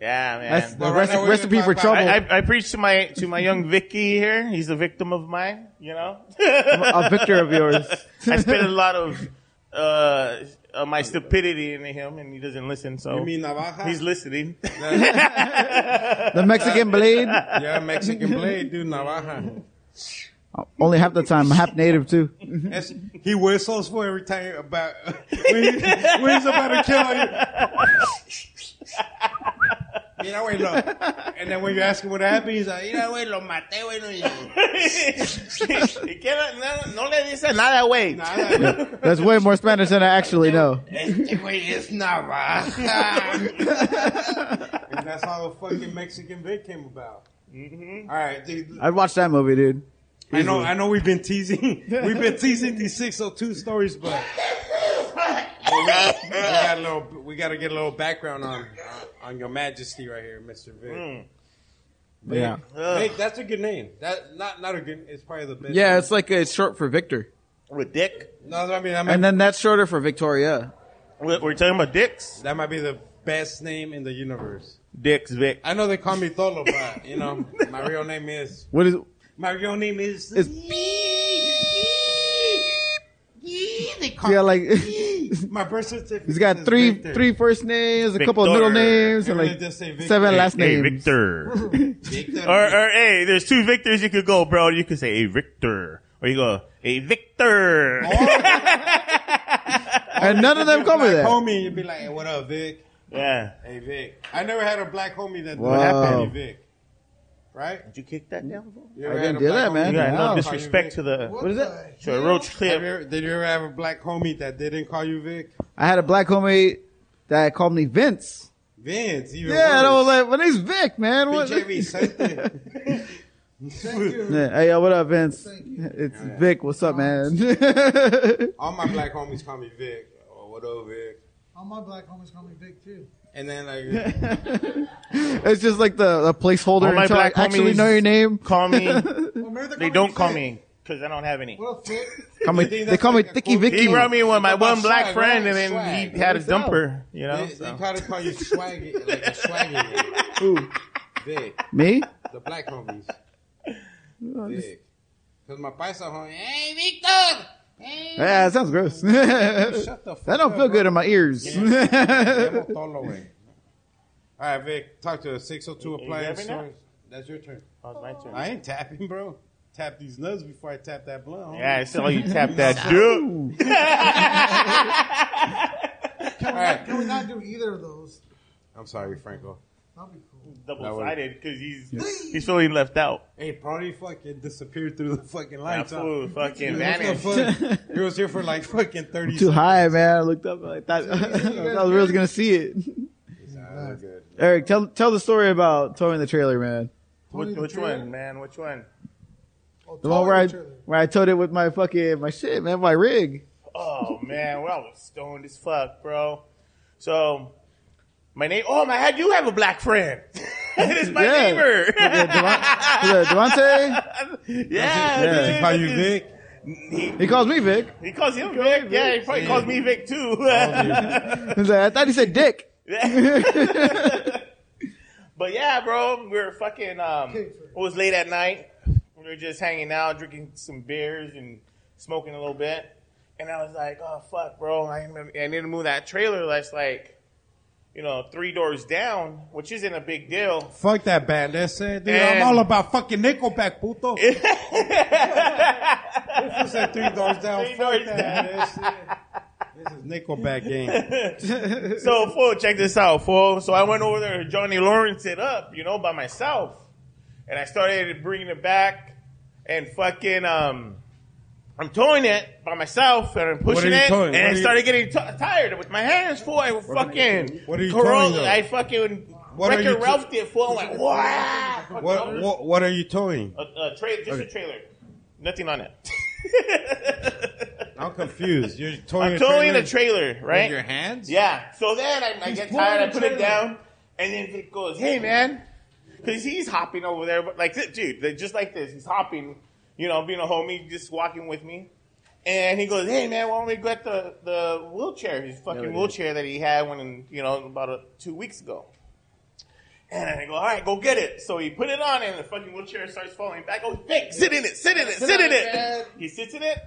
Yeah, man. That's the But right recipe- now we're gonna recipe talk for about- trouble. I, I, I preach to my to my young Vicky here. He's a victim of mine, you know. a victor of yours. I spit a lot of uh, uh, my stupidity into him, and he doesn't listen. So You mean Navaja? He's listening. Uh, The Mexican blade. yeah, Mexican blade, dude, Navaja. Only half the time. I'm half native too. Mm-hmm. That's- he whistles for every time about when, he- when he's about to kill you. You know, wait, look. And then when you ask him what happened, he's like, you know, wait, lo maté, güey, lo Y que no, no le dice nada, güey. That's way more Spanish than I actually know. Este güey es Navaja. and that's how the fucking Mexican vid came about. Mm-hmm. right, dude. I'd watch that movie, dude. I know, I know we've been teasing, we've been teasing these 602 stories, but but we, got, we got a little, we got to get a little background on, on your majesty right here, Mr. Vic. Hmm. Vic. Yeah. Vic, that's a good name. That, not, not a good, it's probably the best. Yeah, name. it's like it's short for Victor. With Dick. No, I mean, I mean, And then that's shorter for Victoria. We're, we're talking about dicks. That might be the best name in the universe. Dicks, Vic. I know they call me Tholo, but, you know, my real name is, What is? my real name is, It's- they call Yeah, like me, my birth certificate. he's got is three Victor. three first names, a couple of middle Victor. names, and Everybody like just say Victor. seven Hey, last hey, names. Victor. or, or hey, there's two Victors you could go, bro. You could say a Victor, or you go a Victor. Oh. and none of them Black call me that. homie, you'd be like, hey, what up, Vic? Yeah. Hey, Vic. I never had a black homie that What happened? Hey, Vic. Right? Did you kick that down? You I ever didn't had a do black that, homie man. You got call no you disrespect Vic? to the what is it? To a roach Have you clip. ever- did you ever have a black homie that didn't call you Vic? I had a black homie that called me Vince. Vince, even yeah, and I was worse. like, my name's Vic, man. What? BJB, something. Yeah, hey, yo, what up, Vince? It's Vic. What's up, man? All my black homies call me Vic. Oh, what up, Vic? All my black homies call me Vic too. And then like, it's just like the, the All placeholder my until I black actually homies know your name. Call me. maybe they don't call me because I don't have any. Call me- they call me Thicky Vicky. He brought me one, my one black swag, friend, and right? then Swag. he had a What's up? dumper. You know, they, so. they kind of call you swaggy, like a swaggy. Who? Vic. Me? The black homies. Vic. Because my paisa homie, hey, Victor! Hey. Yeah, it sounds gross. Shut the fuck that don't up, feel good bro. in my ears. Yeah. All right, Vic, talk to us. 602 you appliance grabbing stores. That's your turn. Oh, it's my turn. I ain't tapping, bro. Tap these nuts before I tap that blunt. homie. Yeah, I saw you tap that dude. Can we, not, can we not do either of those? I'm sorry, Franco. That'd be cool. Double sided because he's Yeah. he's feeling left out. Hey, probably fucking disappeared through the fucking lights. That huh? fool fucking He was no vanished. fun. he was here for like fucking thirty. Too high, man. I looked up. I thought, I thought I was really gonna see it. Eric, tell tell the story about towing the trailer, man. Which, which one, man? Which one? The one where I where I towed it with my fucking my shit, man, my rig. Oh man, well I was stoned as fuck, bro. So my name. Oh my, I do have a black friend. it's my Yeah. neighbor. Is it Devante? yeah, Yeah. dude, Does he call you look at- Vic? He calls me Vic. He calls him Vic. Oh, Yeah, he probably calls me Vic too. He's like, I thought he said Dick. But yeah, bro, we were fucking. Um, it was late at night. We were just hanging out, drinking some beers and smoking a little bit. And I was like, "Oh fuck, bro! I, ain't- I need to move that trailer that's like, you know, three doors down, which isn't a big deal." Fuck that band. That's it, dude. And- I'm all about fucking Nickelback, puto. Who said three doors down? Fuck that. man. That's it. This is Nickelback game. so, fool, check this out, fool. So I went over there to Johnny Lawrence it up, you know, by myself. And I started bringing it back and fucking, um, I'm towing it by myself and I'm What are pushing you it. towing? What And I are you- started getting t- tired with my hands, fool. I fucking, What are you Corolla- towing, though? I fucking, What are you Wreck-It t- Ralphed it, fool. I'm like, wow. Fucking What, what what are you towing? A, a trailer, just a Okay. trailer. Nothing on it. I'm confused. You're towing I'm a towing trailer? a trailer, right? With your hands? Yeah. So then I, I He's get pulling tired. I the put it trailer. down, and then Vic goes, "Hey, man," because he's hopping over there, but like, th- dude, they're just like this. He's hopping, you know, being a homie, just walking with me. And he goes, "Hey, man, why don't we get the the wheelchair? His fucking we did. wheelchair that he had when you know about a, two weeks ago." And I go, all right, go get it. So he put it on, and the fucking wheelchair starts falling back. Oh, Vic, sit in it, sit in it, Sit sit on in it, it. man. He sits in it.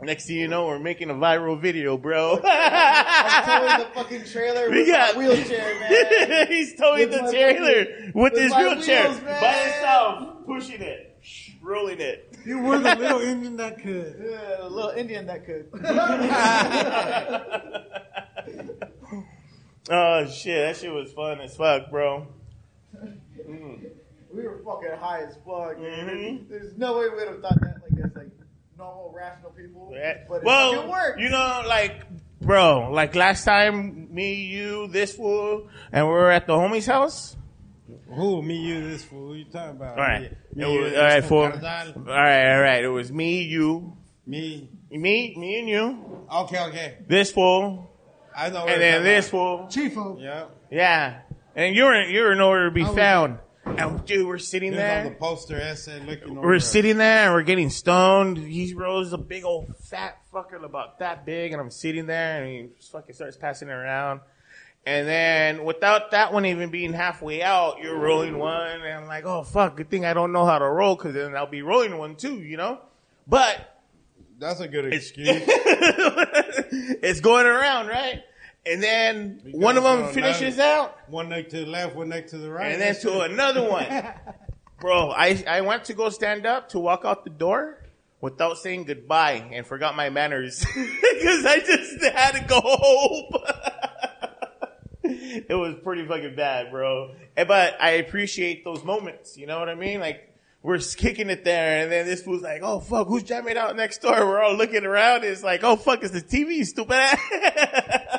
Next thing you know, we're making a viral video, bro. I'm towing the fucking trailer We with got- my wheelchair, man. He's With towing the my trailer fucking- with, with his my wheelchair wheels, man. by himself, pushing it, rolling it. You were the little Indian that could. Yeah, a little Indian that could. Oh shit, that shit was fun as fuck, bro. Mm. we were fucking high as fuck, man. There's, there's no way we would have thought that like as like normal rational people. Yeah. But it fucking Well, worked. you know, Uh, like, bro, like last time, me, you, this fool, and we were at the homie's house. Who? Me, you, this fool. What you talking about? All right, Me, It you, was- this all right, fool, fool. All Cardinal. right, all right. It was me, you, Me. me, me, and you. Okay, okay. This fool, I know. and then this fool. Chifo. Yeah. Yeah, and you were you were nowhere to be I was- found. And dude, we're sitting This there. on the poster. I said, looking over. We're sitting there and we're getting stoned. He rolls a big old fat fucker about that big, and I'm sitting there and he just fucking starts passing it around. And then without that one even being halfway out, you're rolling one, and I'm like, oh fuck, good thing I don't know how to roll, because then I'll be rolling one too, you know. But that's a good excuse. it's going around, right? And then one of them finishes out. One leg to the left, one leg to the right, And then That's to it. another one. Bro, I, I went to go stand up to walk out the door without saying goodbye and forgot my manners because I just had to go home. it was pretty fucking bad, bro. Eh, But I appreciate those moments. You know what I mean? Like we're kicking it there, and then this fool's like, "Oh fuck, who's jamming out next door?" We're all looking around. It's like, "Oh fuck, it's the TV, you stupid." ass."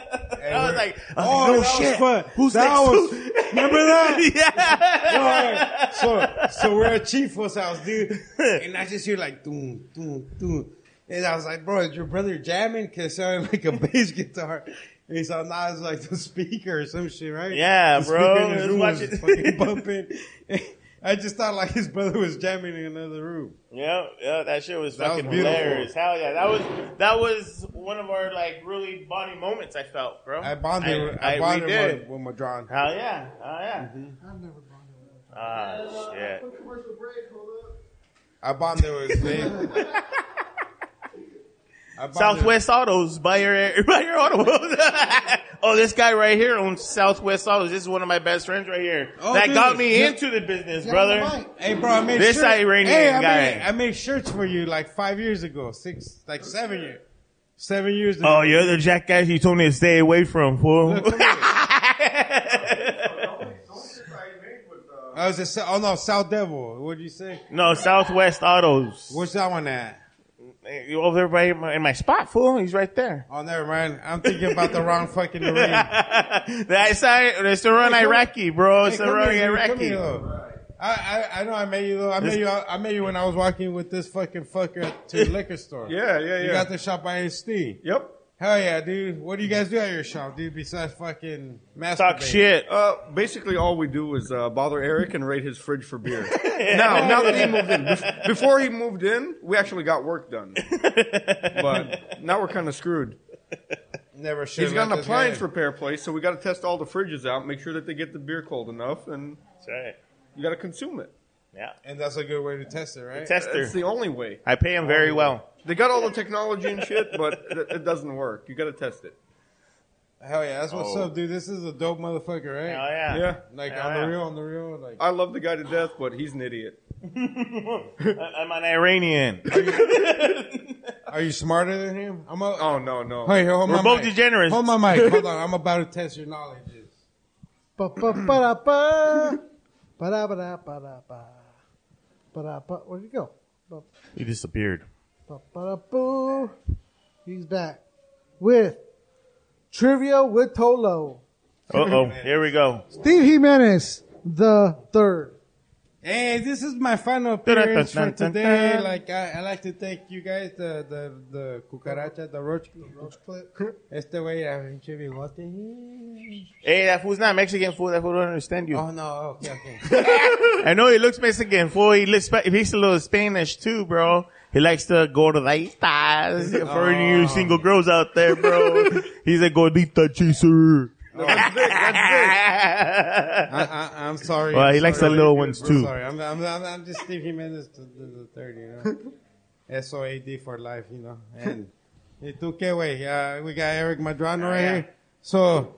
I was like, Oh, "Oh, no that was shit, fun. who's That next?" was- Remember that? yeah. Yo, all right. so, so we're at Chifo's house, dude. And I just hear like, doom, doom, doom. And I was like, bro, is your brother jamming? Because it sounded like a bass guitar. And he's like, nah, it's like the speaker or some shit, right? Yeah, the bro. speaker in his Let's room watch was it. fucking bumping. I just thought like his brother was jamming in another room. Yeah, yeah, that shit was That was fucking beautiful. hilarious. Hell yeah, that was that was one of our like really bonding moments. I felt, bro. I bonded, I, I, we bonded did. with, with Madron. Mm-hmm. Hell yeah, hell yeah. I've never Ah shit. Commercial break, hold up. I bonded with Dave. Southwest Autos, buy your buy your auto. oh, this guy right here owns Southwest Autos. This is one of my best friends right here Oh, that dude. got me Yeah. into the business, Yeah, brother. right. Hey, bro, I made this shirts. Iranian hey, I guy. Made, I made shirts for you like five years ago, six, like seven years, seven years. ago. Oh, you're the jackass you told me to stay away from, fool. I was just, oh no, South Devil. What did you say? No, Southwest Autos. Where's that one at? You over there by in my, in my spot, fool. He's right there. Oh, never mind. I'm thinking about the wrong fucking arena. That's how- that's the run Hey, come- Iraqi, bro. Hey, It's the come run here, dude. Come Iraqi. here, though. I, I, I know I met you though. I met This- you. I met you when I was walking with this fucking fucker to the liquor store. Yeah, yeah, You yeah. got the shop by SD. Yep. Hell yeah, dude. What do you guys do at your shop, dude? Besides fucking masturbating? Uh, basically, all we do is uh, bother Eric and raid his fridge for beer. now, now that he moved in, Bef- before he moved in, we actually got work done, but now we're kind of screwed. Never should. He's got an appliance repair place, so we got to test all the fridges out, make sure that they get the beer cold enough, and that's right. You got to consume it. Yeah, and that's a good way to test it, right? tester. It's the only way. I pay him Oh, very well. They got all the technology and shit, but it, it doesn't work. You got to test it. Hell yeah, that's what's Oh. up, dude. This is a dope motherfucker, right? Hell yeah. Yeah. Like Hell on yeah. the real, on the real, like. I love the guy to death, but he's an idiot. I- I'm an Iranian. Are you smarter than him? I'm a, oh no no. Hey, hold We're my both mic. degenerates. Hold my mic. Hold on. I'm about to test your knowledge. Ba-ba-ba-da-ba. Ba-da-ba-da-ba-da-ba. Ba-da-ba. Where'd he go? Ba- He disappeared. Ba-ba-da-boo. He's back with Trivia with Tolo. Uh oh, here we go. Steve Jimenez, the third. Hey, this is my final appearance for Dun-dun-dun-dun-dun. today. Like, I, I like to thank you guys, the the the cucaracha, the roach, the roach clip. Este güey, a pinche bigote. Hey, that fool's not Mexican fool. That fool don't understand you. Oh no, okay, okay. I know he looks Mexican fool. He looks, Spa- he speaks a little Spanish too, bro. He likes to go to the stars for any you single girls out there, bro. He's a gordita chaser. I, I, I'm sorry. Well, I'm he likes sorry. the little ones, I'm too. Sorry, I'm, I'm, I'm, I'm just Steve Jimenez, the, the, the third, you know. SOAD for life, you know. And hey, tú qué, güey? Uh, we got Eric Madrano right yeah. here. So,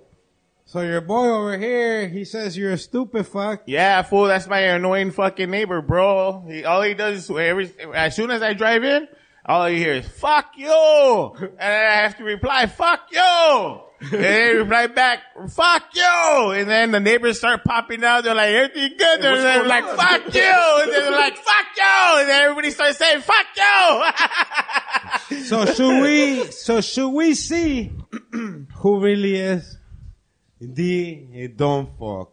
so your boy over here, he says you're a stupid fuck. Yeah, fool, that's my annoying fucking neighbor, bro. He, all he does is every, as soon as I drive in, all you hear is "fuck you," and I have to reply "fuck you," and they reply back "fuck you," and then the neighbors start popping out. They're like, "Everything good?" what's They're, they're going like, on? "Fuck you," and then they're like, "Fuck you," and then everybody starts saying "fuck you." So should we, so should we see who really is the eh, dumb fuck?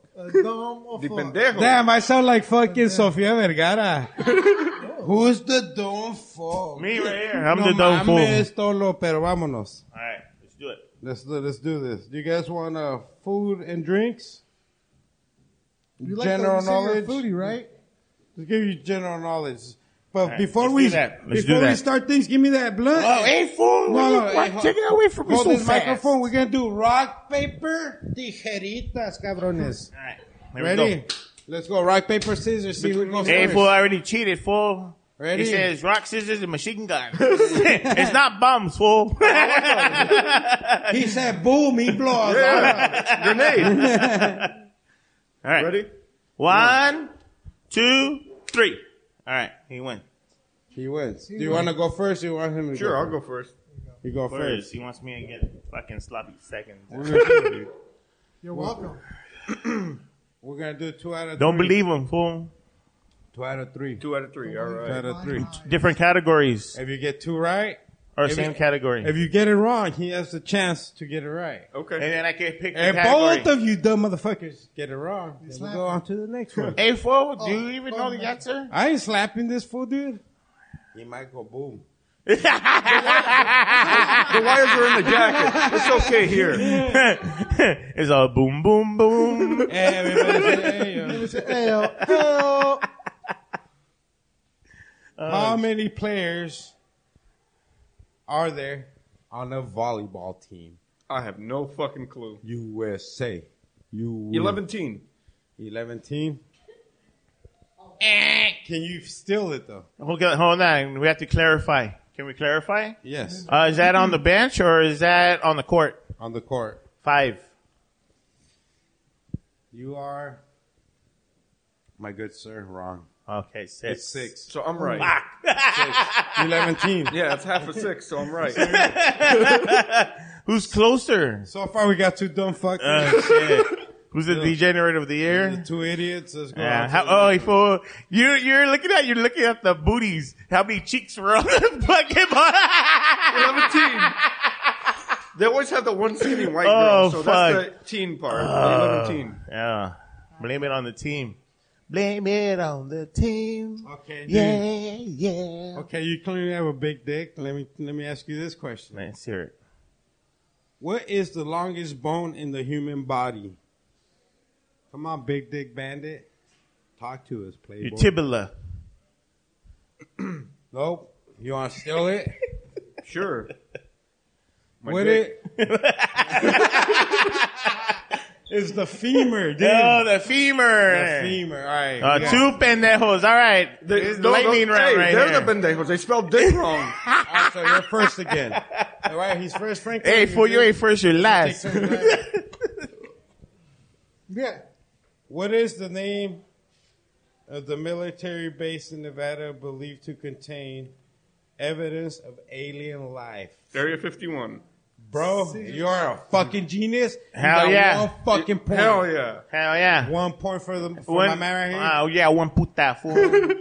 Damn, I sound like fucking Sofia Vergara. Who's the dumb fuck? Me right here. I'm no the dumb fool. mames, Tolo, pero vámonos. All right, let's do it. Let's do, let's do this. Do you guys want uh, food and drinks? You like general to say you're a knowledge. foodie, right? Let's give you general knowledge. But right, before let's we do that. Let's before do we that. start things, give me that blunt. uh, Oh, hey, fool, what you- what- hold- take it away from me Hold so this fast. microphone. We're gonna do rock paper tijeritas, cabrones. All right, here we Ready? go. Let's go. Rock paper scissors. See who goes Hey, first. fool, I already cheated, fool. Ready? He says rock, scissors, and machine gun. it's not bombs, fool. he said boom, he blows. Grenade. All right. Ready? One, two, three. All right, he wins. He wins. Do you want to go first? Or you want him to Sure, go I'll first? You go first. He wants me to get fucking sloppy seconds. You're welcome. We're gonna do two out of. Don't three. believe him, fool. Two out of three. Two out of three. All right. Two out of three. Different categories. If you get two right, Or if same you- category. If you get it wrong, he has the chance to get it right. Okay. And then I can pick the And category. both of you dumb motherfuckers get it wrong. then We'll go on to the next one. Hey, fool, Oh, do you even Oh, know the answer? I ain't slapping this fool, dude. He might go boom. Oh, The wires are in the jacket. It's okay here. it's all boom, boom, boom. How many players are there on a volleyball team? I have no fucking clue. USA. You Eleven teen. Eleven team. Eh. Can you steal it though? Hold on, hold on. We have to clarify. Can we clarify? Yes. Uh, is that on the bench or is that on the court? On the court. Five. You are, my good sir, wrong. Okay, six. It's six. So I'm right. Six. Eleven team. Yeah, it's half a six, so I'm right. Who's closer? So far, we got two dumb fuckers. Oh, shit. Who's the degenerate of the year? two idiots. Let's go Yeah. out How, to- oh, you fool. You're, you're looking at, you're looking at the booties. How many cheeks were on the fucking They always have the one skinny white Oh, girl, so fuck. that's the teen part. Oh, the 11 teen. Yeah. Blame it on the team. Blame it on the team. Okay. Yeah, yeah. Okay, you clearly have a big dick. Let me let me ask you this question. Let's hear it. What is the longest bone in the human body? Come on, big dick bandit. Talk to us, playboy. Your tibula. Nope. You want to steal it? sure. My What dick. it? Is the femur, dude. Oh, the femur. The femur. All right. Uh, yeah. Two pendejos. All right. This is no, no, lightning round hey, right they're here. the pendejos. They spelled dick wrong. All right, so you're first again. All right, he's first. Frank. Hey, fool, you ain't first, you're Take last. turns, right? yeah. What is the name of the military base in Nevada believed to contain evidence of alien life? Area 51. Bro, you're a fucking genius. You Hell got yeah. One fucking point. Hmm. Hell yeah. Hell yeah. One point for the for my Ah. One- man right here. Oh, yeah, one puta, fool.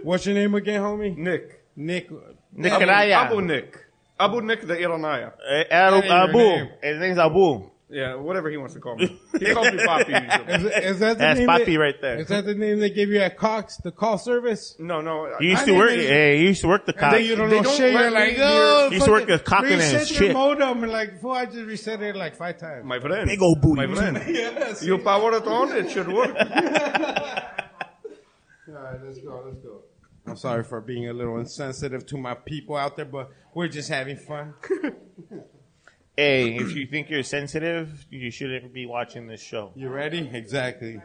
What's your name again, homie? Nick. Nick. Abu, Nicaraya. Abu Nick. Abu Nick the Iranaya. Eh, Abu, Abu. His name's Abu. Yeah, whatever he wants to call me. He calls me Papi. Is, usually. is that the That's name Papi that- right there. Is that the name they gave you at Cox, the call service? No, no. He used to work. Hey, he used to work the cock. Then you don't know shit. You're like, oh, He used to work fucking the cock in reset his your shit. modem. and Like, fool, I just reset it like five times. My friend. Big old booty. My friend. Yes. You power it on, it should work. All right, let's go. Let's go. I'm sorry for being a little insensitive to my people out there, but we're just having fun. Hey, if you think you're sensitive, you shouldn't be watching this show. You ready? Exactly.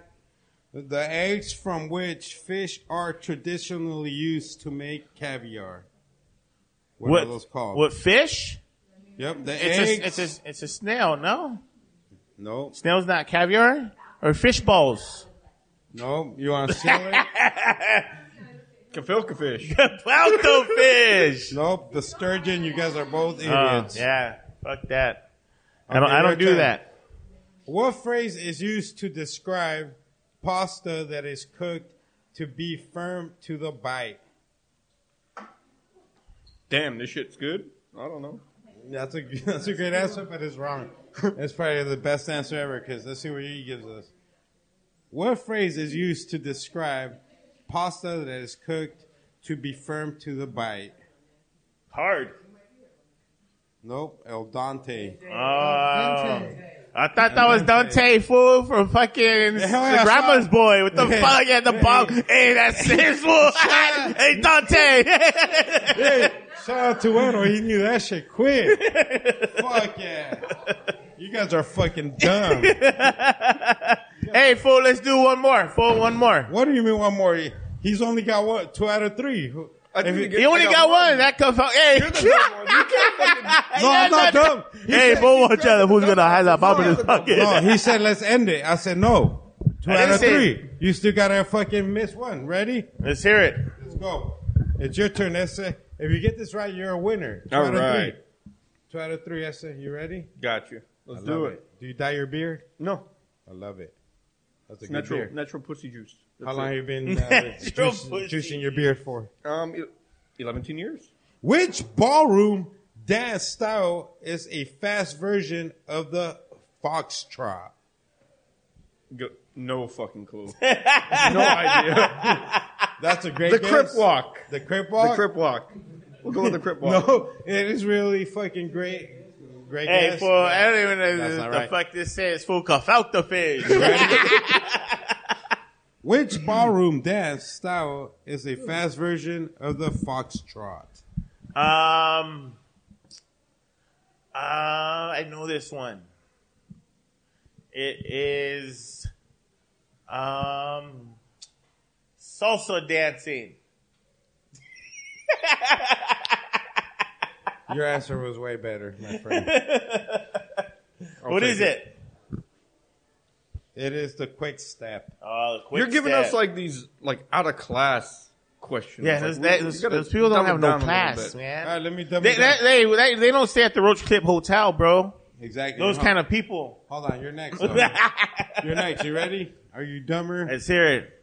The eggs from which fish are traditionally used to make caviar. What, are those called? What fish? Yep, the it's eggs. A, it's, a, it's a snail, no? No. Snail's not caviar? Or fish balls? No, you want to steal it? Kafilka fish. Capelco fish. Nope, the sturgeon. You guys are both Oh, idiots. yeah, fuck that. I don't, Okay, I your don't do turn. that. What phrase is used to describe pasta that is cooked to be firm to the bite? Damn, this shit's good. I don't know. That's a that's a great answer, but it's wrong. That's probably the best answer ever. Because let's see what he gives us. What phrase is used to describe pasta that is cooked to be firm to the bite? Hard. Nope, el dente. Oh. I thought that was Dante, fool, from fucking hell yeah, Grandma's Boy. What the Yeah. fuck? Yeah, the bomb. Hey, that's it, fool. hey, Dante. hey, shout out to Eno. He knew that shit quick. Fuck yeah. You guys are fucking dumb. hey, fool, let's do one more. Fool, one more. What do you mean one more? He's only got what? Two out of three. Who- I think if you you- You only got one. That comes out. Hey. You're the dumb one. You can't fucking... no, I'm not dumb. He Hey, said- fool, watch out. Who's going to hide that bomb in his pocket? No, he said let's end it. I said no. Two I out didn't of say- three. You still gotta fucking miss one. Ready? Let's hear it. Let's go. It's your turn, Essa. If you get this right, you're a winner. Two All out of right. three. Two out of three, Essa. You ready? Got you. Let's I do love it. Do you dye your beard? No. I love it. That's a good Natural, beard. natural pussy juice. How That's long it. have you been uh, Natural juicing, pussy. juicing your beard for? Um, el- 11 teen years. Which ballroom dance style is a fast version of the foxtrot? Go, no fucking clue. no idea. That's a great The guess. Crip Walk. The crip walk. The Crip Walk. We'll go with the Crip Walk. No, it is really fucking great. Great Hey, guess. fool, I don't even know That's what not the right. fuck this says. Fool, cuff out the fish. Which ballroom dance style is a fast version of the foxtrot? Um, uh, I know this one. It is, um, salsa dancing. Your answer was way better, my friend. What is it? It is the quick step. Oh, the quick You're giving step. us like these like out of class questions. Yeah, Like, those, we- that, we those, gotta those people don't dumb have it no down a little class, bit. All man. right, let me double They, down. that- they, they, they don't stay at the Roach Clip Hotel, bro. Exactly. Uh-huh. Those Hold- kind of people. Hold on, you're next. Owen. you're next. You ready? Are you dumber? Let's hear it.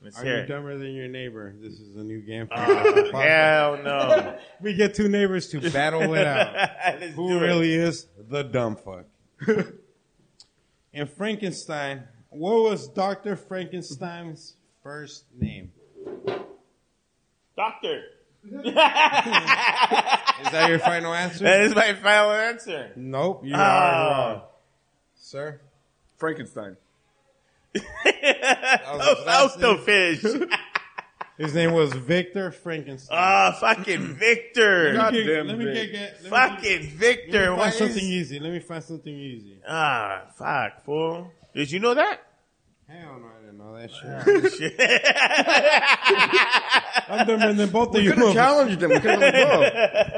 Let's Are hear you it. dumber than your neighbor? This is a new game. For Uh, hell no. we get two neighbors to battle it out. Let's Who do it. really is the dumb fuck? In Frankenstein, what was Doctor Frankenstein's first name? Doctor. is Is that your final answer? That is my final answer. Nope, you Oh. are wrong, sir. Frankenstein. That was, Fausto Fish. His name was Victor Frankenstein. Ah, fucking Victor. Let me get- let me get- get- let me fucking get- Victor. Let me Why find is- something easy. Let me find something easy. Ah, fuck, fool. Did you know that? Hell no, I didn't know that Ah, shit. I'm dumber than both We of you. could have challenged him. We could have You I'm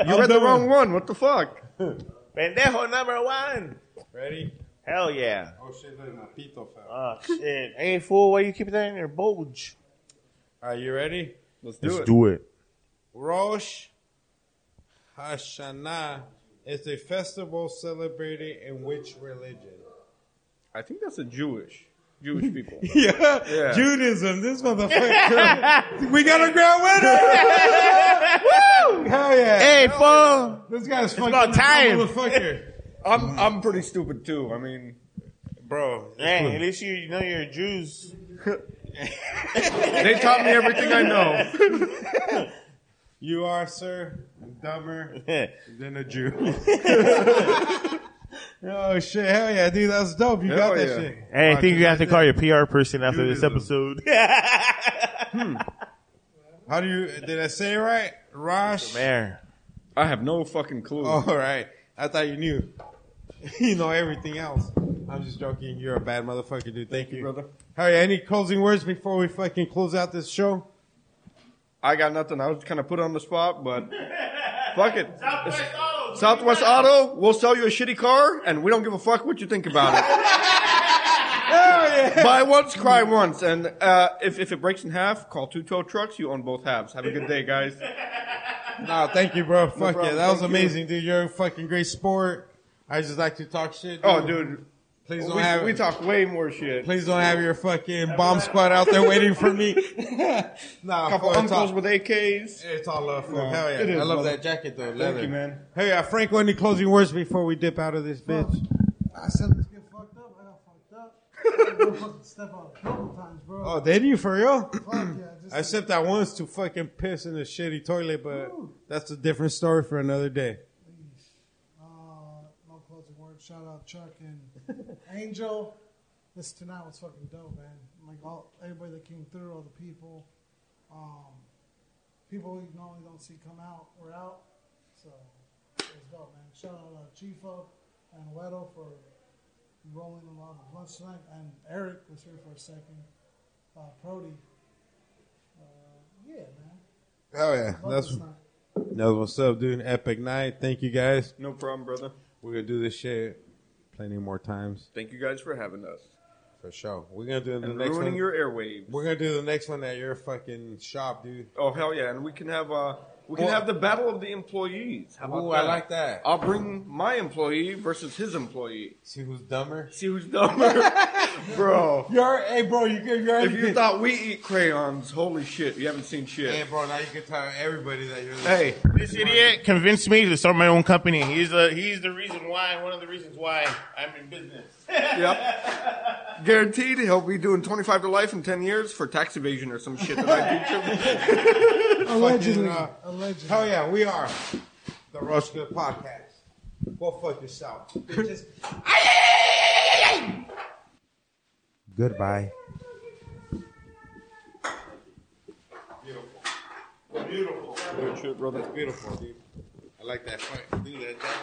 read the dumber. wrong one. What the fuck? Pendejo number one. Ready? Hell yeah. Oh shit, look, my pito fell. Oh shit. Hey fool, why you keep that in your bulge? Are you ready? Let's do it. do it. Rosh Hashanah is a festival celebrated in which religion? I think that's a Jewish. Jewish people. Yeah, Judaism. This motherfucker. we got a grand winner. Woo! Hell yeah. Hey, fool. This guy's It's fucking about time. motherfucker. I'm I'm pretty stupid too. I mean, bro. Hey, at least you, you know you're Jews. They taught me everything I know. You are, sir, dumber than a Jew. oh shit! Hell yeah, dude, that's dope. You Oh, got that shit. Hey, I Fuck, think you got have to that. call your PR person after this episode. How do you? Did I say it right? Rosh. Mayor. I have no fucking clue. All right. I thought you knew. you know everything else. I'm just joking. You're a bad motherfucker, dude. Thank, you, brother. Hell yeah. Any closing words before we fucking close out this show? I got nothing. I was kind of put on the spot, but fuck it. Southwest Auto. Southwest Auto. We'll sell you a shitty car, and we don't give a fuck what you think about it. Buy once, cry once, and uh, if if it breaks in half, call two tow trucks. You own both halves. Have a good day, guys. No, thank you, bro. Fuck yeah, problem. that was Thank you. amazing, dude. You're a fucking great sport. I just like to talk shit. Oh, dude. Please don't we, have we talk way more shit. Please don't have your fucking bomb squad out there waiting for me. nah, Couple fuck, it's uncles all- with AKs. It's all love. Fuck, hell yeah. It is, I love brother. that jacket though. Thank Leather. you, man. Hey, yeah, Franco, any closing words before we dip out of this bitch? I said let's get fucked up. I got fucked up. I got fucking step out a couple times, bro. Oh, did you for real? yeah, just- Except I once to fucking piss in a shitty toilet, but that's a different story for another day. Uh, no closing words. Shout out Chuck and Angel. This tonight was fucking dope, man. Like all everybody that came through, all the people, um, people you normally don't see come out were out. So it was dope, man. Shout out uh, Chifo and Weddle for rolling a lot of blunts tonight, and Eric was here for a second. Uh, Prody. Uh, yeah, man. Hell yeah. That's, that's what's up, dude. Epic night. Thank you guys. No problem, brother. We're going to do this shit plenty more times. Thank you guys for having us. For sure. We're going to do the And next ruining one. your airwaves. We're going to do the next one at your fucking shop, dude. Oh hell yeah! And we can have uh we can Well- have the battle of the employees. How about Ooh, I that? like that. I'll bring my employee versus his employee. See who's dumber. See who's dumber, bro. You're, hey, bro, you could, you already If you did- thought we eat crayons, holy shit, you haven't seen shit. Hey, bro, now you can tell everybody that you're. Hey, This idiot convinced me to start my own company. He's the he's the reason why, one of the reasons why I'm in business. yep. Guaranteed, he'll be doing twenty-five to life in ten years for tax evasion or some shit that I do. Allegedly. Allegedly. uh, Hell yeah, we are the Rush Good Podcast. Go fuck yourself. bitches. Goodbye. Beautiful. Good shit, brother. That's beautiful, dude. I like that fight. Dude, that, that